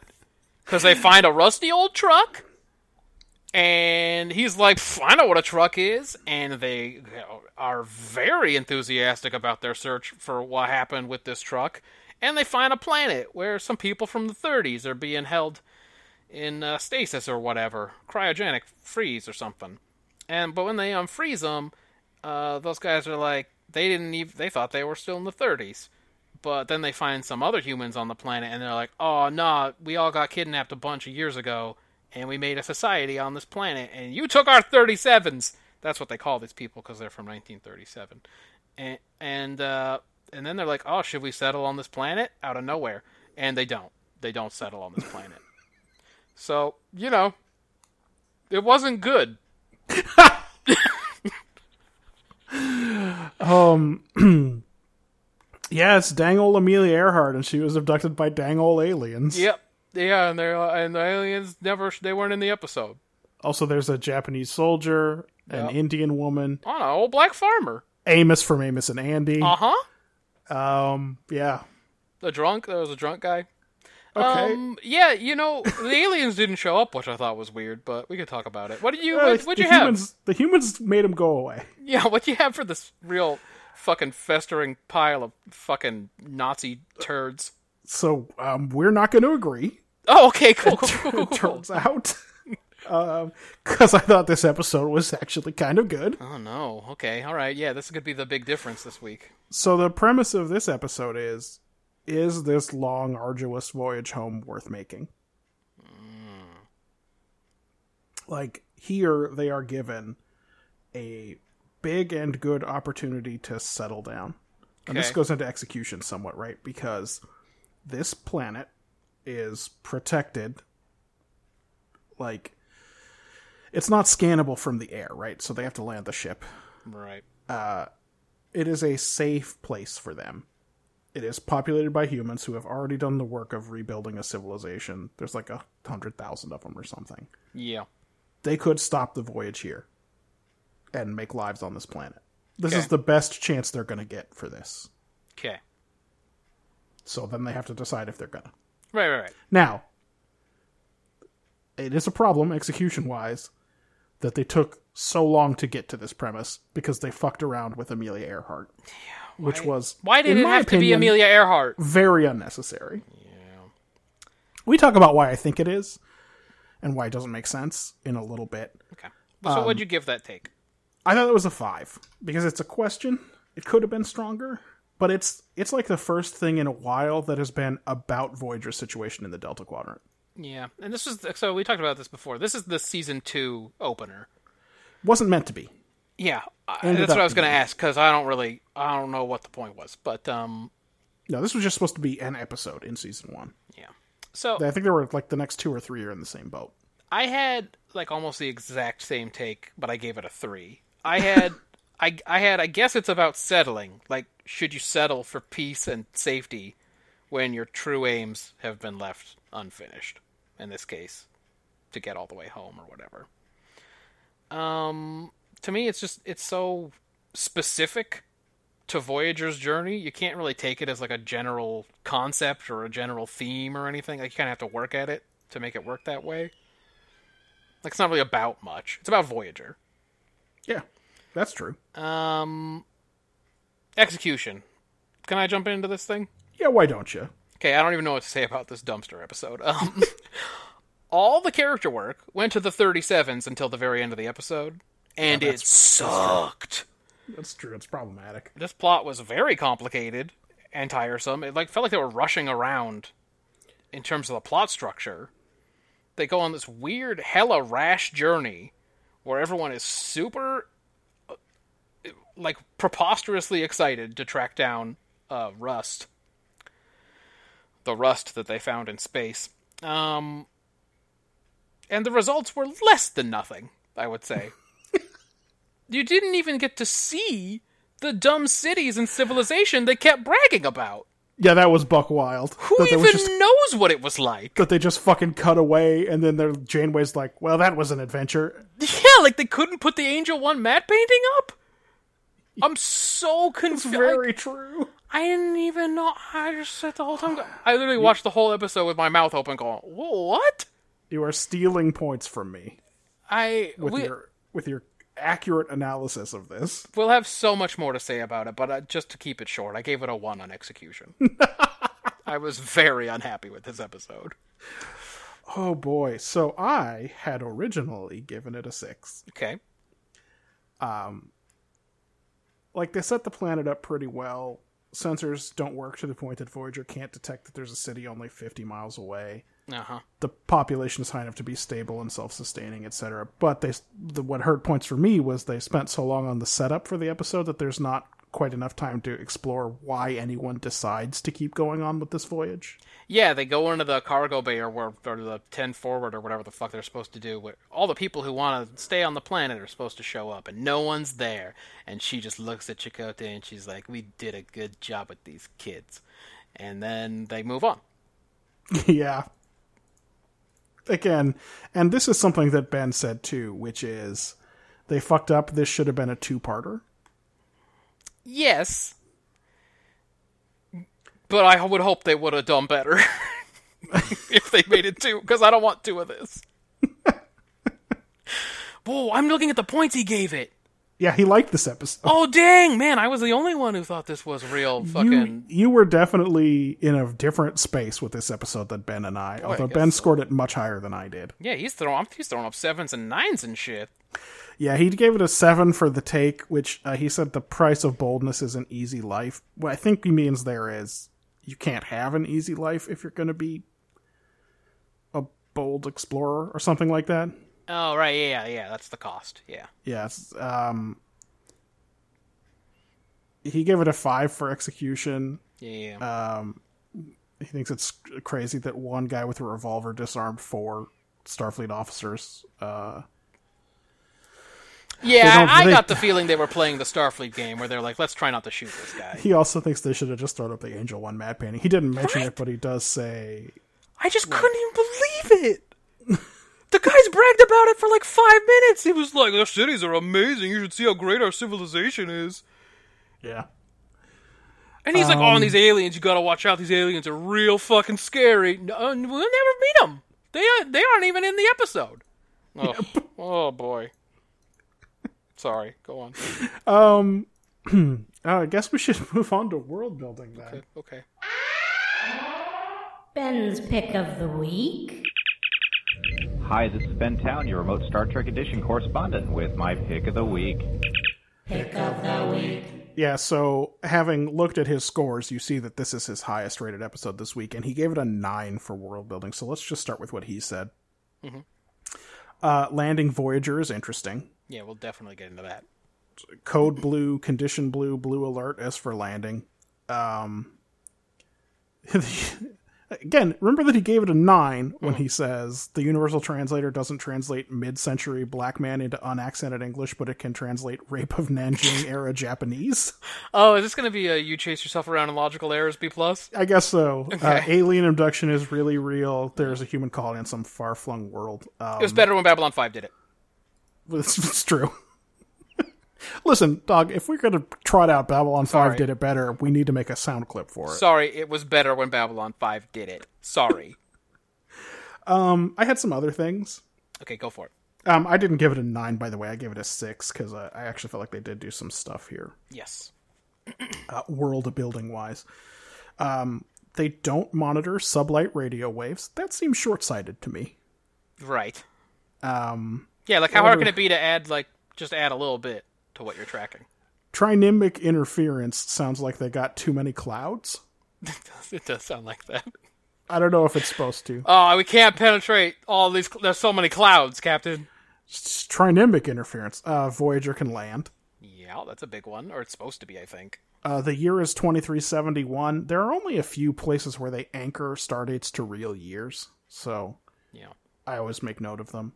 because they find a rusty old truck, and he's like, "Pff, "I know what a truck is," and they are very enthusiastic about their search for what happened with this truck, and they find a planet where some people from the 30s are being held in uh, stasis or whatever, cryogenic freeze or something. And but when they unfreeze them, uh, those guys are like they didn't even they thought they were still in the 30s. But then they find some other humans on the planet, and they're like, "Oh nah, we all got kidnapped a bunch of years ago, and we made a society on this planet, and you took our 37s." That's what they call these people because they're from 1937. And and uh, and then they're like, "Oh, should we settle on this planet?" Out of nowhere, and they don't. They don't settle on this planet. So you know, it wasn't good. Yeah, it's dang old Amelia Earhart, and she was abducted by dang old aliens. Yep. Yeah, and they and the aliens never they weren't in the episode. Also, there's a Japanese soldier, an Yep. Indian woman, On an old black farmer. Amos from Amos and Andy. Uh huh. Um, yeah. The drunk. There was a drunk guy. Okay. Um, yeah, you know the aliens didn't show up, which I thought was weird, but we could talk about it. What did you? Uh, What, what'd the you humans, The humans made him go away. have? Yeah, what do you have for this real fucking festering pile of fucking Nazi turds? So um, we're not going to agree. Oh, okay, cool, cool, cool, cool, It cool. turns out, because I thought this episode was actually kind of good. Oh no. Okay. All right. Yeah, this could be the big difference this week. So the premise of this episode is: is this long, arduous voyage home worth making? Like here, they are given a big and good opportunity to settle down. And this Okay. goes into execution somewhat, right? Because this planet is protected. Like, it's not scannable from the air, right? So they have to land the ship Right. it is a safe place for them. It is populated by humans who have already done the work of rebuilding a civilization. There's like a hundred thousand of them or something. Yeah. They could stop the voyage here and make lives on this planet. This Okay. is the best chance they're going to get for this. Okay. So then they have to decide if they're going to. Right. Right. Right. Now, it is a problem execution wise that they took so long to get to this premise because they fucked around with Amelia Earhart, which was Why did in it my have to be opinion, Amelia Earhart? very unnecessary. Yeah. We talk about why I think it is and why it doesn't make sense in a little bit. Okay. Um, So, what'd you give that take? I thought it was a 5 because it's a question. It could have been stronger, but it's it's like the first thing in a while that has been about Voyager's situation in the Delta Quadrant. Yeah, and this is so we talked about this before. This is the season two opener. Wasn't meant to be. Yeah, I, Ended that's what up I was going to being. ask because I don't really, I don't know what the point was, but um, No, this was just supposed to be an episode in season 1. yeah. So I think there were like the next 2 or 3 are in the same boat. I had like almost the exact same take, but I gave it a three. I had, I, I had, I guess it's about settling. Like, should you settle for peace and safety when your true aims have been left unfinished? In this case, to get all the way home or whatever. Um, to me, it's just it's so specific to Voyager's journey. You can't really take it as like a general concept or a general theme or anything. Like, you kind of have to work at it to make it work that way. Like it's not really about much. It's about Voyager. Yeah. That's true. Um execution. Can I jump into this thing? Yeah, why don't you? Okay, I don't even know what to say about this dumpster episode. Um all the character work went to the 37s until the very end of the episode and it sucked. That's true. It's problematic. This plot was very complicated and tiresome. It like felt like they were rushing around in terms of the plot structure. They go on this weird hella rash journey where everyone is super uh, like preposterously excited to track down uh, rust the rust that they found in space um, and the results were less than nothing i would say you didn't even get to see the dumb cities and civilization they kept bragging about Yeah, that was Buck Wild. who that, they even was just, knows what it was like that they just fucking cut away, and then their Janeway's like, "Well, that was an adventure." yeah like they couldn't put the angel one matte painting up i'm so confused true. I didn't even know. I just said the whole time. I literally watched the whole episode with my mouth open, going, "Whoa, "What?" You are stealing points from me I with we, your with your accurate analysis of this. will have so much more to say about it, but uh, just to keep it short, I gave it a one on execution. I was very unhappy with this episode. Oh boy! So I had originally given it a six. Okay, Like they set the planet up pretty well. Sensors don't work to the point that Voyager can't detect that there's a city only 50 miles away. uh huh. the population is high enough to be stable and self-sustaining, etc. But they, the, what hurt points for me was they spent so long on the setup for the episode that there's not quite enough time to explore why anyone decides to keep going on with this voyage. Yeah, they go into the cargo bay or where or the ten forward or whatever the fuck they're supposed to do. Where all the people who want to stay on the planet are supposed to show up, and no one's there. And she just looks at Chakotay and she's like, "We did a good job with these kids," and then they move on. yeah. Again, and this is something that Ben said too, which is they fucked up. This should have been a two-parter. Yes, but I would hope they would have done better if they made it two, because I don't want two of this. Whoa, I'm looking at the points he gave it. Yeah, he liked this episode. Oh dang, man! I was the only one who thought this was real Oh, You, fucking. you were definitely in a different space with this episode than Ben and I, although Oh, guess Ben scored it much higher than I did. Yeah, he's throwing. I'm- He's throwing up sevens and nines and shit. Yeah, he gave it a seven for the take, which uh, he said the price of boldness is an easy life. What I think he means there is you can't have an easy life if you're going to be a bold explorer or something like that. Oh right, yeah, yeah. That's the cost. Yeah. Yes. Um, he gave it a five for execution. Yeah. He thinks it's crazy that one guy with a revolver disarmed four Starfleet officers. Uh, they yeah, don't- I they- got the feeling they were playing the Starfleet game where they're like, let's try not to shoot this guy. he also thinks they should have just thrown up the Angel One mad painting. He didn't mention it, but he does say I just couldn't even believe it. The guy's bragged about it for like five minutes. He was like, "Our cities are amazing. You should see how great our civilization is." Yeah. And he's like, "Oh, and these aliens, you gotta watch out. These aliens are real fucking scary. No, uh, we'll never meet them. They are, they aren't even in the episode." Oh, oh boy. Sorry. Go on. Um, Uh, I guess we should move on to world building then. Okay. Ben's pick of the week. Hi, this is Ben Town, your remote Star Trek Edition correspondent, with my pick of the week. Pick of the week. Yeah, so having looked at his scores, you see that this is his highest rated episode this week, and he gave it a 9 for world building. So let's just start with what he said. Uh, landing Voyager is interesting. Yeah, we'll definitely get into that. Code blue, condition blue, blue alert as for landing. Um, again, remember that he gave it a 9 when he says the universal translator doesn't translate mid century black man into unaccented English, but it can translate rape of Nanjing era Japanese. Oh, is this gonna be a you chase yourself around in logical errors B plus? I guess so. Uh, Okay. alien abduction is really real. There's a human colony in some far flung world. Um, It was better when Babylon Five did it. it's, it's true. Listen, dog. If we're gonna trot out Babylon Five Sorry. did it better, we need to make a sound clip for it. Sorry, it was better when Babylon Five did it. Sorry. Um, I had some other things. okay, go for it. Um, I didn't give it a nine, by the way. I gave it a six because I, I actually felt like they did do some stuff here, Yes. uh, world building wise. Um, they don't monitor sublight radio waves. That seems short sighted to me. Right. Um. Yeah, like how hard can it be to add like just add a little bit to what you're tracking? Trinimic interference sounds like they got too many clouds. It does, it does sound like that. I don't know if it's supposed to. Oh, we can't penetrate all these. cl- There's so many clouds, Captain. It's trinimbic interference. Uh, Voyager can land. Yeah, that's a big one, or it's supposed to be, I think. Uh, the year is 2371. There are only a few places where they anchor stardates to real years, so Yeah. I always make note of them.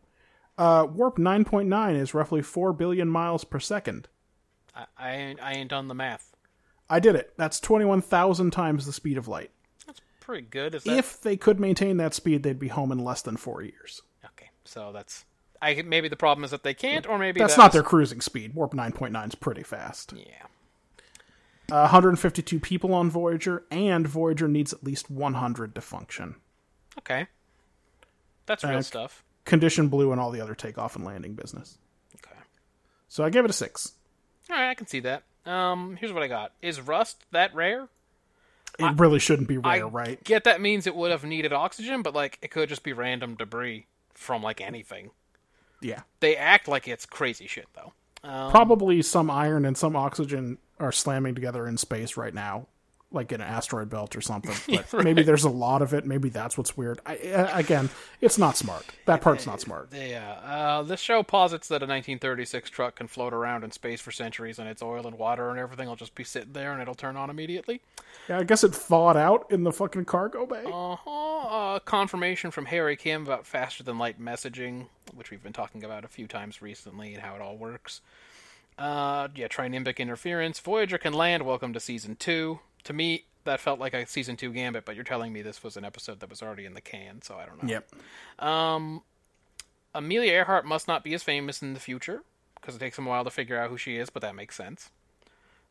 Uh, warp 9.9 is roughly 4 billion miles per second. I, I, ain't, I ain't done the math. I did it. That's 21,000 times the speed of light. Pretty good. Is that if they could maintain that speed, they'd be home in less than four years. okay? So that's. I maybe the problem is that they can't, or maybe That's that not was- their cruising speed. Warp 9.9 is pretty fast. Yeah. Uh, 152 people on Voyager, and Voyager needs at least 100 to function. Okay. That's real Uh, stuff. Condition blue and all the other takeoff and landing business. Okay. So I gave it a six. All right, I can see that. Um, here's what I got. Is rust that rare? It really shouldn't be I rare, right? get that means it would have needed oxygen, but like it could just be random debris from like anything. Yeah. They act like it's crazy shit though. Probably some iron and some oxygen are slamming together in space right now, like in an asteroid belt or something. But Maybe there's a lot of it. Maybe that's what's weird. I, uh, again, it's not smart. That part's not smart. Yeah. Uh, this show posits that a 1936 truck can float around in space for centuries, and its oil and water and everything will just be sitting there, and it'll turn on immediately. Yeah, I guess it thawed out in the fucking cargo bay. Uh-huh. Uh, confirmation from Harry Kim about faster than light messaging, which we've been talking about a few times recently and how it all works. Uh, yeah, Trinimbic interference. Voyager can land. Welcome to season two. To me, that felt like a season two gambit, but you're telling me this was an episode that was already in the can, so I don't know. Yep. Amelia Earhart must not be as famous in the future because it takes them a while to figure out who she is, but that makes sense.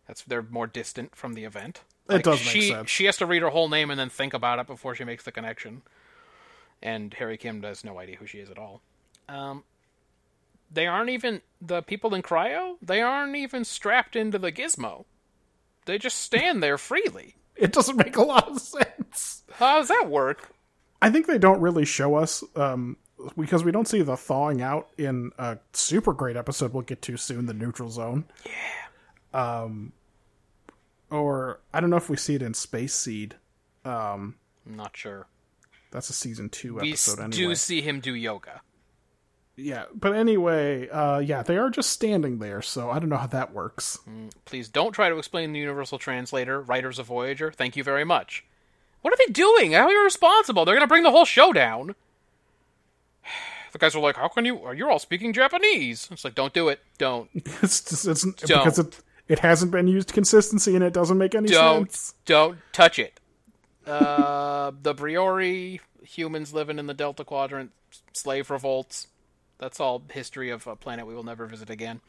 That's they're more distant from the event. It does make she, sense. She has to read her whole name and then think about it before she makes the connection. And Harry Kim has no idea who she is at all. Um, they aren't even the people in cryo. They aren't even strapped into the gizmo. They just stand there freely. It doesn't make a lot of sense. How does that work? I think they don't really show us um, because we don't see the thawing out in a super great episode we'll get to soon, the neutral zone. Yeah. Um, or I don't know if we see it in Space Seed. I'm not sure. That's a season two We s- episode anyway. do see him do yoga. yeah, but anyway, uh, yeah, they are just standing there, so I don't know how that works. Hmm. Please don't try to explain the Universal Translator, Writers of Voyager. Thank you very much. What are they doing? How are you responsible? They're going to bring the whole show down. The guys were like, How can you? Are you all speaking Japanese? It's like, Don't do it. Don't. it's just, it's because it it hasn't been used consistency and it doesn't make any Don't. sense. Don't touch it. Uh, the Briori, humans living in the Delta Quadrant, slave revolts. That's all history of a planet we will never visit again.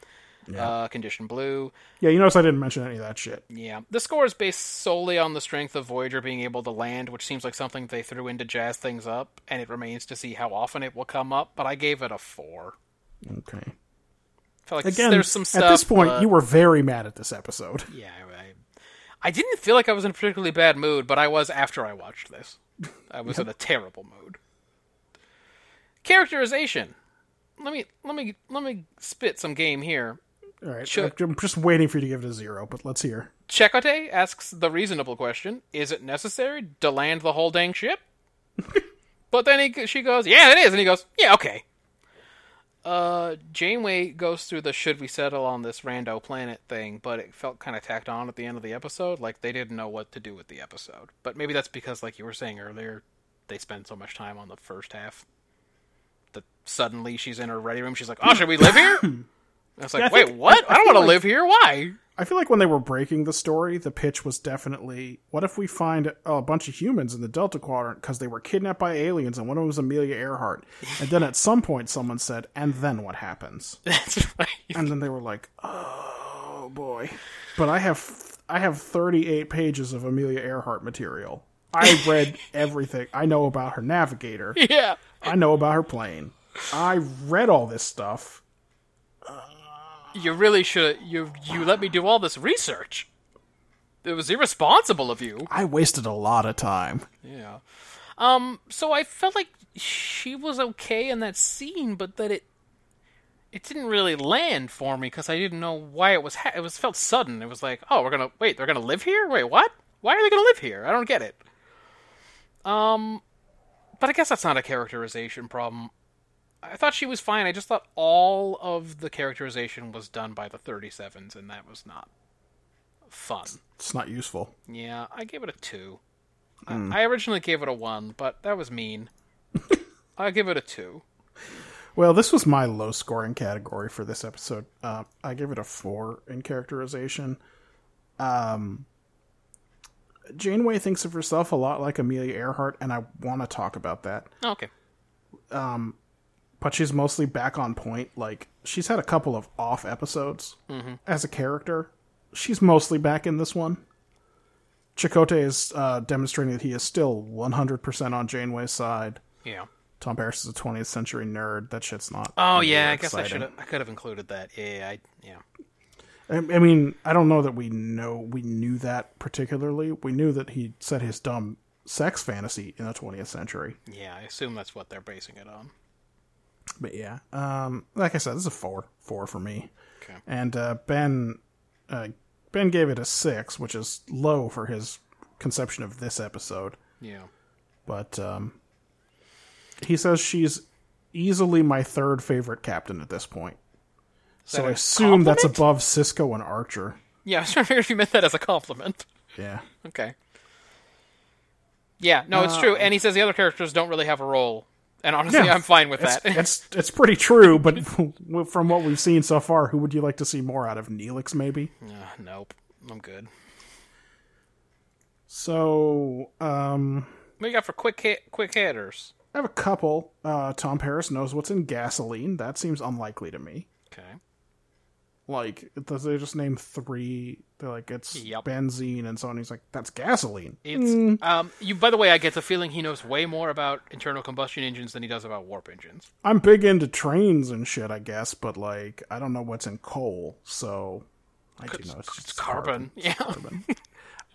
Uh, Condition Blue. Yeah, you notice I didn't mention any of that shit. Yeah, the score is based solely on the strength of Voyager being able to land, which seems like something they threw in to jazz things up, and it remains to see how often it will come up. But I gave it a four. Okay. Felt like Again, there's some stuff. uh, at this point, but- you were very mad at this episode. yeah, I, I- I didn't feel like I was in a particularly bad mood, but I was after I watched this. I was in a terrible mood. Characterization. Let me let me let me spit some game here. All right, Sure. I'm just waiting for you to give it a zero, but let's hear. Chakotay asks the reasonable question: Is it necessary to land the whole dang ship? but then he, she goes, "Yeah, it is," and he goes, "Yeah, okay." Uh, Janeway goes through the "Should we settle on this rando planet?" thing, but it felt kind of tacked on at the end of the episode, like they didn't know what to do with the episode. But maybe that's because, like you were saying earlier, they spend so much time on the first half that suddenly she's in her ready room. She's like, "Oh, should we live here?" And it's like, I "Wait, think- what? I, I don't feel want to like- live here. Why?" I feel like when they were breaking the story, the pitch was definitely, what if we find a bunch of humans in the Delta Quadrant because they were kidnapped by aliens and one of them was Amelia Earhart? And then at some point, someone said, and then what happens? That's right. And then they were like, oh boy. But I have, I have 38 pages of Amelia Earhart material. I read everything. I know about her navigator. Yeah. I know about her plane. I read all this stuff. You really should you you let me do all this research. It was irresponsible of you. I wasted a lot of time. Yeah. Um so I felt like she was okay in that scene but that it it didn't really land for me cuz I didn't know why it was ha- it was felt sudden. It was like, "Oh, we're going to wait, they're going to live here? Wait, what?" Why are they going to live here? I don't get it. Um, but I guess that's not a characterization problem. I thought she was fine. I just thought all of the characterization was done by the 37s, and that was not fun. It's not useful. Yeah, I gave it a two. I- Hmm. I originally gave it a one, but that was mean. I give it a two. Well, this was my low scoring category for this episode. Uh, I give it a four in characterization. Um, Janeway thinks of herself a lot like Amelia Earhart, and I want to talk about that. Okay. But she's mostly back on point. Like, she's had a couple of off episodes as a character. She's mostly back in this one. Chakotay is uh, demonstrating that he is still 100% on Janeway's side. Yeah. Tom Paris is a 20th century nerd. That shit's not. Oh really yeah, I guess I exciting. should have. I could have included that. Yeah, yeah, I, yeah. I, I mean, I don't know that we know we knew that particularly. We knew that he said his dumb sex fantasy in the 20th century. Yeah, I assume that's what they're basing it on. But yeah, um, like I said, this is a four, four for me. Okay. And uh, Ben, uh, Ben gave it a six, which is low for his conception of this episode. Yeah. But um, he says she's easily my third favorite captain at this point. So that I a assume that's compliment? above Cisco and Archer. Yeah, I was trying to figure if you meant that as a compliment. Yeah. Okay. Yeah, no, it's true. And he says the other characters don't really have a role. And honestly, Uh, Yeah. I'm fine with It's, that. it's it's pretty true, but from what we've seen so far, who would you like to see more out of Neelix? Maybe. Ah, nope, I'm good. So um, What do you got for quick hit, quick hitters? I have a couple. Uh, Tom Paris knows what's in gasoline. That seems unlikely to me. Okay. Like th- they just name three. They're like it's Yep. benzene and so on. He's like that's gasoline. It's um. You. By the way, I get the feeling he knows way more about internal combustion engines than he does about warp engines. I'm big into trains and shit, I guess, but like I don't know what's in coal, so I do know it's just Carbon. Yeah.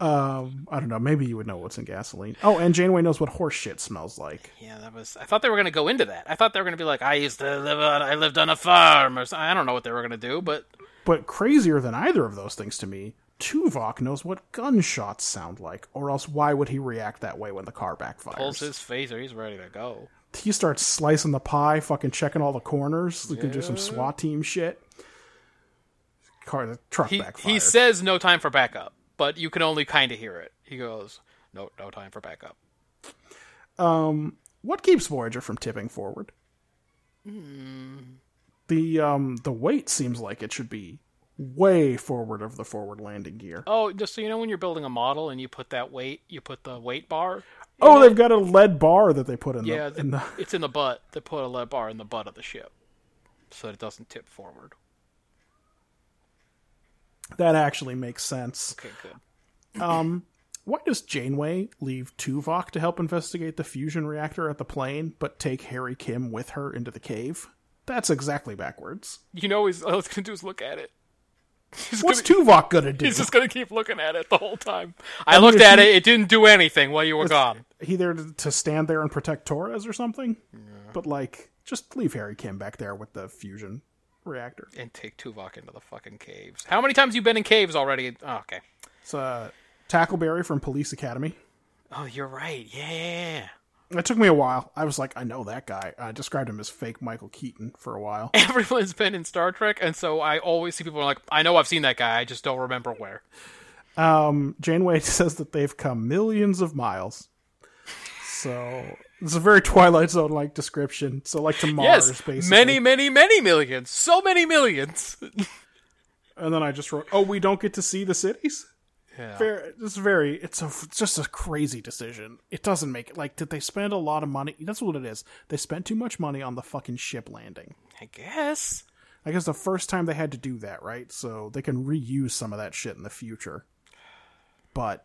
I don't know. Maybe you would know what's in gasoline. Oh, and Janeway knows what horse shit smells like. Yeah, that was. I thought they were going to go into that. I thought they were going to be like, I used to live on. I lived on a farm, or something. I don't know what they were going to do, but But crazier than either of those things to me, Tuvok knows what gunshots sound like, or else why would he react that way when the car backfires? pulls his phaser. He's ready to go. He starts slicing the pie, fucking checking all the corners. He can do some SWAT team shit. Car, the truck He backfires. he says no time for backup, but you can only kind of hear it. He goes, no, no time for backup. what keeps Voyager from tipping forward? Hmm. The um the weight seems like it should be way forward of the forward landing gear. Oh, just so you know, when you're building a model and you put that weight, you put the weight bar. Oh, they've got a lead bar that they put in Yeah, the in the it's in the butt. They put a lead bar in the butt of the ship, so that it doesn't tip forward. That actually makes sense. Okay, good. Why does Janeway leave Tuvok to help investigate the fusion reactor at the plane, but take Harry Kim with her into the cave? That's exactly backwards. You know, he's all he's going to do is look at it. He's What's gonna- Tuvok gonna do? He's just gonna keep looking at it the whole time. I, looked at it; it didn't do anything while you were gone. he there to to stand there and protect Torres or something? But like, just leave Harry Kim back there with the fusion reactor. And take Tuvok into the fucking caves. How many times you been in caves already? Oh, okay. It's uh, Tackleberry from Police Academy. Oh, you're right. Yeah. It took me a while. I was like, I know that guy. I described him as fake Michael Keaton for a while. Everyone's been in Star Trek, and so I always see people like, I know I've seen that guy, I just don't remember where. Janeway says that they've come millions of miles. So it's a very Twilight Zone like description. So like to Mars, yes, basically. many, many, many millions. So many millions. and then I just wrote, "Oh, we don't get to see the cities." Yeah. Fair. It's very. It's a. It's just a crazy decision. It doesn't make it. Like, did they spend a lot of money? That's what it is. They spent too much money on the fucking ship landing. I guess. I guess the first time they had to do that, right? So they can reuse some of that shit in the future. But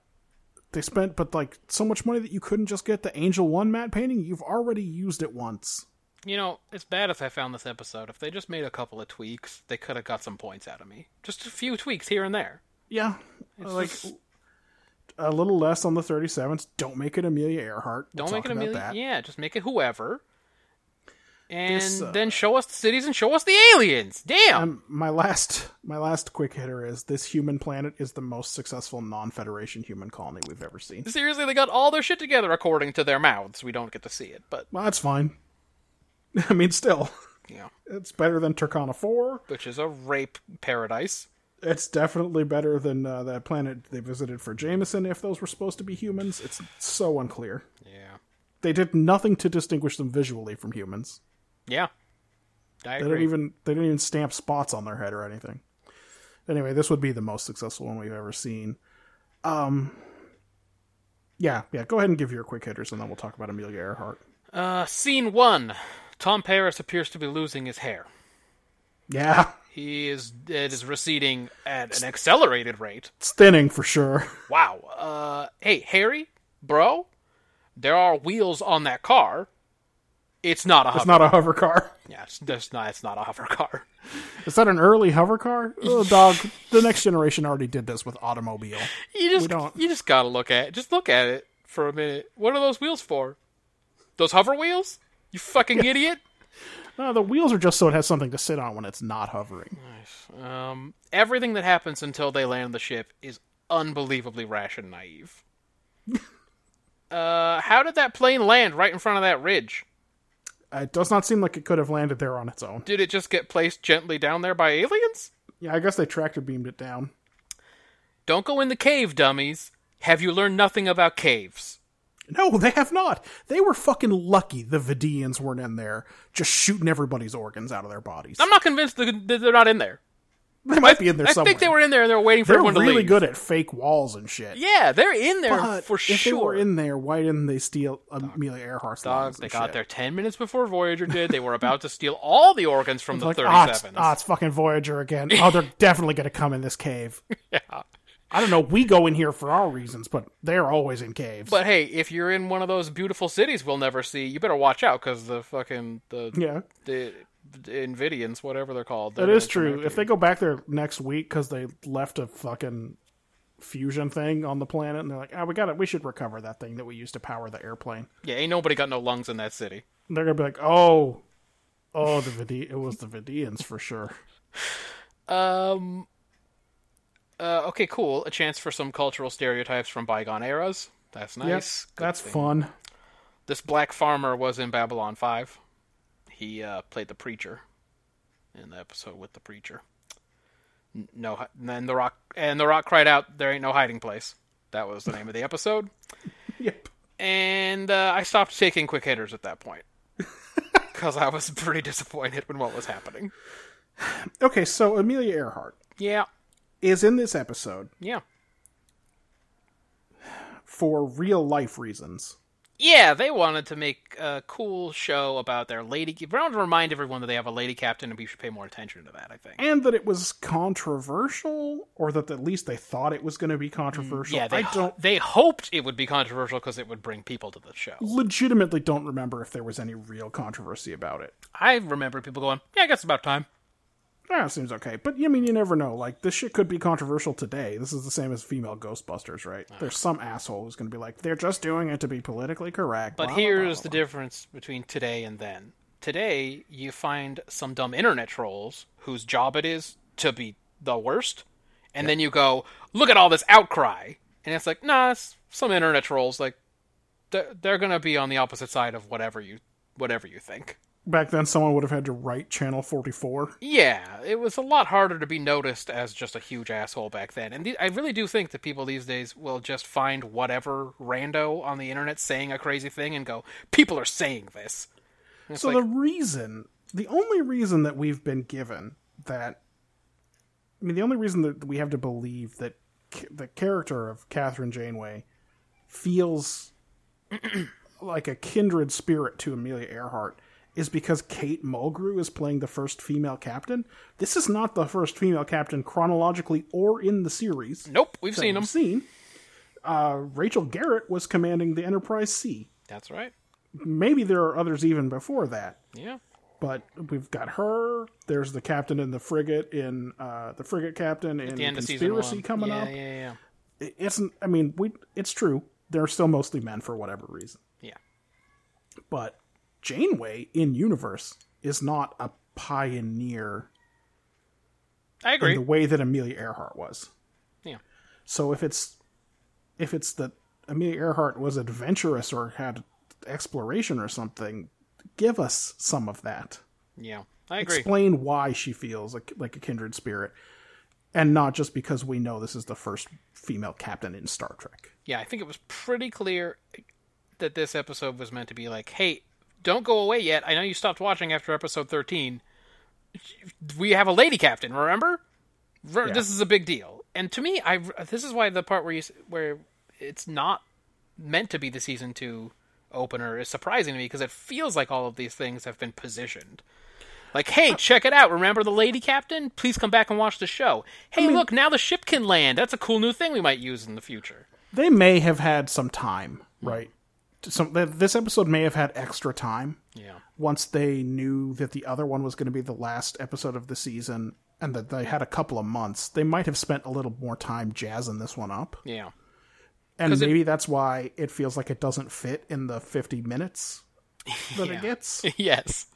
they spent, but like so much money that you couldn't just get the Angel One matte painting. You've already used it once. You know, as bad as I found this episode, if they just made a couple of tweaks, they could have got some points out of me. Just a few tweaks here and there. Yeah, like a little less on the thirty seventh. Don't make it Amelia Earhart. We'll Don't make talk it a about million. that. Yeah, just make it whoever. and This, uh, then show us the cities and show us the aliens. Damn. my last my last quick hitter is this human planet is the most successful non-federation human colony we've ever seen. Seriously, they got all their shit together according to their mouths. We don't get to see it, but Well, that's fine. I mean, still, you know, it's better than Turkana Four. which is a rape paradise. It's definitely better than uh, that planet they visited for Jameson. If those were supposed to be humans, it's so unclear. Yeah. They did nothing to distinguish them visually from humans. Yeah. I They didn't agree. even they didn't even stamp spots on their head or anything. Anyway, this would be the most successful one we've ever seen. Um, yeah, yeah. Go ahead and give your quick hitters, and then we'll talk about Amelia Earhart. Uh, scene one. Tom Paris appears to be losing his hair. Yeah, He is it is receding at an accelerated rate. it's thinning for sure. Wow. Uh, hey, Harry, bro, there are wheels on that car. It's not a hover. It's not a hover car. yeah, it's, that's not. It's not a hover car. Is that an early hover car? Oh, dog. The next generation already did this with automobile. You just don't. you just gotta look at it. just look at it for a minute. What are those wheels for? Those hover wheels? You fucking idiot! No, the wheels are just so it has something to sit on when it's not hovering. Um, everything that happens until they land the ship is unbelievably rash and naive. uh, how did that plane land right in front of that ridge? Uh, It does not seem like it could have landed there on its own. Did it just get placed gently down there by aliens? Yeah, I guess they tractor beamed it down. Don't go in the cave, dummies. Have you learned nothing about caves? No, they have not. They were fucking lucky the Vidians weren't in there just shooting everybody's organs out of their bodies. I'm not convinced that that they're not in there. they might be in there I somewhere. think they were in there and they were waiting for They're everyone to really leave. good at fake walls and shit. Yeah, they're in there But for if sure. they were in there, why didn't they steal Amelia Earhart's lungs Dogs, they and got shit? there 10 minutes before Voyager did. They were about to steal all the organs from the like, ah, it's, 37s. ah, it's fucking Voyager again. Oh, they're definitely going to come in this cave. I don't know. We go in here for our reasons, but they're always in caves. But hey, if you're in one of those beautiful cities we'll never see, you better watch out because the fucking the yeah, the, the Invidians, whatever they're called, that is true. If they go back there next week because they left a fucking fusion thing on the planet, and they're like, "Ah, we got it. We should recover that thing that we used to power the airplane." yeah, ain't nobody got no lungs in that city. And they're gonna be like, "Oh, oh, the Vidi- it was the Vidians for sure." Um. Uh, okay, cool. A chance for some cultural stereotypes from bygone eras. That's nice. Yes, Good that's thing. fun. This black farmer was in Babylon Five. He uh, played the preacher in the episode with the preacher. N- No, hi- and then the rock and the rock cried out, "There ain't no hiding place." That was the name of the episode. Yep. and uh, I stopped taking quick hitters at that point because I was pretty disappointed when what was happening. Okay, so Amelia Earhart Yeah, is in this episode yeah, for real life reasons. yeah. They wanted to make a cool show about their lady. I wanted to remind everyone that they have a lady captain, and we should pay more attention to that. I think. and that it was controversial, or that at least they thought it was going to be controversial. Yeah, they I don't they hoped it would be controversial because it would bring people to the show. legitimately don't remember if there was any real controversy about it. I remember people going, "Yeah, I guess it's about time." Ah, it seems okay, but I mean, you never know. Like this shit could be controversial today. This is the same as female Ghostbusters, right? There's some asshole who's going to be like, they're just doing it to be politically correct. But blah, blah, here's blah, the difference between today and then. Today, you find some dumb internet trolls whose job it is to be the worst, and then you go, look at all this outcry. And it's like, nah, it's some internet trolls, like, they're, they're going to be on the opposite side of whatever you whatever you think. blah. Back then, someone would have had to write Channel 44. Yeah, it was a lot harder to be noticed as just a huge asshole back then. And the, I really do think that people these days will just find whatever rando on the internet saying a crazy thing and go, people are saying this. So the reason, the only reason that we've been given that, I mean, the only reason that we have to believe that ca- the character of Catherine Janeway feels like a kindred spirit to Amelia Earhart is because Kate Mulgrew is playing the first female captain. This is not the first female captain chronologically or in the series. Nope, we've seen them. I've seen. Uh, Rachel Garrett was commanding the Enterprise C. That's right. Maybe there are others even before that Yeah. but we've got her. There's the captain in the frigate in uh, the frigate captain in The end of season conspiracy one. coming yeah, up. Yeah, yeah, It- It's I mean we it's true. They're still mostly men for whatever reason, yeah. but Janeway in universe is not a pioneer I in agree. the way that Amelia Earhart was. Yeah. So if it's if it's that Amelia Earhart was adventurous or had exploration or something, give us some of that. Yeah. I agree. Explain why she feels like, like a kindred spirit, and not just because we know this is the first female captain in Star Trek. Yeah, I think it was pretty clear that this episode was meant to be like, hey, don't go away yet. I know you stopped watching after episode 13. We have a lady captain, remember? Re- This is a big deal. And to me, I this is why the part where you, s- where it's not meant to be the season 2 opener is surprising to me because it feels like all of these things have been positioned. Like, hey, check it out. Remember the lady captain? Please come back and watch the show. Hey, look, now the ship can land. That's a cool new thing we might use in the future. They may have had some time, Mm. right? Some th- this episode may have had extra time Yeah. once they knew that the other one was going to be the last episode of the season and that they had a couple of months, they might have spent a little more time jazzing this one up. Yeah. And 'Cause it- maybe that's why it feels like it doesn't fit in the 50 minutes that Yeah. it gets. yes.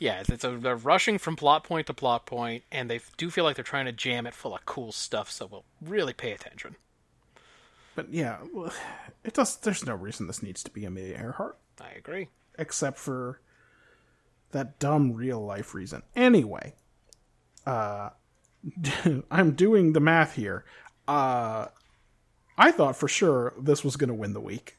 Yes, it's a, they're rushing from plot point to plot point, and they do feel like they're trying to jam it full of cool stuff. So we'll really pay attention. But yeah, well, it does there's no reason this needs to be Amelia Earhart I agree. except for that dumb real life reason. Anyway, uh I'm doing the math here. Uh I thought for sure this was going to win the week.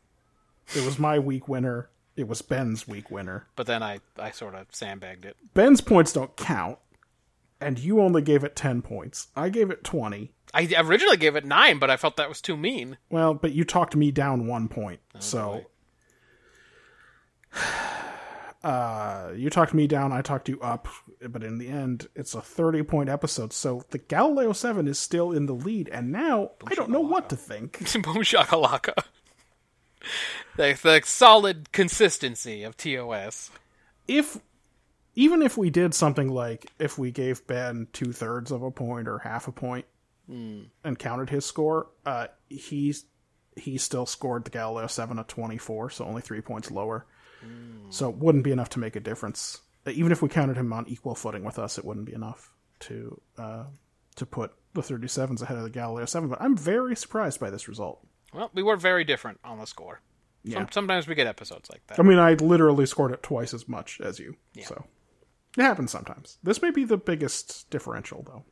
It was my week winner. It was Ben's week winner. But then I, I sort of sandbagged it. Ben's points don't count, and you only gave it 10 points. I gave it 20. I originally gave it nine, but I felt that was too mean. Well, but you talked me down one point. so uh you talked me down, I talked you up, but in the end it's a 30 point episode. So the Galileo 7 is still in the lead and now I don't know what to think. Boom shakalaka. the, the solid consistency of TOS. If even if we did something like if we gave Ben two thirds of a point or half a point and counted his score, uh, he's he still scored the Galileo seven of twenty four, so only three points lower. So it wouldn't be enough to make a difference. Even if we counted him on equal footing with us, it wouldn't be enough to uh, to put the thirty sevens ahead of the Galileo seven. But I'm very surprised by this result. Well, we were very different on the score. Yeah. Um, sometimes we get episodes like that. I mean, I literally scored it twice as much as you. So it happens sometimes. This may be the biggest differential, though.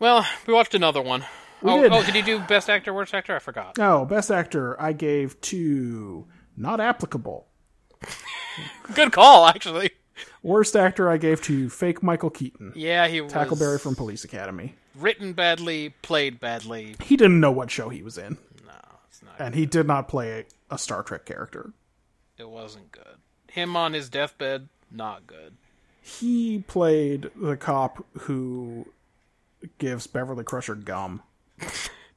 Well, we watched another one. oh, did. oh, did you do best actor, worst actor? I forgot. No, best actor, I gave to not applicable. Good call, actually. Worst actor, I gave to fake Michael Keaton, Yeah, he was Tackleberry from Police Academy. written badly, played badly. He didn't know what show he was in, No, it's not. and he did not play a, a Star Trek character. It wasn't good. Him on his deathbed, not good. He played the cop who gives Beverly Crusher gum.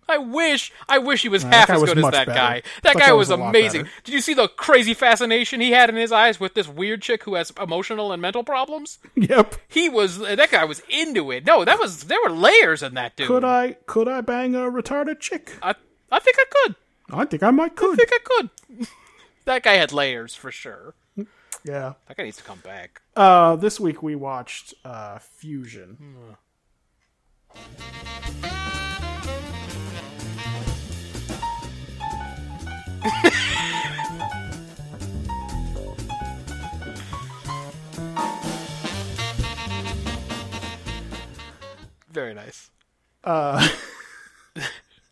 I wish, I wish he was that half guy as was good as much that better. guy. That, guy, was, a lot amazing. better. Did you see the crazy fascination he had in his eyes with this weird chick who has emotional and mental problems? Yep. He was that guy was into it. No, that was there were layers in that dude. Could I could I bang a retarded chick? I, I think I could. I think I might could. I think I could. that guy had layers for sure. Yeah. That guy needs to come back. Uh, this week we watched uh, Fusion. Very nice. Uh,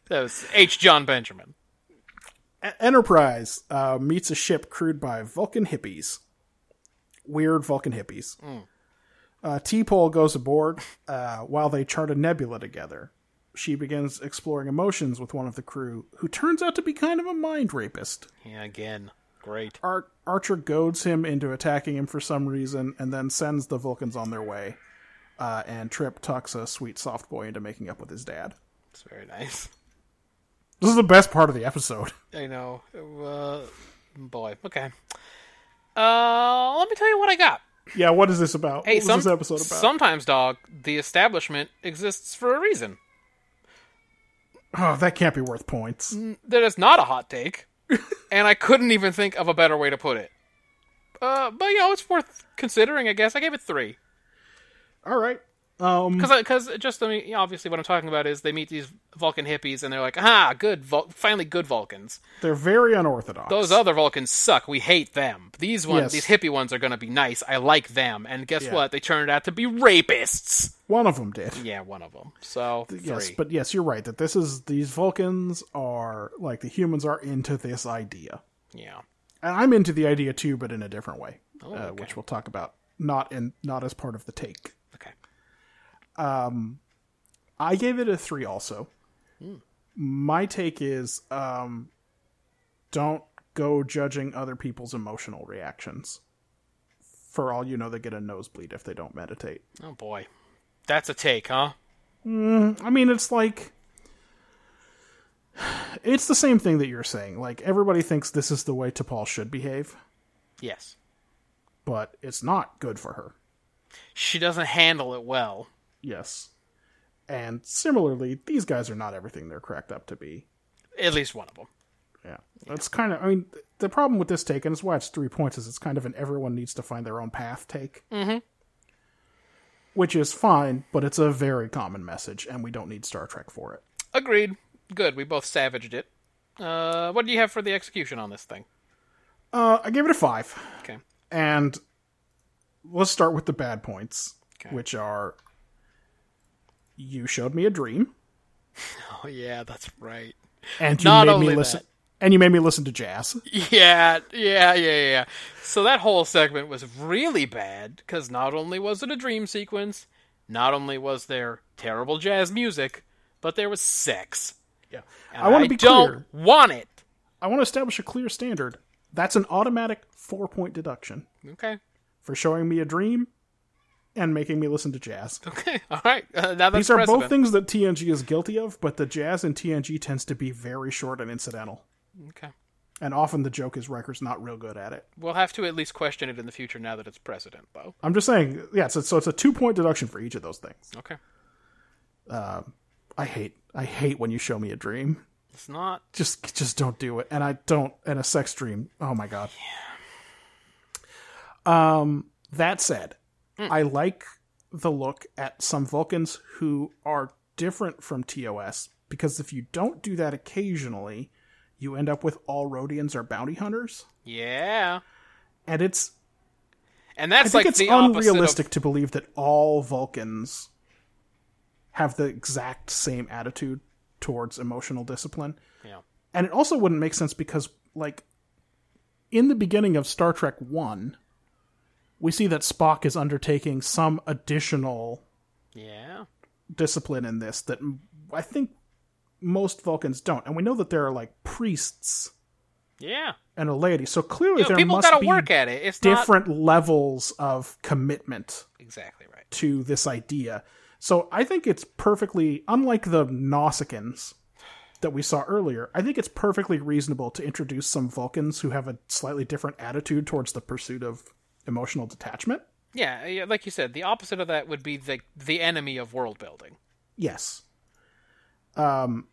that was H. John Benjamin. E- Enterprise uh, meets a ship crewed by Vulcan hippies. Weird Vulcan hippies. Uh, T-Pole goes aboard uh, while they chart a nebula together. She begins exploring emotions with one of the crew, who turns out to be kind of a mind rapist. Yeah, again, great. Ar- Archer goads him into attacking him for some reason, and then sends the Vulcans on their way. Uh, and Trip tucks a sweet soft boy into making up with his dad. It's very nice. This is the best part of the episode. I know. Uh, boy, okay. Uh, let me tell you what I got. Yeah, what is this about? Hey, what some, is this episode about? sometimes, dog, the establishment exists for a reason. Oh, Ah, that can't be worth points. Mm, That is not a hot take. and I couldn't even think of a better way to put it. Uh, but you know, it's worth considering. I guess I gave it three All right. Um, because because just I mean, you know, obviously what I'm talking about is they meet these Vulcan hippies and they're like, ah, good, Vul- finally good Vulcans. they're very unorthodox. Those other Vulcans suck. We hate them. These ones, these Yes. hippie ones, are gonna be nice. I like them. And guess Yeah. what? They turned out to be rapists. One of them did. Yeah, one of them. So three. Yes, but yes, you're right that this is these Vulcans are like the humans are into this idea, yeah. and I'm into the idea too, but in a different way, uh, Oh, okay. which we'll talk about not in not as part of the take. Okay. I gave it a three. Also, my take is um, don't go judging other people's emotional reactions. For all you know, they get a nosebleed if they don't meditate. Oh boy, that's a take, huh? I mean, it's like it's the same thing that you're saying. Like everybody thinks this is the way T'Pol should behave, Yes. but it's not good for her. She doesn't handle it well. Yes. And similarly, these guys are not everything they're cracked up to be. At least one of them. Yeah. That's kind of I mean, th- the problem with this take and it's why it's 3 points is it's kind of an everyone needs to find their own path take. Mhm. Mm-hmm. Which is fine, but it's a very common message and we don't need Star Trek for it. Agreed. Good. We both savaged it. Uh, what do you have for the execution on this thing? Uh, I gave it a 5. Okay. And let's start with the bad points, Okay. which are you showed me a dream Oh yeah, that's right. and you Not made only me listen that. and you made me listen to jazz. Yeah, yeah, yeah, yeah. So that whole segment was really bad because not only was it a dream sequence, not only was there terrible jazz music, but there was sex. Yeah. And I want to be don't clear. want it. I want to establish a clear standard. That's an automatic 4-point deduction Okay. for showing me a dream and making me listen to jazz. Okay. All right. Uh, now that's These are both precedent. things that TNG is guilty of, but the jazz in TNG tends to be very short and incidental. Okay. And often the joke is Riker's not real good at it. We'll have to at least question it in the future now that it's precedent, though. I'm just saying, yeah, so, so it's a two point deduction for each of those things. Okay. I hate I hate when you show me a dream. It's not. Just just don't do it. And I don't and a sex dream. Oh my god. Um that said, I like the look at some Vulcans who are different from TOS because if you don't do that occasionally, you end up with all Rhodians are bounty hunters. Yeah. And it's And I that's like think it's the opposite of- unrealistic to believe that all Vulcans have the exact same attitude towards emotional discipline. Yeah. And it also wouldn't make sense because, like, in the beginning of Star Trek 1, we see that Spock is undertaking some additional Yeah. discipline in this that m- I think most Vulcans don't. And we know that there are, like, priests Yeah. and a laity. So clearly You know, there people must gotta be work at it. It's not- different levels of commitment Exactly right. to this idea. So I think it's perfectly, unlike the Nausicaans that we saw earlier, I think it's perfectly reasonable to introduce some Vulcans who have a slightly different attitude towards the pursuit of emotional detachment. Yeah, yeah, like you said, the opposite of that would be the the enemy of world building. Yes. Um,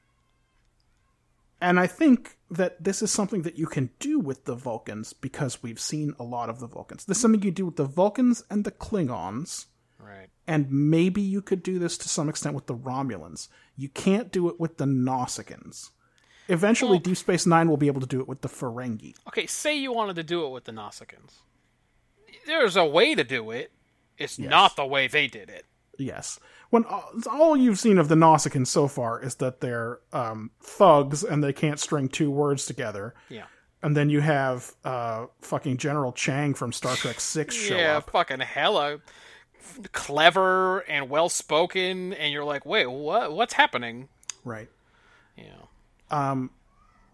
and I think that this is something that you can do with the Vulcans because we've seen a lot of the Vulcans. This is something you do with the Vulcans and the Klingons. Right. and maybe you could do this to some extent with the Romulans. You can't do it with the Nausicaans. Eventually, Deep Space Nine will be able to do it with the Ferengi. Okay, say you wanted to do it with the Nausicaans. There's a way to do it. It's not the way they did it. Yes, when all, all you've seen of the Nausicaans so far is that they're um, thugs and they can't string two words together. Yeah. And then you have uh, fucking General Chang from Star Trek Six show yeah, up. fucking hella f- clever and well spoken and you're like, "Wait, what what's happening?" Right. You know.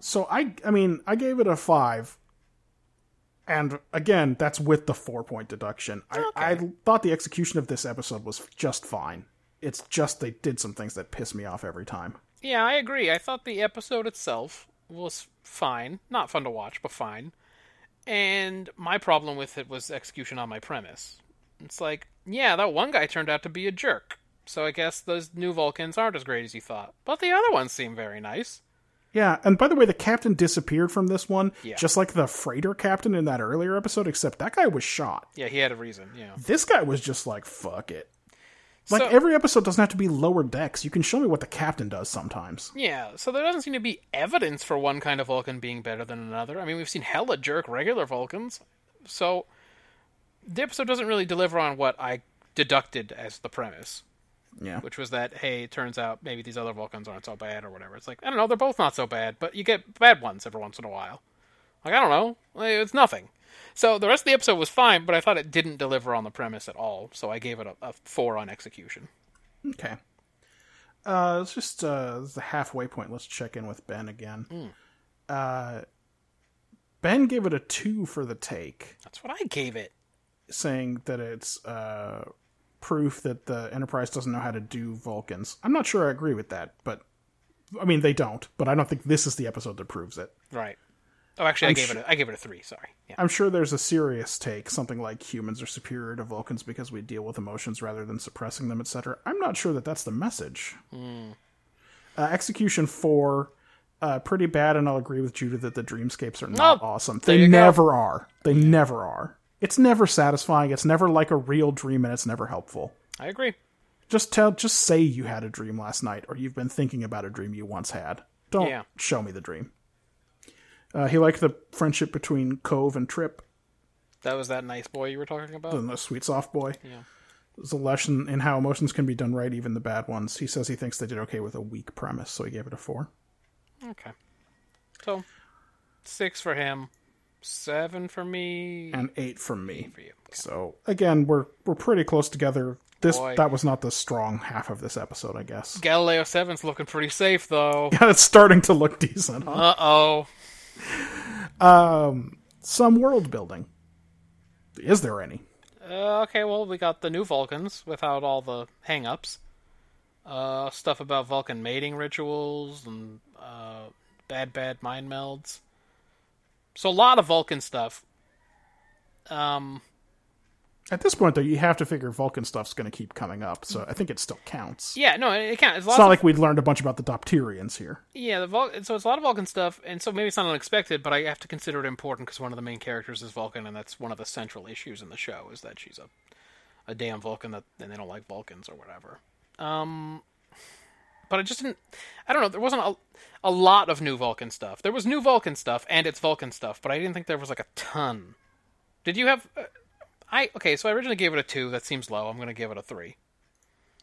So I, I mean, I gave it a five, and again, that's with the four point deduction. I, I thought the execution of this episode was just fine. It's just they did some things that piss me off every time. Yeah, I agree. I thought the episode itself was fine. Not fun to watch, but fine. And my problem with it was execution on my premise. It's like, yeah, that one guy turned out to be a jerk. So I guess those new Vulcans aren't as great as you thought. But the other ones seem very nice. Yeah, and by the way, the captain disappeared from this one, just like the freighter captain in that earlier episode, except that guy was shot. Yeah, he had a reason. Yeah. This guy was just like, fuck it. Like, So- every episode doesn't have to be lower decks. You can show me what the captain does sometimes. Yeah, so there doesn't seem to be evidence for one kind of Vulcan being better than another. I mean, we've seen hella jerk regular Vulcans. So the episode doesn't really deliver on what I deducted as the premise, Yeah. which was that, hey, it turns out maybe these other Vulcans aren't so bad or whatever. It's like, I don't know, they're both not so bad, but you get bad ones every once in a while. Like, I don't know. Like, It's nothing. So the rest of the episode was fine, but I thought it didn't deliver on the premise at all, so I gave it a, a 4 on execution. Okay. Uh, it's just uh, this is the halfway point. Let's check in with Ben again. Uh, ben gave it a two for the take, That's what I gave it. saying that it's uh, proof that the Enterprise doesn't know how to do Vulcans. I'm not sure I agree with that, but I mean they don't. But I don't think this is the episode that proves it. Right. Oh, actually, i gave su- it. A, I gave it a three. Sorry. Yeah. I'm sure there's a serious take, something like humans are superior to Vulcans because we deal with emotions rather than suppressing them, etc. I'm not sure that that's the message. Hmm. Uh, execution four, uh, pretty bad, and I'll agree with Judah that the dreamscapes are not Oh, awesome. there They you go. never are. They never are. It's never satisfying. It's never like a real dream, and it's never helpful. I agree. Just tell, just say you had a dream last night, or you've been thinking about a dream you once had. Don't Yeah. show me the dream. Uh, he liked the friendship between Cove and Trip. That was that nice boy you were talking about. than the sweet soft boy. Yeah. There's a lesson in how emotions can be done right, even the bad ones. He says he thinks they did okay with a weak premise, so he gave it a four. Okay. So, six for him, seven for me. And eight from me. For you. So again, we're we're pretty close together. This Boy. that was not the strong half of this episode, I guess. Galileo Seven's looking pretty safe though. it's starting to look decent. huh? Uh oh. Some world building. Is there any? Uh, okay, well we got the new Vulcans without all the hang-ups. Uh, stuff about Vulcan mating rituals and uh, bad bad mind melds. So a lot of Vulcan stuff. Um, At this point, though, you have to figure Vulcan stuff's going to keep coming up, so I think it still counts. yeah, no, it, it counts. It's It's lots not of like we'd learned a bunch about the Dopterians here. Yeah, the Vul- so it's a lot of Vulcan stuff, and so maybe it's not unexpected, but I have to consider it important because one of the main characters is Vulcan, and that's one of the central issues in the show is that she's a a damn Vulcan that and they don't like Vulcans or whatever. Um, but I just didn't. I don't know. There wasn't a a lot of new Vulcan stuff. There was new Vulcan stuff, and it's Vulcan stuff, but I didn't think there was like a ton. Did you have? Uh, I okay. So I originally gave it a two. That seems low. I'm going to give it a three.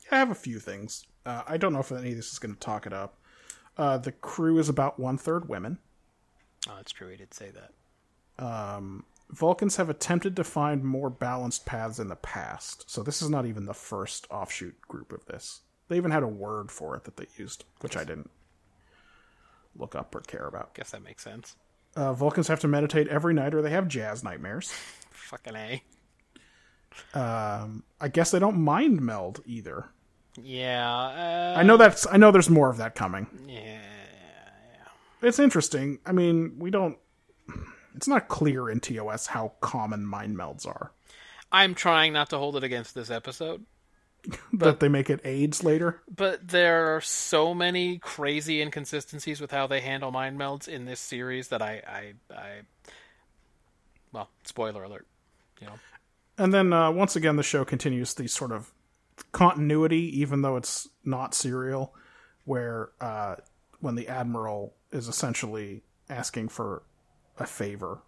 I have a few things. Uh, I don't know if any of this is going to talk it up. Uh, the crew is about one third women. Oh, that's true. He did say that. Vulcans have attempted to find more balanced paths in the past, so this is not even the first offshoot group of this. They even had a word for it that they used, which I didn't look up or care about. Guess that makes sense. Uh, Vulcans have to meditate every night or they have jazz nightmares. Fucking a. I guess they don't mind meld either. Yeah. Uh, I know that's I know there's more of that coming. yeah. it's interesting. I mean, we don't. It's not clear in TOS how common mind melds are. I'm trying not to hold it against this episode, That they make it AIDS later. but there are so many crazy inconsistencies with how they handle mind melds in this series that I, I, I well, spoiler alert, you know. And then uh, once again, the show continues the sort of continuity, even though it's not serial, where uh, when the admiral is essentially asking for a favor,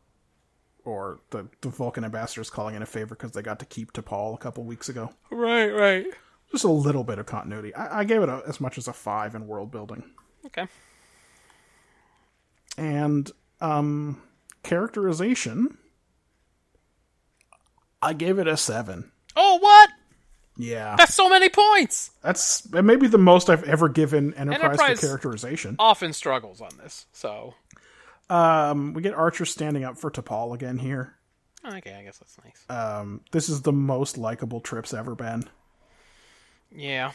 or the, the Vulcan ambassador is calling in a favor because they got to keep T'Pol a couple weeks ago. Right, right. Just a little bit of continuity. I, I gave it a, as much as a five in world building. Okay. and um characterization i gave it a seven Oh, what? yeah That's so many points. that's that may be the most i've ever given enterprise, Enterprise- for characterization Often struggles on this, so um, we get archer standing up for T'Pol again here okay, I guess that's nice. this is the most likable trips ever been yeah.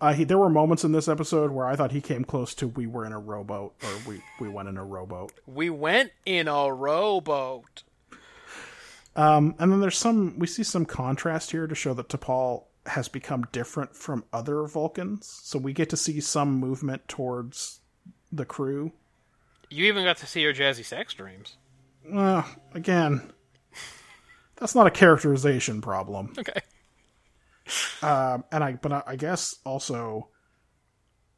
uh, he, there were moments in this episode where i thought he came close to we were in a rowboat or we, we went in a rowboat We went in a rowboat. And then there's some we see some contrast here to show that T'Pol has become different from other Vulcans. So we get to see some movement towards the crew You even got to see her jazzy sex dreams. Uh, again, that's not a characterization problem. Okay. And I, but I, I guess also,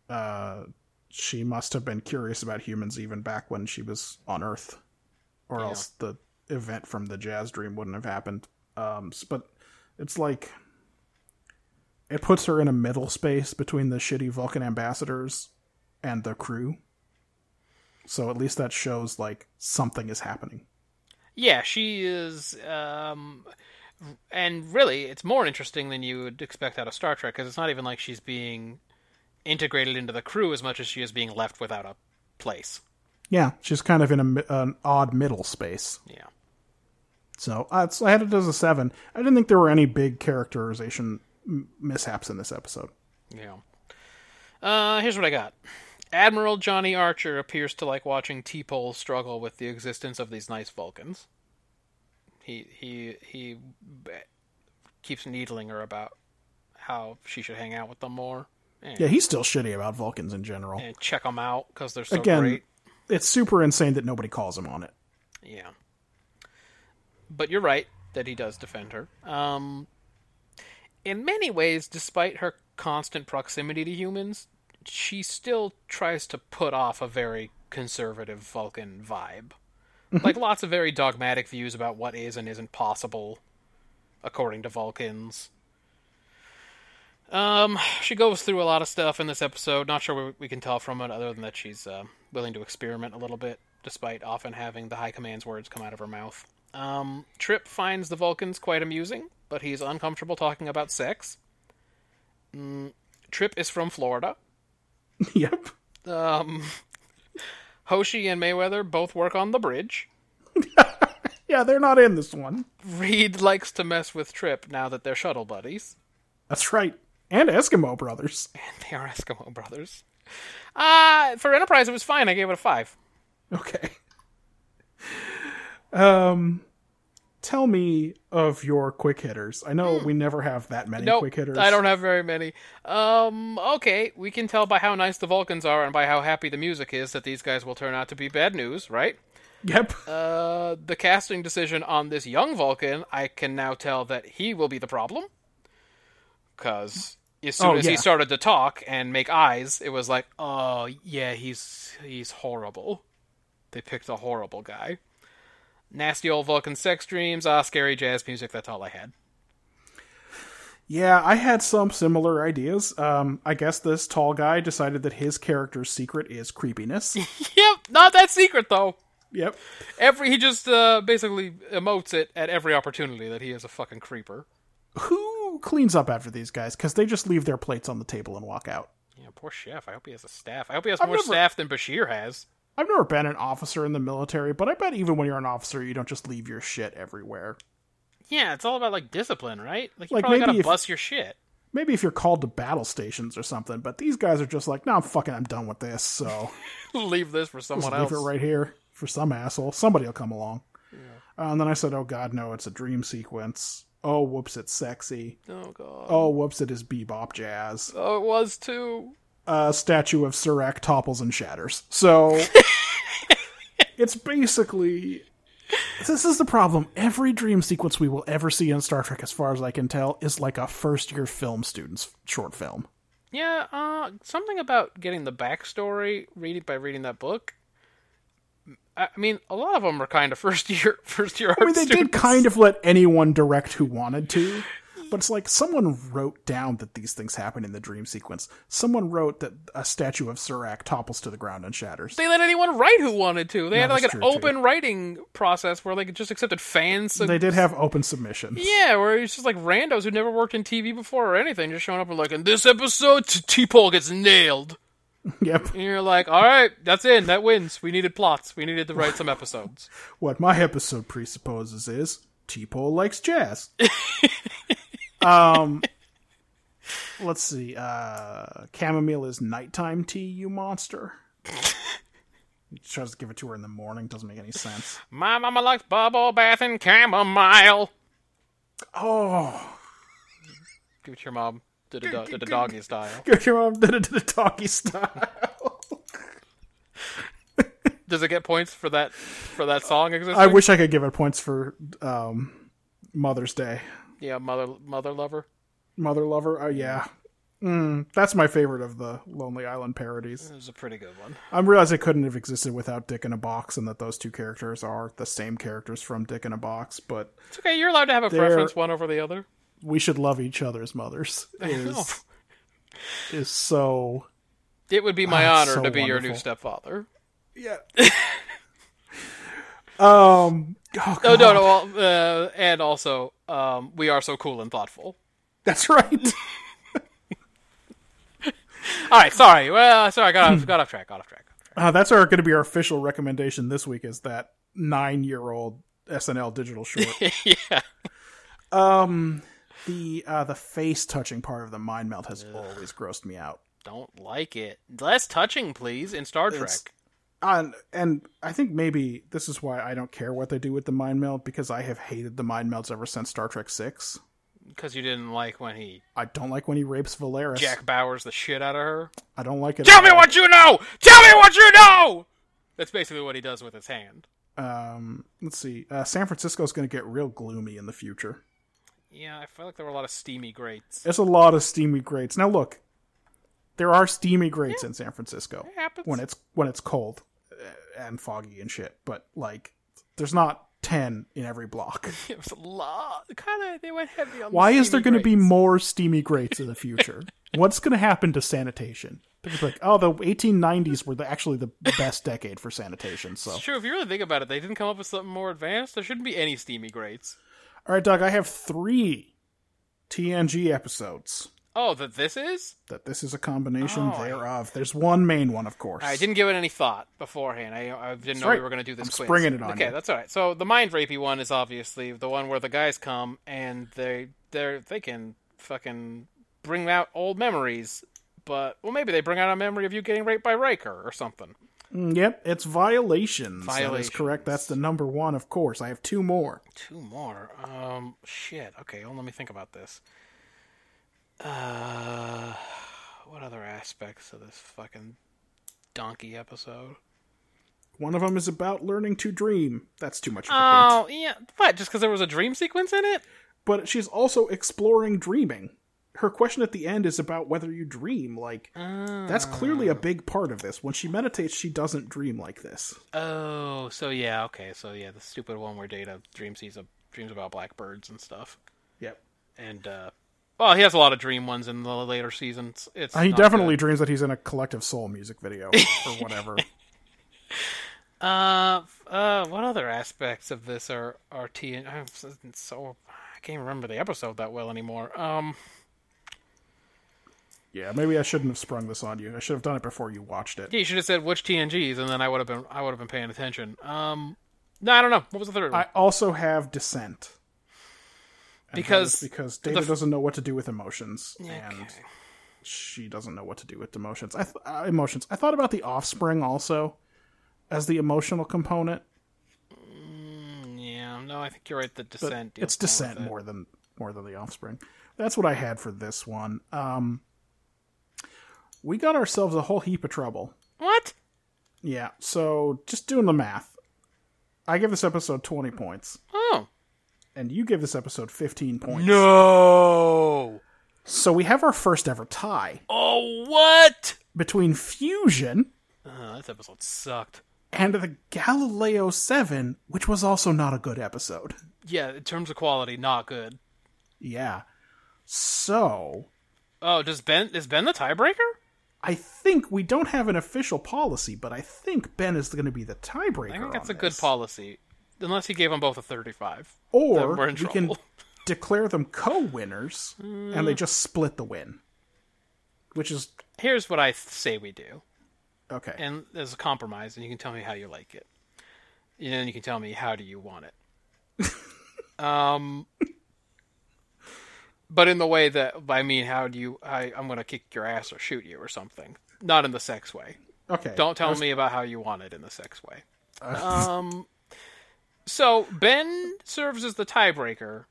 uh, she must have been curious about humans even back when she was on Earth, or else the event from the Jazz Dream wouldn't have happened. Um, s- but it's like it puts her in a middle space between the shitty Vulcan ambassadors and the crew. So at least that shows like something is happening. Yeah, she is. Um, and really, it's more interesting than you would expect out of Star Trek because it's not even like she's being integrated into the crew as much as she is being left without a place. Yeah, she's kind of in a, mi- an odd middle space. Yeah. So uh, it's- I had it as a seven. I didn't think there were any big characterization m- mishaps in this episode. Yeah. Uh, here's what I got. Admiral Johnny Archer appears to like watching T-Pole struggle with the existence of these nice Vulcans. He he he b- keeps needling her about how she should hang out with them more and, Yeah, he's still shitty about Vulcans in general. and check them out because they're so Again, great. it's super insane that nobody calls him on it. Yeah. But you're right that he does defend her. Um, in many ways, despite her constant proximity to humans, she still tries to put off a very conservative Vulcan vibe. Like lots of very dogmatic views about what is and isn't possible according to Vulcans. Um, she goes through a lot of stuff in this episode. Not sure what we can tell from it, other than that she's uh, willing to experiment a little bit, despite often having the High Command's words come out of her mouth. Um, Trip finds the Vulcans quite amusing, but he's uncomfortable talking about sex. Mm, Trip is from Florida. yep. Um, Hoshi and Mayweather both work on the bridge. Yeah, they're not in this one. Reed likes to mess with Trip now that they're shuttle buddies. That's right. And Eskimo brothers. They are Eskimo brothers. Uh, for Enterprise, it was fine. I gave it a five. Okay. Um, tell me of your quick hitters. I know we never have that many No, quick hitters. Hmm. I don't have very many. Um, okay, we can tell by how nice the Vulcans are and by how happy the music is that these guys will turn out to be bad news, right? Yep. Uh, the casting decision on this young Vulcan, I can now tell that he will be the problem. Because as soon Oh, as he yeah. started to talk and make eyes, it was like, oh yeah, he's he's horrible. They picked a horrible guy. Nasty old Vulcan sex dreams, ah, scary jazz music. That's all I had. Yeah, I had some similar ideas. Um, I guess this tall guy decided that his character's secret is creepiness. Yep, not that secret though. yep. Every he just uh, basically emotes it at every opportunity that he is a fucking creeper. Who cleans up after these guys? Because they just leave their plates on the table and walk out. Yeah, poor chef. I hope he has a staff. I hope he has I've more never- staff than Bashir has. I've never been an officer in the military, but I bet even when you're an officer, you don't just leave your shit everywhere. Yeah, it's all about like discipline, right? Like you Like, probably maybe gotta if- bust your shit. Maybe if you're called to battle stations or something, but these guys are just like, no, I'm fucking, I'm done with this, so Leave this for someone just leave else. it right here for some asshole. Somebody will come along. Uh, and then I said, oh god, no, it's a dream sequence. Oh, whoops, it's sexy. Oh god. Oh, whoops, it is bebop jazz. Oh, it was too. a statue of Serac topples and shatters. So it's basically this is the problem. Every dream sequence we will ever see in Star Trek, as far as I can tell, is like a first year film student's short film. Yeah, uh, something about getting the backstory reading by reading that book. I I mean, a lot of them are kind of first year, first year. I mean, they did kind of let anyone direct who wanted to, but it's like someone wrote down that these things happen in the dream sequence. Someone wrote that a statue of Serac topples to the ground and shatters. they let anyone write who wanted to. They had that's like an true, too. open writing process where they just accepted fans. They did have open submissions. Yeah, where it's just like randos who never worked in TV before or anything, just showing up and like, in this episode, T Pole gets nailed. Yep. And you're like, all right, that's in, that wins. We needed plots. We needed to write some episodes. What my episode presupposes is T-Pole likes jazz. um, let's see. Uh, chamomile is nighttime tea, you monster. Tries to give it to her in the morning. Doesn't make any sense. My mama likes bubble bath and chamomile. Oh, Give it to your mom. Did a, do- did a doggy style. your mom did it to the talkie style. Does it get points for that for that song existing? I wish I could give it points for um, Mother's Day. Yeah, mother mother lover. Mother Lover. Oh yeah, mm, that's my favorite of the Lonely Island parodies. It was a pretty good one. I realize it couldn't have existed without Dick in a Box, and that those two characters are the same characters from Dick in a Box. But It's okay. You're allowed to have a They're- preference one over the other. we should love each other's mothers. Is is so It would be my Ah, honor so to be your new wonderful. stepfather. yeah. um. Oh, Oh no, God. no, well, uh, and also, um, we are so cool and thoughtful. That's right. All right, sorry. Well, uh, sorry, I got off, got off track. Got off track. Got off track. Uh, that's our going to be our official recommendation this week is that nine year old SNL digital short. yeah. um, the uh, the face touching part of the mind melt has always grossed me out. Don't like it. Less touching, please, in Star Trek. It's- And and I think maybe this is why I don't care what they do with the mind melt because I have hated the mind melts ever since Star Trek Six. Because you didn't like when he I don't like when he rapes Valeris. Jack Bowers the shit out of her. I don't like it. Tell at me all. what you know! Tell me what you know! That's basically what he does with his hand. Um, let's see. Uh, San Francisco's going to get real gloomy in the future. Yeah, I feel like there were a lot of steamy grates. There's a lot of steamy grates. Now look, there are steamy grates in San Francisco happens. when it's when it's cold uh, and foggy and shit. But like, there's not ten in every block. It was a lot. Kind of, they went heavy on. the Why is there steamy going to be grates. more steamy grates in the future? What's going to happen to sanitation? Because like, oh, the 1890s were the, actually the best decade for sanitation. So, all It's true. If you really think about it, they didn't come up with something more advanced. There shouldn't be any steamy grates. right, Doug, I have three TNG episodes. Oh, that this is. That this is a combination thereof. There's one main one, of course. Oh, I didn't give it any thought beforehand. I, I didn't know right. we were going to do this. I'm quiz. springing it on Okay, you. that's all right. So the mind rapey one is obviously the one where the guys come and they they they can fucking bring out old memories. But well, maybe they bring out a memory of you getting raped by Riker or something. Mm, Yep, it's violations. That is Violations. correct. That's the number one, of course. I have two more. Two more. Um, shit. Okay, hold on, let me think about this. Uh, what other aspects of this fucking donkey episode? One of them is about learning to dream. That's too much of a hint. Oh yeah, what? Just because there was a dream sequence in it? But she's also exploring dreaming. Her question at the end is about whether you dream. Like, that's clearly a big part of this. When she meditates, she doesn't dream like this. Oh, so yeah, okay, so yeah, the stupid one where Data dreams he's a dreams about blackbirds and stuff, Yep. and uh, well, he has a lot of dream ones in the later seasons. It's Uh, he not definitely good. dreams that he's in a collective soul music video or whatever. Uh, f- uh, what other aspects of this are are T and I'm so- so I can't remember the episode that well anymore. Um, yeah, maybe I shouldn't have sprung this on you. I should have done it before you watched it. yeah, you should have said which TNGs, and then I would have been I would have been paying attention. Um, no, I don't know. What was the third one? I also have dissent. And that Because is because the Data f- doesn't know what to do with emotions, and Okay. she doesn't know what to do with emotions. I th- uh, emotions. I thought about the offspring also as the emotional component, Yeah, no, I think you're right. The but descent. deals it's more with dissent it. more than more than the offspring. That's what I had for this one. Um, we got ourselves a whole heap of trouble. What? Yeah. So just doing the math, I give this episode twenty points, Oh and you give this episode fifteen points. no! So we have our first ever tie. Oh what? between Fusion Uh, this episode sucked. and the Galileo 7, which was also not a good episode. Yeah, in terms of quality, not good. Yeah. So, Oh, does Ben is Ben the tiebreaker? I think we don't have an official policy, but I think Ben is going to be the tiebreaker. I think that's a on good this. policy, unless he gave them both a thirty-five. Or Then we're in we can trouble. declare them co winners and they just split the win. Which is Here's what I th- say we do, okay. and there's a compromise, and you can tell me how you like it, and then you can tell me how do you want it. um, but in the way that I mean, how do you? I, I'm gonna kick your ass or shoot you or something. Not in the sex way. okay. Don't tell me about how you want it in the sex way. Uh. um, so Ben serves as the tiebreaker,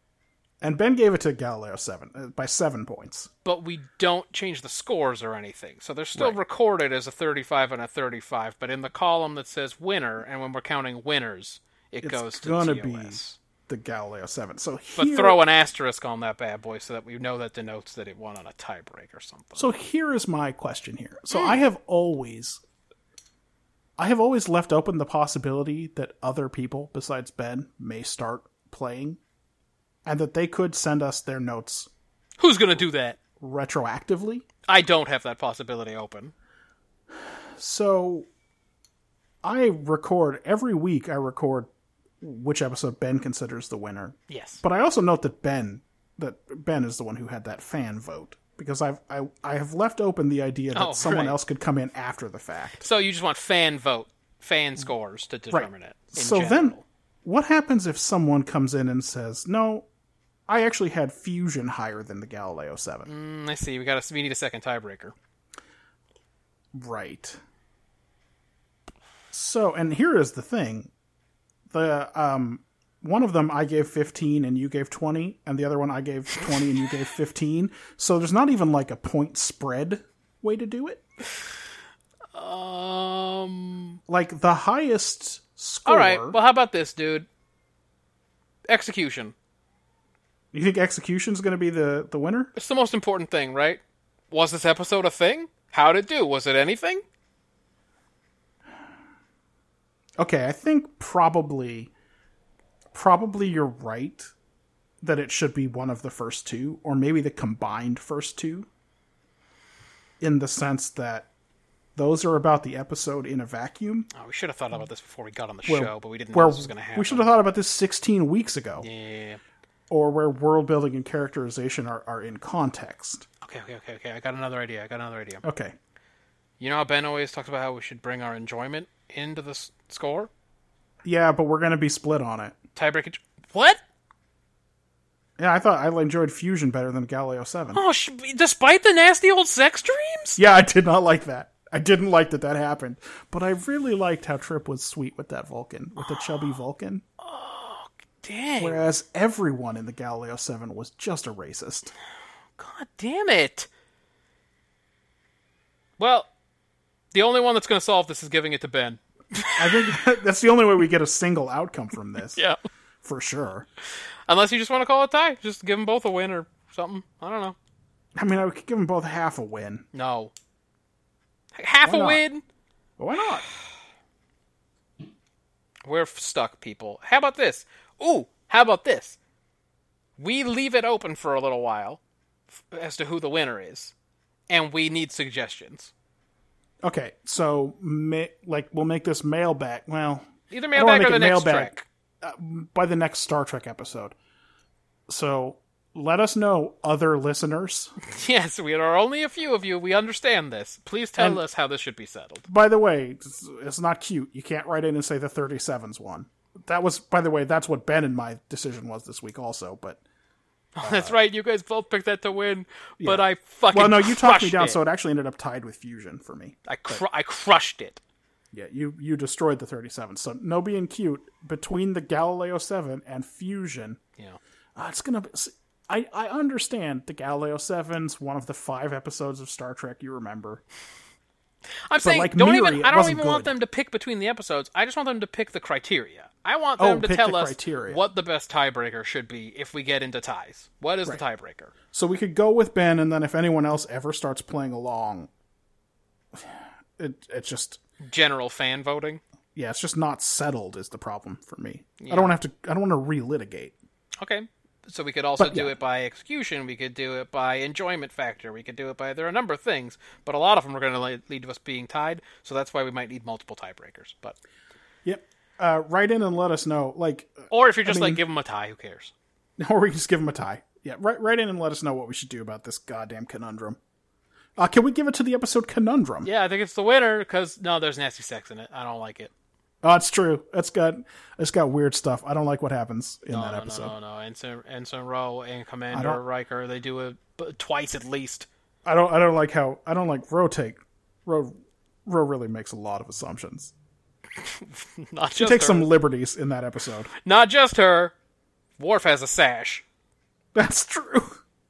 And Ben gave it to Galileo 7 uh, by 7 points. but we don't change the scores or anything. So they're still recorded as a 35 and a 35, but in the column that says winner, and when we're counting winners, it goes to gonna be- TOS. The Galileo 7. So But here, throw an asterisk on that bad boy so that we know that denotes that it won on a tiebreak or something. So here is my question here. So Hmm. I have always I have always left open the possibility that other people besides Ben may start playing and that they could send us their notes Who's going to do that? retroactively. I don't have that possibility open. So I record every week I record which episode Ben considers the winner. Yes. But I also note that Ben that Ben is the one who had that fan vote because I've I, I have left open the idea that Oh, someone right. else could come in after the fact. So you just want fan vote, fan scores to determine it. in so then general. what happens if someone comes in and says no i actually had fusion higher than the galileo 7 Mm, I see. We got. We need a second tiebreaker. right so and here is the thing the um one of them i gave 15 and you gave 20 and the other one i gave 20 and you gave 15 so there's not even like a point spread way to do it Um. like the highest score All right. Well, how about this, dude? Execution. you think execution's going to be the the winner It's the most important thing, right? Was this episode a thing? How'd it do? Was it anything? Okay, I think probably probably you're right that it should be one of the first two or maybe the combined first two in the sense that those are about the episode in a vacuum Oh, we should have thought about this before we got on the where- show, but we didn't where know this was going to happen. We should have thought about this 16 weeks ago Yeah. or where world building and characterization are, are in context. Okay, okay, okay, okay. I got another idea. I got another idea. Okay. You know how Ben always talks about how we should bring our enjoyment into the s- score? Yeah, but we're going to be split on it. Tiebreak. en- What? Yeah, I thought I enjoyed Fusion better than Galileo 7. Oh, sh- despite the nasty old sex dreams? Yeah, I did not like that. I didn't like that that happened, but I really liked how Trip was sweet with that Vulcan, with the chubby Vulcan. Dang. Whereas everyone in the Galileo Seven was just a racist. God damn it. Well, the only one that's going to solve this is giving it to Ben. I think that's the only way we get a single outcome from this, Yeah. for sure. Unless you just want to call it tie. Just give them both a win or something. I don't know. I mean, I could give them both half a win. No. Half Why a not? win? But why not? We're f- stuck, people. How about this? Ooh, how about this? We leave it open for a little while f- as to who the winner is, and we need suggestions. Okay, so ma- like we'll make this mailbag. Well, Either don't wanna mailbag or the make it next mailbag. uh, track. by the next Star Trek episode. So let us know, other listeners. Yes, we are only a few of you. We understand this. Please tell And- us how this should be settled. By the way, it's- it's not cute. You can't write in and say the 37's won. That was, by the way, that's what Ben and my decision was this week, also. But That's right. You guys both picked that to win, but I fucking well, no, you talked me crushed down, it. so it actually ended up tied with Fusion for me. I cr- I crushed it. Yeah, you you destroyed the 37. So no being cute between the Galileo 7 and Fusion. Yeah. uh, it's gonna. Be, s- I I understand the Galileo 7's one of the five episodes of Star Trek you remember. I'm saying like don't Miri, even. it I don't wasn't even want good. them to pick between the episodes. I just want them to pick the criteria. I want Oh, them to pick tell the us criteria. what the best tiebreaker should be if we get into ties. What is the tiebreaker? So we could go with Ben, and then if anyone else ever starts playing along, it it just General fan voting. yeah, it's just not settled is the problem for me. I don't want to have to. I don't want to relitigate. Okay. So we could also But, do yeah. it by execution. We could do it by enjoyment factor. We could do it by there are a number of things, but a lot of them are going to lead to us being tied. So that's why we might need multiple tiebreakers. But Yep. Uh, write in and let us know, like, or if you're just mean- like give them a tie, who cares? or we can just give them a tie. Yeah, write write in and let us know what we should do about this goddamn conundrum. Uh, can we give it to the episode conundrum? Yeah, I think it's the winner because no, there's nasty sex in it. I don't like it. Oh, it's true. It's got it's got weird stuff. I don't like what happens in that no, episode. No, no, no. Ensign, Ensign Rowe and Commander Riker, they do it b- twice at least. I don't I don't like how I don't like Ro take Ro Ro really makes a lot of assumptions. Not She just takes her. some liberties in that episode. Not just her. Worf has a sash. That's true.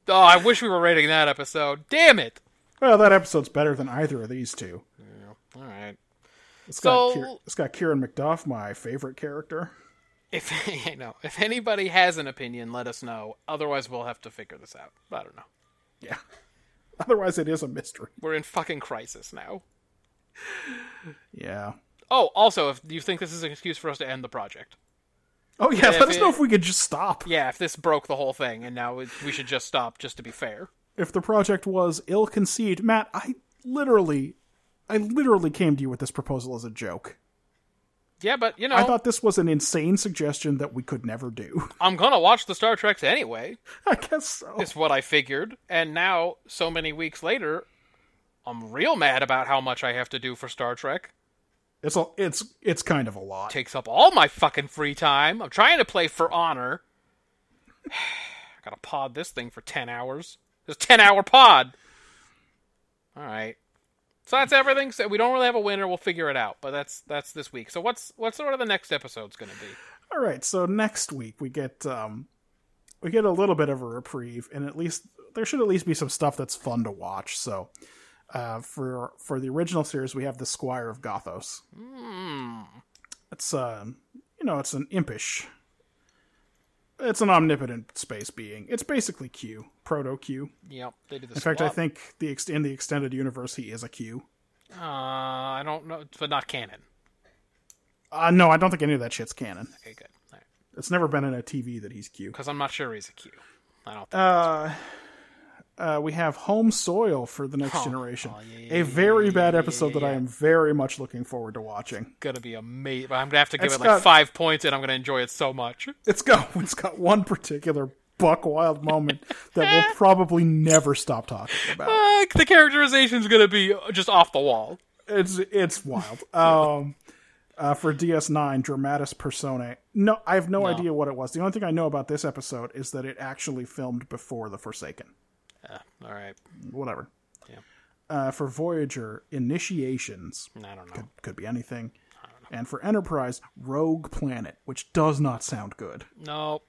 Oh, I wish we were rating that episode. Damn it! Well, that episode's better than either of these two. All right. It's got, So- Kier- it's got Kieran McDuff, my favorite character. If you know, if anybody has an opinion, let us know. Otherwise, we'll have to figure this out. I don't know. Yeah. Otherwise, it is a mystery. We're in fucking crisis now. Yeah. Oh, also, if you think this is an excuse for us to end the project, Oh yeah, If let us know it- if we could just stop. yeah, if this broke the whole thing and now it- we should just stop, just to be fair. If the project was ill-conceived, Matt, I literally, I literally came to you with this proposal as a joke. Yeah, but you know, I thought this was an insane suggestion that we could never do. I'm gonna watch the Star Treks anyway. I guess so. Is what I figured, and now so many weeks later, I'm real mad about how much I have to do for Star Trek. It's a, it's it's kind of a lot. takes up all my fucking free time. I'm trying to play for honor. I gotta pod this thing for ten hours. It's a ten hour pod. All right. So that's everything. So we don't really have a winner. We'll figure it out. But that's that's this week. So what's what's sort of the next episode's gonna be? All right, so next week we get um we get a little bit of a reprieve and at least there should at least be some stuff that's fun to watch. So uh for for the original series we have The Squire of Gothos. It's um you know, it's an impish it's an omnipotent space being. It's basically Q, proto Q. Yep, they do the In fact, I think the ex- in the extended universe he is a Q. Uh, I don't know, but not canon. Uh no, I don't think any of that shit's canon. Okay, good. All right. It's never been in a TV that he's Q. Because I'm not sure he's a Q. I don't. Think. uh, we have Home Soil for the Next Generation. a very bad episode that I am very much looking forward to watching. gonna be amazing. I'm gonna have to give it's it like got- five points, and I'm gonna enjoy it so much. It's got it's got one particular buck wild moment that we'll probably never stop talking about. Uh, the characterization's gonna be uh, just off the wall. It's it's wild. Um, uh, for DS9, Dramatis Personae. No, I have no, idea what it was. The only thing I know about this episode is that it actually filmed before The Forsaken. All right. Whatever. Uh, for Voyager, Initiations. I don't know. could, could be anything. And for Enterprise, Rogue Planet, which does not sound good. No,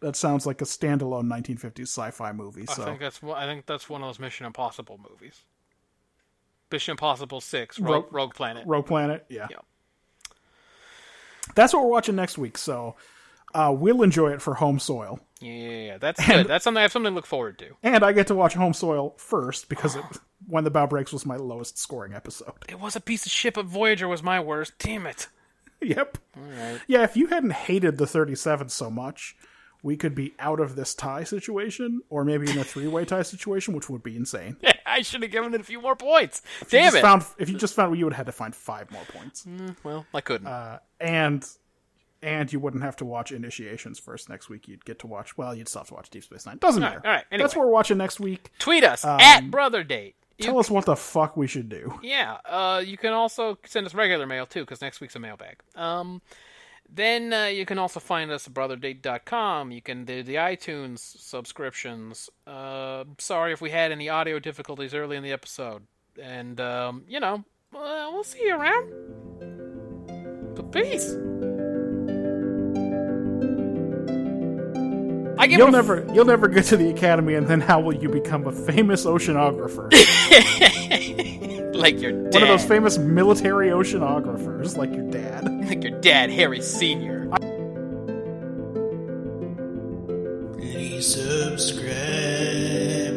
That sounds like a standalone 1950s sci-fi movie. So I think that's one- I think that's one of those Mission Impossible movies. Mission Impossible Six, Rogue, Rogue- Rogue Planet. Rogue Planet, yeah. Yep. That's what we're watching next week. So uh, we'll enjoy it for Home Soil, Yeah, yeah, yeah, that's good. That's something I have something to look forward to. and I get to watch Home Soil first because it, when the bow breaks was my lowest scoring episode. It was a piece of shit, but Voyager was my worst. Damn it! yep. Yeah, if you hadn't hated the 37 so much, we could be out of this tie situation, or maybe in a three-way tie situation, which would be insane. I should have given it a few more points. you Damn just it! Found, if you just found, you would have had to find five more points, well, I couldn't. and and you wouldn't have to watch Initiations first next week. You'd get to watch. Well, you'd still have to watch Deep Space Nine. Doesn't matter. all right, anyway. That's what we're watching next week. Tweet us at Brother Date. Um, Tell us what the fuck we should do. Yeah, uh, you can also send us regular mail too, because next week's a mailbag. Um, then uh, you can also find us at brotherdate.com. You can do the iTunes subscriptions. Uh, sorry if we had any audio difficulties early in the episode, and um, you know, uh, we'll see you around. But peace. I give You'll it a- never, you'll never get to the academy, and then how will you become a famous oceanographer? like your dad, One of those famous military oceanographers, like your dad. like your dad, Harry Senior. Please subscribe.